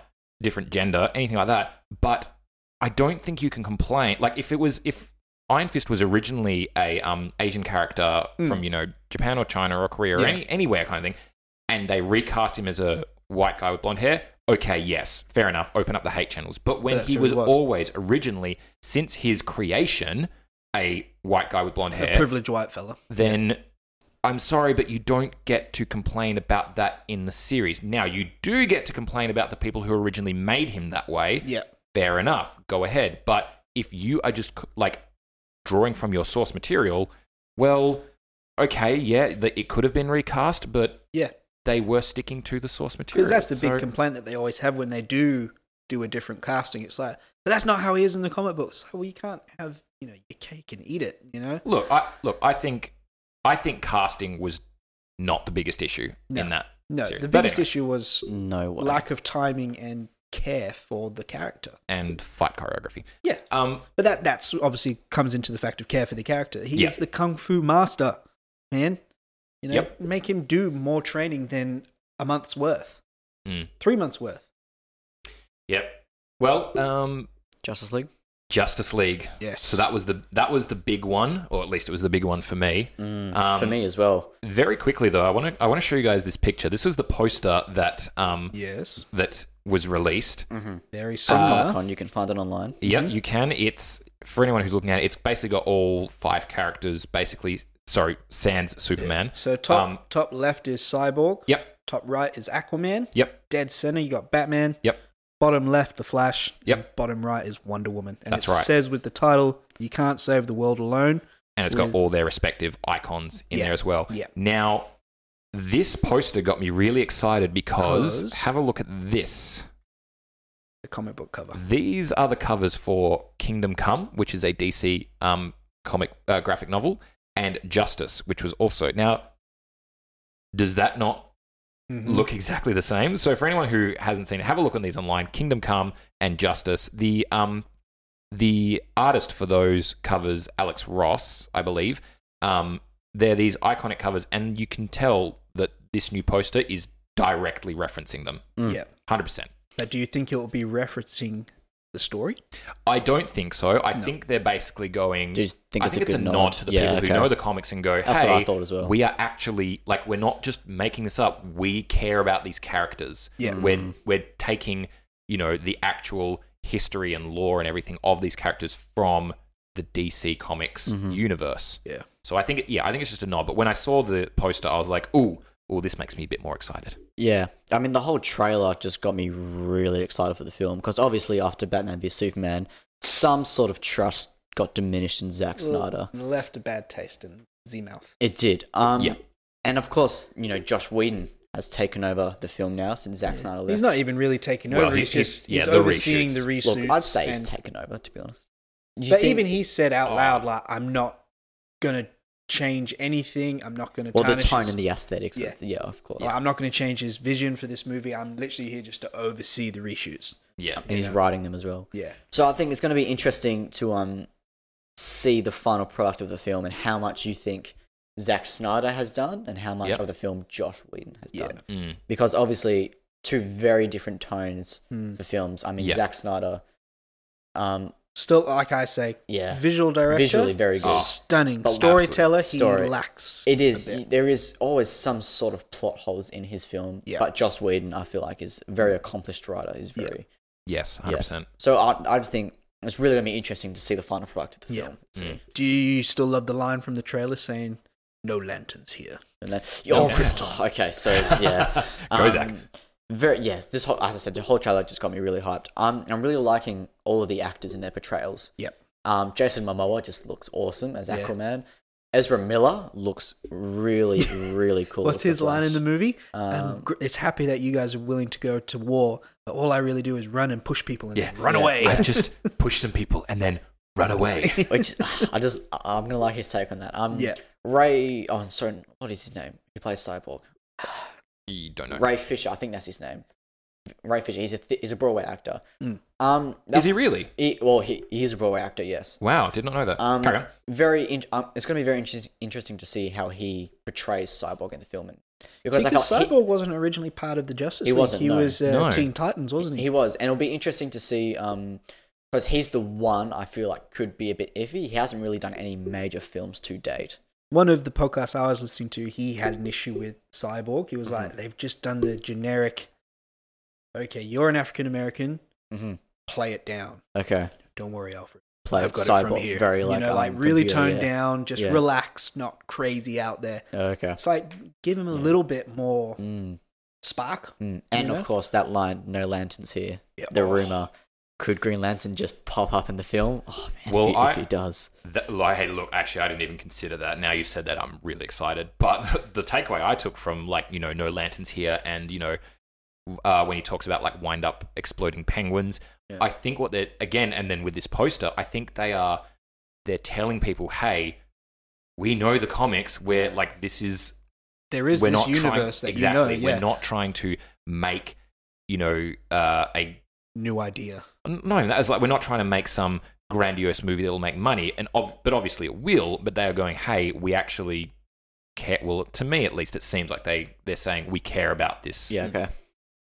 S2: different gender, anything like that. But I don't think you can complain. Like if it was if Iron Fist was originally a um Asian character from you know Japan or China or Korea or
S3: Hmm. Yeah.
S2: any, anywhere kind of thing, and they recast him as a white guy with blonde hair. Okay, yes, fair enough. Open up the hate channels. But when
S3: that's
S2: he
S3: who
S2: was,
S3: he was.
S2: always originally since his creation a white guy with blonde
S3: a
S2: hair,
S3: privileged white fella.
S2: then I'm sorry, but you don't get to complain about that in the series. Now you do get to complain about the people who originally made him that way
S3: Yeah,
S2: fair enough, go ahead. But if you are just like drawing from your source material, well, okay, yeah, the, it could have been recast, but
S3: Yeah.
S2: they were sticking to the source material.
S3: Because that's the big
S2: So-
S3: complaint that they always have when they do do a different casting. It's like, but that's not how he is in the comic books. So well, you can't have you know your cake and eat it. You know,
S2: Look, I look. I think, I think casting was not the biggest issue
S3: No.
S2: in that.
S3: no.
S2: series.
S3: The
S2: But
S3: biggest
S2: anyway,
S3: issue was
S4: No way.
S3: lack of timing and care for the character.
S2: and fight choreography.
S3: Yeah,
S2: Um,
S3: but that that's obviously comes into the fact of care for the character. He
S2: Yeah.
S3: is the kung fu master, man. You know,
S2: Yep.
S3: make him do more training than a month's worth,
S2: Mm.
S3: three months worth.
S2: yep. Well, um,
S4: Justice League.
S2: Justice League.
S3: Yes.
S2: So that was the that was the big one, or at least it was the big one for me. Um,
S4: Mm, for me as well.
S2: Very quickly though, I want to I want to show you guys this picture. This was the poster that um
S3: yes,
S2: that was released.
S3: very
S4: Comic
S3: similar.
S4: Con. You can find it online.
S2: Yep, you can. It's for anyone who's looking at it. It's basically got all five characters. Basically, sorry, sans Superman.
S3: so top
S2: Um,
S3: top left is Cyborg.
S2: Yep.
S3: Top right is Aquaman.
S2: Yep.
S3: Dead center, you got Batman.
S2: Yep.
S3: Bottom left, The Flash.
S2: Yep.
S3: And bottom right is Wonder Woman. And
S2: That's
S3: it
S2: right.
S3: says with the title, you can't save the world alone.
S2: and it's got
S3: with-
S2: all their respective icons in
S3: Yeah,
S2: there as well.
S3: yeah.
S2: Now, this poster got me really excited because,
S3: Because-
S2: have a look at this.
S3: The comic book cover.
S2: These are the covers for Kingdom Come, which is a DC um, comic uh, graphic novel, and Justice, which was also now. Does that not Mm-hmm.
S3: Mm-hmm.
S2: look exactly the same. So for anyone who hasn't seen it, have a look on these online. Kingdom Come and Justice. The um the artist for those covers, Alex Ross, I believe. Um, they're these iconic covers, and you can tell that this new poster is directly referencing them.
S4: Mm.
S3: Yeah.
S2: Hundred percent.
S3: But do you think it will be referencing the story?
S2: I don't think so. I
S3: No.
S2: think they're basically going.
S4: Do you think
S2: I
S4: it's
S2: think
S4: a
S2: it's a
S4: good
S2: nod,
S4: nod?
S2: to the
S4: Yeah,
S2: people
S4: okay.
S2: who know the comics and go, "Hey,
S4: That's what I thought as well.
S2: we are actually like we're not just making this up. We care about these characters.
S3: Yeah.
S4: Mm.
S2: we're we're taking you know the actual history and lore and everything of these characters from the DC Comics
S4: Mm-hmm.
S2: universe.
S3: Yeah.
S2: So I think yeah, I think it's just a nod. But when I saw the poster, I was like, "Ooh, ooh, this makes me a bit more excited."
S4: Yeah, I mean the whole trailer just got me really excited for the film because obviously after Batman v Superman, some sort of trust got diminished in Zack Snyder.
S3: Left a bad taste in Z mouth.
S4: It did. Um,
S2: Yeah.
S4: and of course you know Josh Whedon has taken over the film now since Zack Snyder left.
S3: He's not even really taking
S2: Well,
S3: over.
S2: he-
S3: he's
S2: he's-
S3: just
S2: yeah,
S3: he's
S2: the
S3: overseeing
S2: reshoots.
S3: the
S4: Look,
S3: reshoots.
S4: I'd say
S3: and-
S4: he's taken over to be honest. Do you
S3: But
S4: think-
S3: even he said out
S2: Oh.
S3: loud, like, "I'm not gonna change anything. I'm not gonna
S4: well the
S3: tarnish
S4: tone
S3: his
S4: and the aesthetics. Yeah,
S3: Yeah.
S4: of, yeah of course.
S3: Like, I'm not going to change his vision for this movie. I'm literally here just to oversee the reshoots.
S2: Yeah.
S4: And he's
S3: Yeah.
S4: writing them as well.
S3: Yeah.
S4: So I think it's going to be interesting to um see the final product of the film and how much you think Zack Snyder has done and how much
S2: Yep.
S4: of the film Josh Whedon has
S3: Yeah.
S4: done.
S2: Mm.
S4: Because obviously two very different tones
S3: Hmm.
S4: for films. I mean
S2: Yeah.
S4: Zack Snyder um
S3: Still, like I say,
S4: Yeah.
S3: visual director,
S4: Visually very good. Oh,
S3: stunning
S4: but
S3: storyteller. He
S4: Story-
S3: lacks.
S4: it is
S3: a bit.
S4: there is always some sort of plot holes in his film,
S3: Yeah.
S4: but Josh Whedon I feel like is a very accomplished writer. He's
S3: Yeah.
S4: very
S2: Yes, hundred
S4: yes.
S2: percent.
S4: So I I just think it's really going to be interesting to see the final product of the
S3: Yeah.
S4: film.
S2: Mm.
S4: So-
S3: Do you still love the line from the trailer saying, "No lanterns here"?
S4: And then,
S2: No
S4: oh,
S3: Krypton.
S4: okay, so yeah, Um,
S2: Go, Zach.
S4: Very yes. This whole, as I said, the whole trailer just got me really hyped. Um, I'm really liking all of the actors and their portrayals.
S3: Yep.
S4: Um, Jason Momoa just looks awesome as
S3: Yeah.
S4: Aquaman. Ezra Miller looks really, really cool.
S3: What's
S4: as The
S3: his line in the
S4: Flash.
S3: movie?
S4: Um,
S3: Um, gr it's happy that you guys are willing to go to war, but all I really do is run and push people and
S2: Yeah.
S3: then run
S4: Yeah.
S3: away.
S2: I've just pushed some people and then run away.
S4: Which I just, I- I'm gonna like his take on that. Um,
S3: Yeah.
S4: Ray. Oh, sorry. What is his name? He plays Cyborg.
S2: you don't know.
S4: Ray Fisher. I think that's his name. Ray Fisher. He's a th- he's a Broadway actor.
S3: Mm.
S4: Um,
S2: Is
S4: that's,
S2: he really?
S4: he, well, he, he's a Broadway actor. Yes.
S2: Wow, did not know that.
S4: Um,
S2: Carry on.
S4: very. In- um, it's going to be very inter- interesting to see how he portrays Cyborg in the film, and because I
S3: because
S4: felt
S3: Cyborg wasn't originally part of the Justice
S4: He
S3: League.
S4: wasn't,
S3: He
S4: no.
S3: was uh,
S2: No.
S3: Teen Titans, wasn't
S4: he,
S3: he?
S4: he was, and it'll be interesting to see. Um, because he's the one I feel like could be a bit iffy. He hasn't really done any major films to date.
S3: one of the podcasts I was listening to, he had an issue with Cyborg. He was
S4: Mm-hmm.
S3: like, they've just done the generic, okay, you're an African American,
S4: Mm-hmm.
S3: play it down.
S4: Okay,
S3: Don't worry, Alfred.
S4: play
S3: I've got it from
S4: Cyborg
S3: here.
S4: very
S3: you
S4: like
S3: know, like
S4: um,
S3: really
S4: computer,
S3: toned
S4: yeah.
S3: down, just
S4: Yeah.
S3: relaxed, not crazy out there.
S4: Okay.
S3: It's like give him a
S4: Yeah.
S3: little bit more
S4: Mm,
S3: spark.
S4: mm.
S3: You
S4: And
S3: know?
S4: of course, that line, "No lanterns here."
S3: Yeah.
S4: The
S3: Oh,
S4: rumor Could Green Lantern just pop up in the film? Oh man,
S2: Well,
S4: if, he,
S2: I-
S4: if he does,
S2: That, like, hey, look, actually, I didn't even consider that. Now you've said that, I'm really excited. But the takeaway I took from, like, you know, no lanterns here and, you know, uh, when he talks about, like, wind up exploding penguins,
S4: Yeah.
S2: I think what they're, again, and then with this poster, I think they are, they're telling people, hey, we know the comics where, like, this is,
S3: There is
S2: we're
S3: this
S2: not
S3: universe
S2: trying,
S3: that
S2: exactly,
S3: you know, yeah,
S2: we're not trying to make, you know, uh, a
S3: new idea.
S2: no, that is like we're not trying to make some grandiose movie that will make money, and ob- but obviously it will. But they are going, hey, we actually care. Well, to me at least, it seems like they they're saying we care about this.
S4: yeah, okay,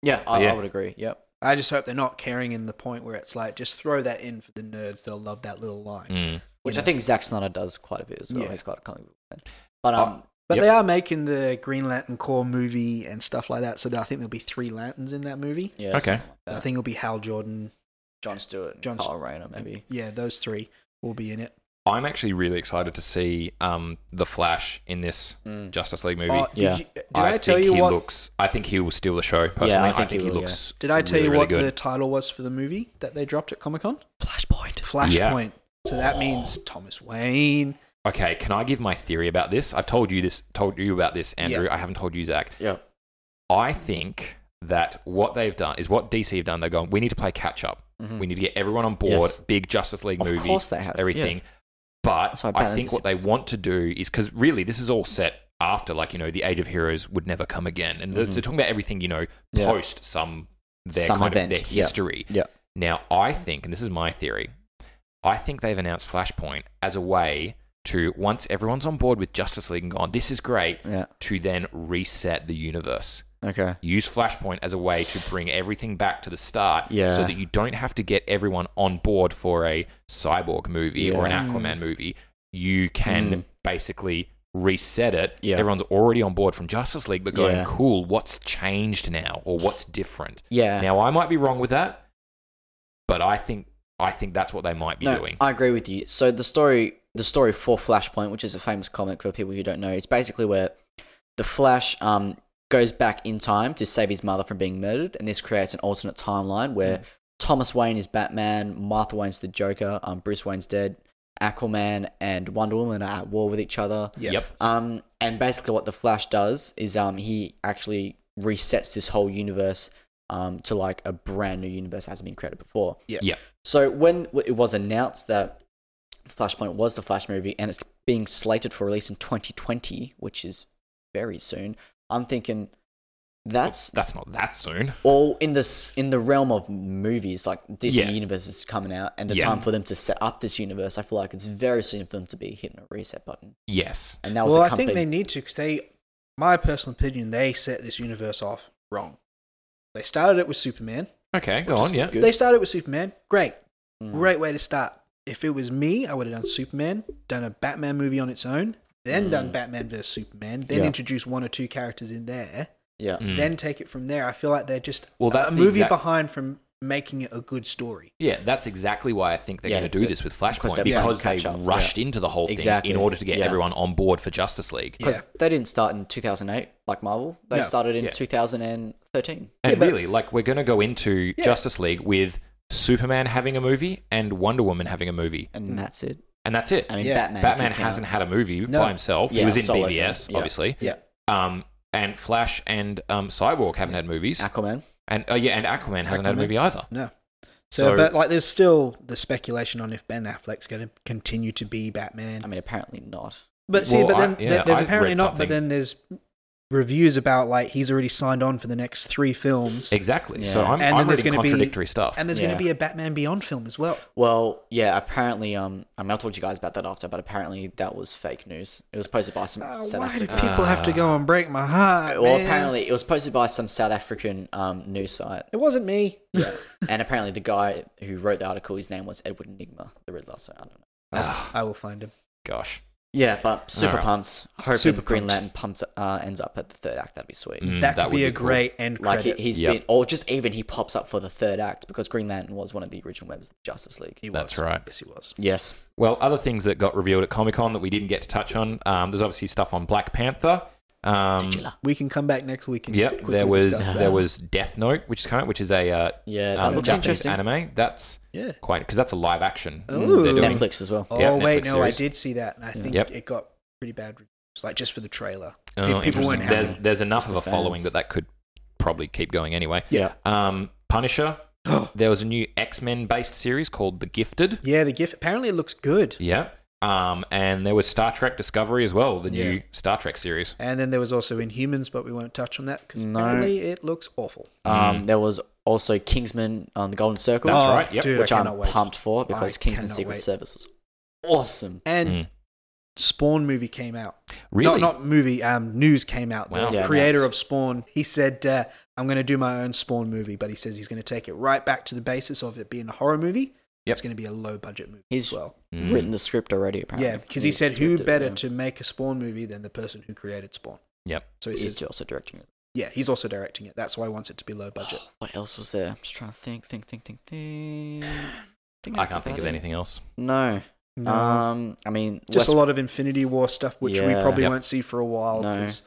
S4: yeah, I,
S2: Yeah.
S4: I would agree. Yep.
S3: I just hope they're not caring in the point where it's like just throw that in for the nerds; they'll love that little line.
S2: Mm.
S4: which
S3: you
S4: I think Zack Snyder does quite a bit as well.
S3: Yeah.
S4: He's quite a comic book fan. But
S2: Oh,
S4: um,
S3: But
S2: Yep.
S3: they are making the Green Lantern core movie and stuff like that, so I think there'll be three lanterns in that movie.
S2: Okay.
S4: yeah, something like that.
S3: I think it'll be Hal Jordan.
S4: John Stewart, and
S3: John
S4: Kyle Rayner, maybe.
S3: Yeah, those three will be in it.
S2: I'm actually really excited to see um the Flash in this
S4: Mm.
S2: Justice League movie.
S3: Oh, did
S4: Yeah.
S3: you- did I, tell
S2: think
S3: you
S2: he
S3: what?
S2: looks. I think he will steal the show. Personally, I think, he,
S4: will,
S2: looks.
S3: Did I tell
S2: really,
S3: you
S2: really
S3: what
S2: good.
S3: the title was for the movie that they dropped at Comic Con?
S4: Flashpoint.
S2: Yeah.
S3: Flashpoint. So that means Thomas Wayne.
S2: Okay, can I give my theory about this? I've told you this, told you about this, Andrew. I haven't told you, Zach.
S4: Yeah.
S2: I think that what they've done is what DC have done. They're going, we need to play catch up.
S4: Mhm.
S2: We need to get everyone on board.
S4: Yes.
S2: Big Justice League
S4: Of
S2: movie,
S4: course they have,
S2: everything.
S4: yeah.
S2: But
S4: That's why
S2: I
S4: Batman
S2: think
S4: is-
S2: what they want to do is because really this is all set after, like you know, the Age of Heroes would never come again, and they're-
S4: Mhm.
S2: they're talking about everything you know
S4: Yeah.
S2: post some their
S4: Some
S2: kind
S4: event,
S2: of their
S4: yeah.
S2: history.
S4: Yeah.
S2: Now, I think, and this is my theory, I think they've announced Flashpoint as a way to, once everyone's on board with Justice League and gone, this is great,
S4: Yeah.
S2: to then reset the universe.
S4: Okay.
S2: Use Flashpoint as a way to bring everything back to the start
S4: Yeah.
S2: so that you don't have to get everyone on board for a cyborg movie or an
S4: Yeah.
S2: Aquaman movie. You can
S4: Mm.
S2: basically reset it.
S4: Yeah.
S2: Everyone's already on board from Justice League, but going,
S4: Yeah.
S2: cool, what's changed now or what's different?
S4: Yeah.
S2: Now I might be wrong with that, but I think I think that's what they might be
S4: no,
S2: doing.
S4: I agree with you. So the story, the story for Flashpoint, which is a famous comic for people who don't know, it's basically where the Flash um goes back in time to save his mother from being murdered, and this creates an alternate timeline where
S2: Mm.
S4: Thomas Wayne is Batman, Martha Wayne's the Joker, um, Bruce Wayne's dead, Aquaman and Wonder Woman are at war with each other.
S3: Yeah.
S2: Yep.
S4: Um, and basically, what the Flash does is um, he actually resets this whole universe um, to like a brand new universe that hasn't been created before.
S3: Yeah.
S2: Yeah.
S4: So when w- it was announced that Flashpoint was the Flash movie and it's being slated for release in 2020, which is very soon, I'm thinking that's
S2: That's not that soon.
S4: all in this in the realm of movies like Disney
S2: Yeah.
S4: universe is coming out and the
S2: Yeah.
S4: time for them to set up this universe. I feel like it's very soon for them to be hitting a reset button.
S2: Yes.
S4: And that was
S3: Well,
S4: a
S3: I
S4: company.
S3: think they need to because they, my personal opinion, they set this universe off wrong. They started it with Superman.
S2: Okay, go
S4: Which
S2: on.
S4: is
S2: Yeah.
S4: good.
S3: They started with Superman. Great.
S4: Mm.
S3: Great way to start. If it was me, I would have done Superman, done a Batman movie on its own, then
S2: Mm.
S3: done Batman vs Superman, then
S4: Yeah.
S3: introduce one or two characters in there,
S4: Yeah.
S2: Mm.
S3: then take it from there. I feel like they're just
S2: Well,
S3: a-
S2: that's
S3: a
S2: the
S3: movie
S2: exact-
S3: behind from making it a good story.
S2: Yeah, that's exactly why I think they're
S4: Yeah,
S2: going to do
S4: the-
S2: this with
S4: because
S2: Flashpoint
S4: they're
S2: because
S4: playing
S2: they
S4: catch up, yeah.
S2: rushed into the whole thing
S4: Exactly,
S2: in order to get
S4: yeah.
S2: everyone on board for Justice League.
S4: Because
S3: Yeah.
S4: they didn't start in 2008 like Marvel. They
S3: No.
S4: started in
S2: Yeah.
S4: 2013.
S2: And
S3: Yeah, but-
S2: really, like we're going to go into
S3: Yeah.
S2: Justice League with Superman having a movie and Wonder Woman having a movie,
S4: And that's it.
S2: and that's it.
S4: I mean,
S3: Mm. Yeah.
S4: Batman. if
S2: Batman
S4: you count.
S2: hasn't had a movie
S3: No.
S2: by himself. he
S4: Yeah,
S2: was in
S4: solo
S2: BBS,
S4: film. Yeah.
S2: obviously.
S3: Yeah.
S2: Um, and Flash and um, Cyborg haven't had movies,
S4: Aquaman.
S2: and oh yeah, and Aquaman hasn't had a
S3: Aquaman.
S2: movie either.
S3: No. So,
S2: So,
S3: but like, there's still the speculation on if Ben Affleck's going to continue to be Batman.
S4: I mean, apparently not.
S3: But see,
S2: Well,
S3: but then
S2: I- yeah,
S3: there- there's
S2: I've
S3: apparently
S2: read
S3: not.
S2: something.
S3: But then there's reviews about like he's already signed on for the next three films,
S2: exactly. So
S4: Yeah.
S2: I'm,
S3: And
S2: I'm
S3: then there's
S2: reading
S3: gonna be-
S2: contradictory stuff.
S3: and there's
S4: Yeah.
S3: going to be a Batman Beyond film as well.
S4: Well, yeah, apparently, um, I mean, I'll talk to you guys about that after, but apparently that was fake news. It was posted by some
S3: Oh,
S4: South
S3: why do
S4: African.
S3: people have to go and break my heart?
S4: well,
S3: man?
S4: apparently it was posted by some South African um, news site,
S3: it wasn't me. Yeah,
S4: and apparently the guy who wrote the article, his name was Edward Enigma, the Riddler. So I don't know.
S2: Ah,
S3: I will find him.
S2: gosh.
S4: Yeah, but super
S2: Alright.
S4: pumped. Hoping
S3: Super
S4: Green
S3: pumped.
S4: Lantern pumps uh, ends up at the third act. That'd be sweet.
S2: Mm,
S3: that could
S2: would
S3: be a
S2: cool.
S3: great end
S4: Like he,
S3: credit.
S4: he's
S2: Yep.
S4: been, or just even he pops up for the third act because Green Lantern was one of the original members of the Justice League.
S3: He
S2: That's
S3: was.
S2: right.
S3: Yes, he was.
S4: Yes.
S2: Well, other things that got revealed at Comic Con that we didn't get to touch on, um, there's obviously stuff on Black Panther. Um,
S3: We can come back next week and
S2: yep,
S3: quickly
S2: there was
S3: discuss that.
S2: there was Death Note, which is coming, which is a uh,
S4: Yeah, that
S2: um,
S4: looks
S2: Japanese
S4: interesting.
S2: anime. That's
S3: Yeah.
S2: quite because that's a live action.
S3: Ooh.
S2: they're doing.
S4: Netflix as well.
S3: Oh
S2: Yeah,
S3: wait,
S2: Netflix
S3: no,
S2: series.
S3: I did see that, and I think
S2: Yep.
S3: it got pretty bad reviews, like just for the trailer.
S2: Oh,
S3: Pe- people
S2: interesting.
S3: weren't happy.
S2: There's there's enough
S4: Just
S2: of
S4: the
S2: a following
S4: fans.
S2: that that could probably keep going anyway.
S4: Yeah.
S2: Um, Punisher. there was a new X Men based series called The Gifted.
S3: yeah, the gift. Apparently, it looks good.
S2: Yeah. Um, and there was Star Trek Discovery as well, the
S3: Yeah.
S2: new Star Trek series.
S3: And then there was also Inhumans, but we won't touch on that because
S4: No.
S3: apparently it looks awful.
S2: Mm.
S4: Um, there was also Kingsman on the Golden Circle,
S2: That's right, yep.
S3: Oh, dude,
S4: which
S3: I
S4: I'm
S3: cannot wait.
S4: pumped for
S3: I
S4: because Kingsman
S3: cannot
S4: Secret
S3: wait.
S4: Service was awesome.
S3: And
S2: Mm.
S3: Spawn movie came out.
S2: Really?
S3: Not, not movie. Um, news came out.
S2: Wow.
S3: The
S4: Yeah,
S3: creator
S4: nice.
S3: of Spawn, he said, uh, "I'm going to do my own Spawn movie," but he says he's going to take it right back to the basis of it being a horror movie.
S2: Yep.
S3: It's going to be a low budget movie
S4: He's
S3: as well.
S2: Mm.
S4: Written the script already, apparently.
S3: Yeah, because he said, "Who
S4: directed it,
S3: better
S4: yeah.
S3: to make a Spawn movie than the person who created Spawn?"
S2: Yep.
S3: So he
S4: He's
S3: says,
S4: also directing it.
S3: "Yeah, he's also directing it. That's why he wants it to be low budget."
S4: What else was there? I'm just trying to think, think, think, think, think. think
S2: I
S4: that's
S2: can't think
S4: about
S2: of
S4: it.
S2: anything else.
S4: No. Um, I mean,
S3: just
S4: West-
S3: a lot of Infinity War stuff, which we
S4: Yeah.
S3: probably
S2: Yep.
S3: won't see for a while.
S4: No.
S3: 'cause-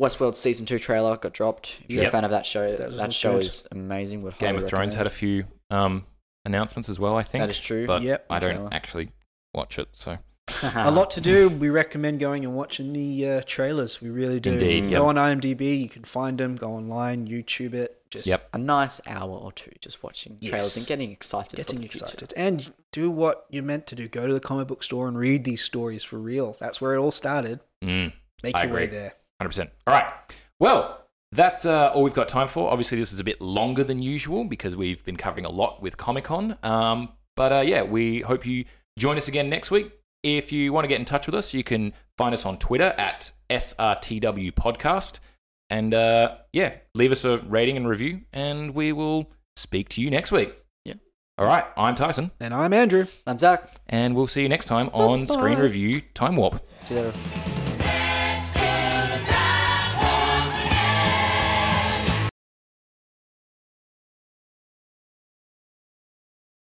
S4: Westworld season two trailer got dropped. If you're
S2: Yep.
S4: a fan of that show,
S3: That
S4: that,
S3: was
S4: show
S3: good.
S4: is amazing. Would
S2: Game
S4: highly
S2: of Thrones had a few
S4: recommend.
S2: um, announcements as well, I think.
S4: That is true.
S2: But
S3: Yep.
S2: I don't
S4: Trailer.
S2: actually watch it, so Ah.
S3: a lot to do. We recommend going and watching the uh, trailers. We really do.
S2: Indeed,
S3: go
S2: yep.
S3: on IMDb. You can find them. Go online, YouTube it. Just
S2: Yep.
S4: A nice hour or two just watching trailers
S3: Yes.
S4: and getting excited. for
S3: getting
S4: the future.
S3: excited and do what you're meant to do. Go to the comic book store and read these stories for real. That's where it all started.
S2: mm,
S3: Make
S2: I
S3: your way
S2: agree.
S3: there.
S2: 100%. All right. Well, that's uh, all we've got time for. Obviously, this is a bit longer than usual because we've been covering a lot with Comic Con. Um, but uh, yeah, we hope you join us again next week. If you want to get in touch with us, you can find us on Twitter at SRTW Podcast. And uh, yeah, leave us a rating and review, and we will speak to you next week.
S4: Yeah.
S2: All right. I'm Tyson,
S3: And I'm Andrew.
S4: I'm Zach.
S2: and we'll see you next time on Screen Review Time Warp.
S4: See you later.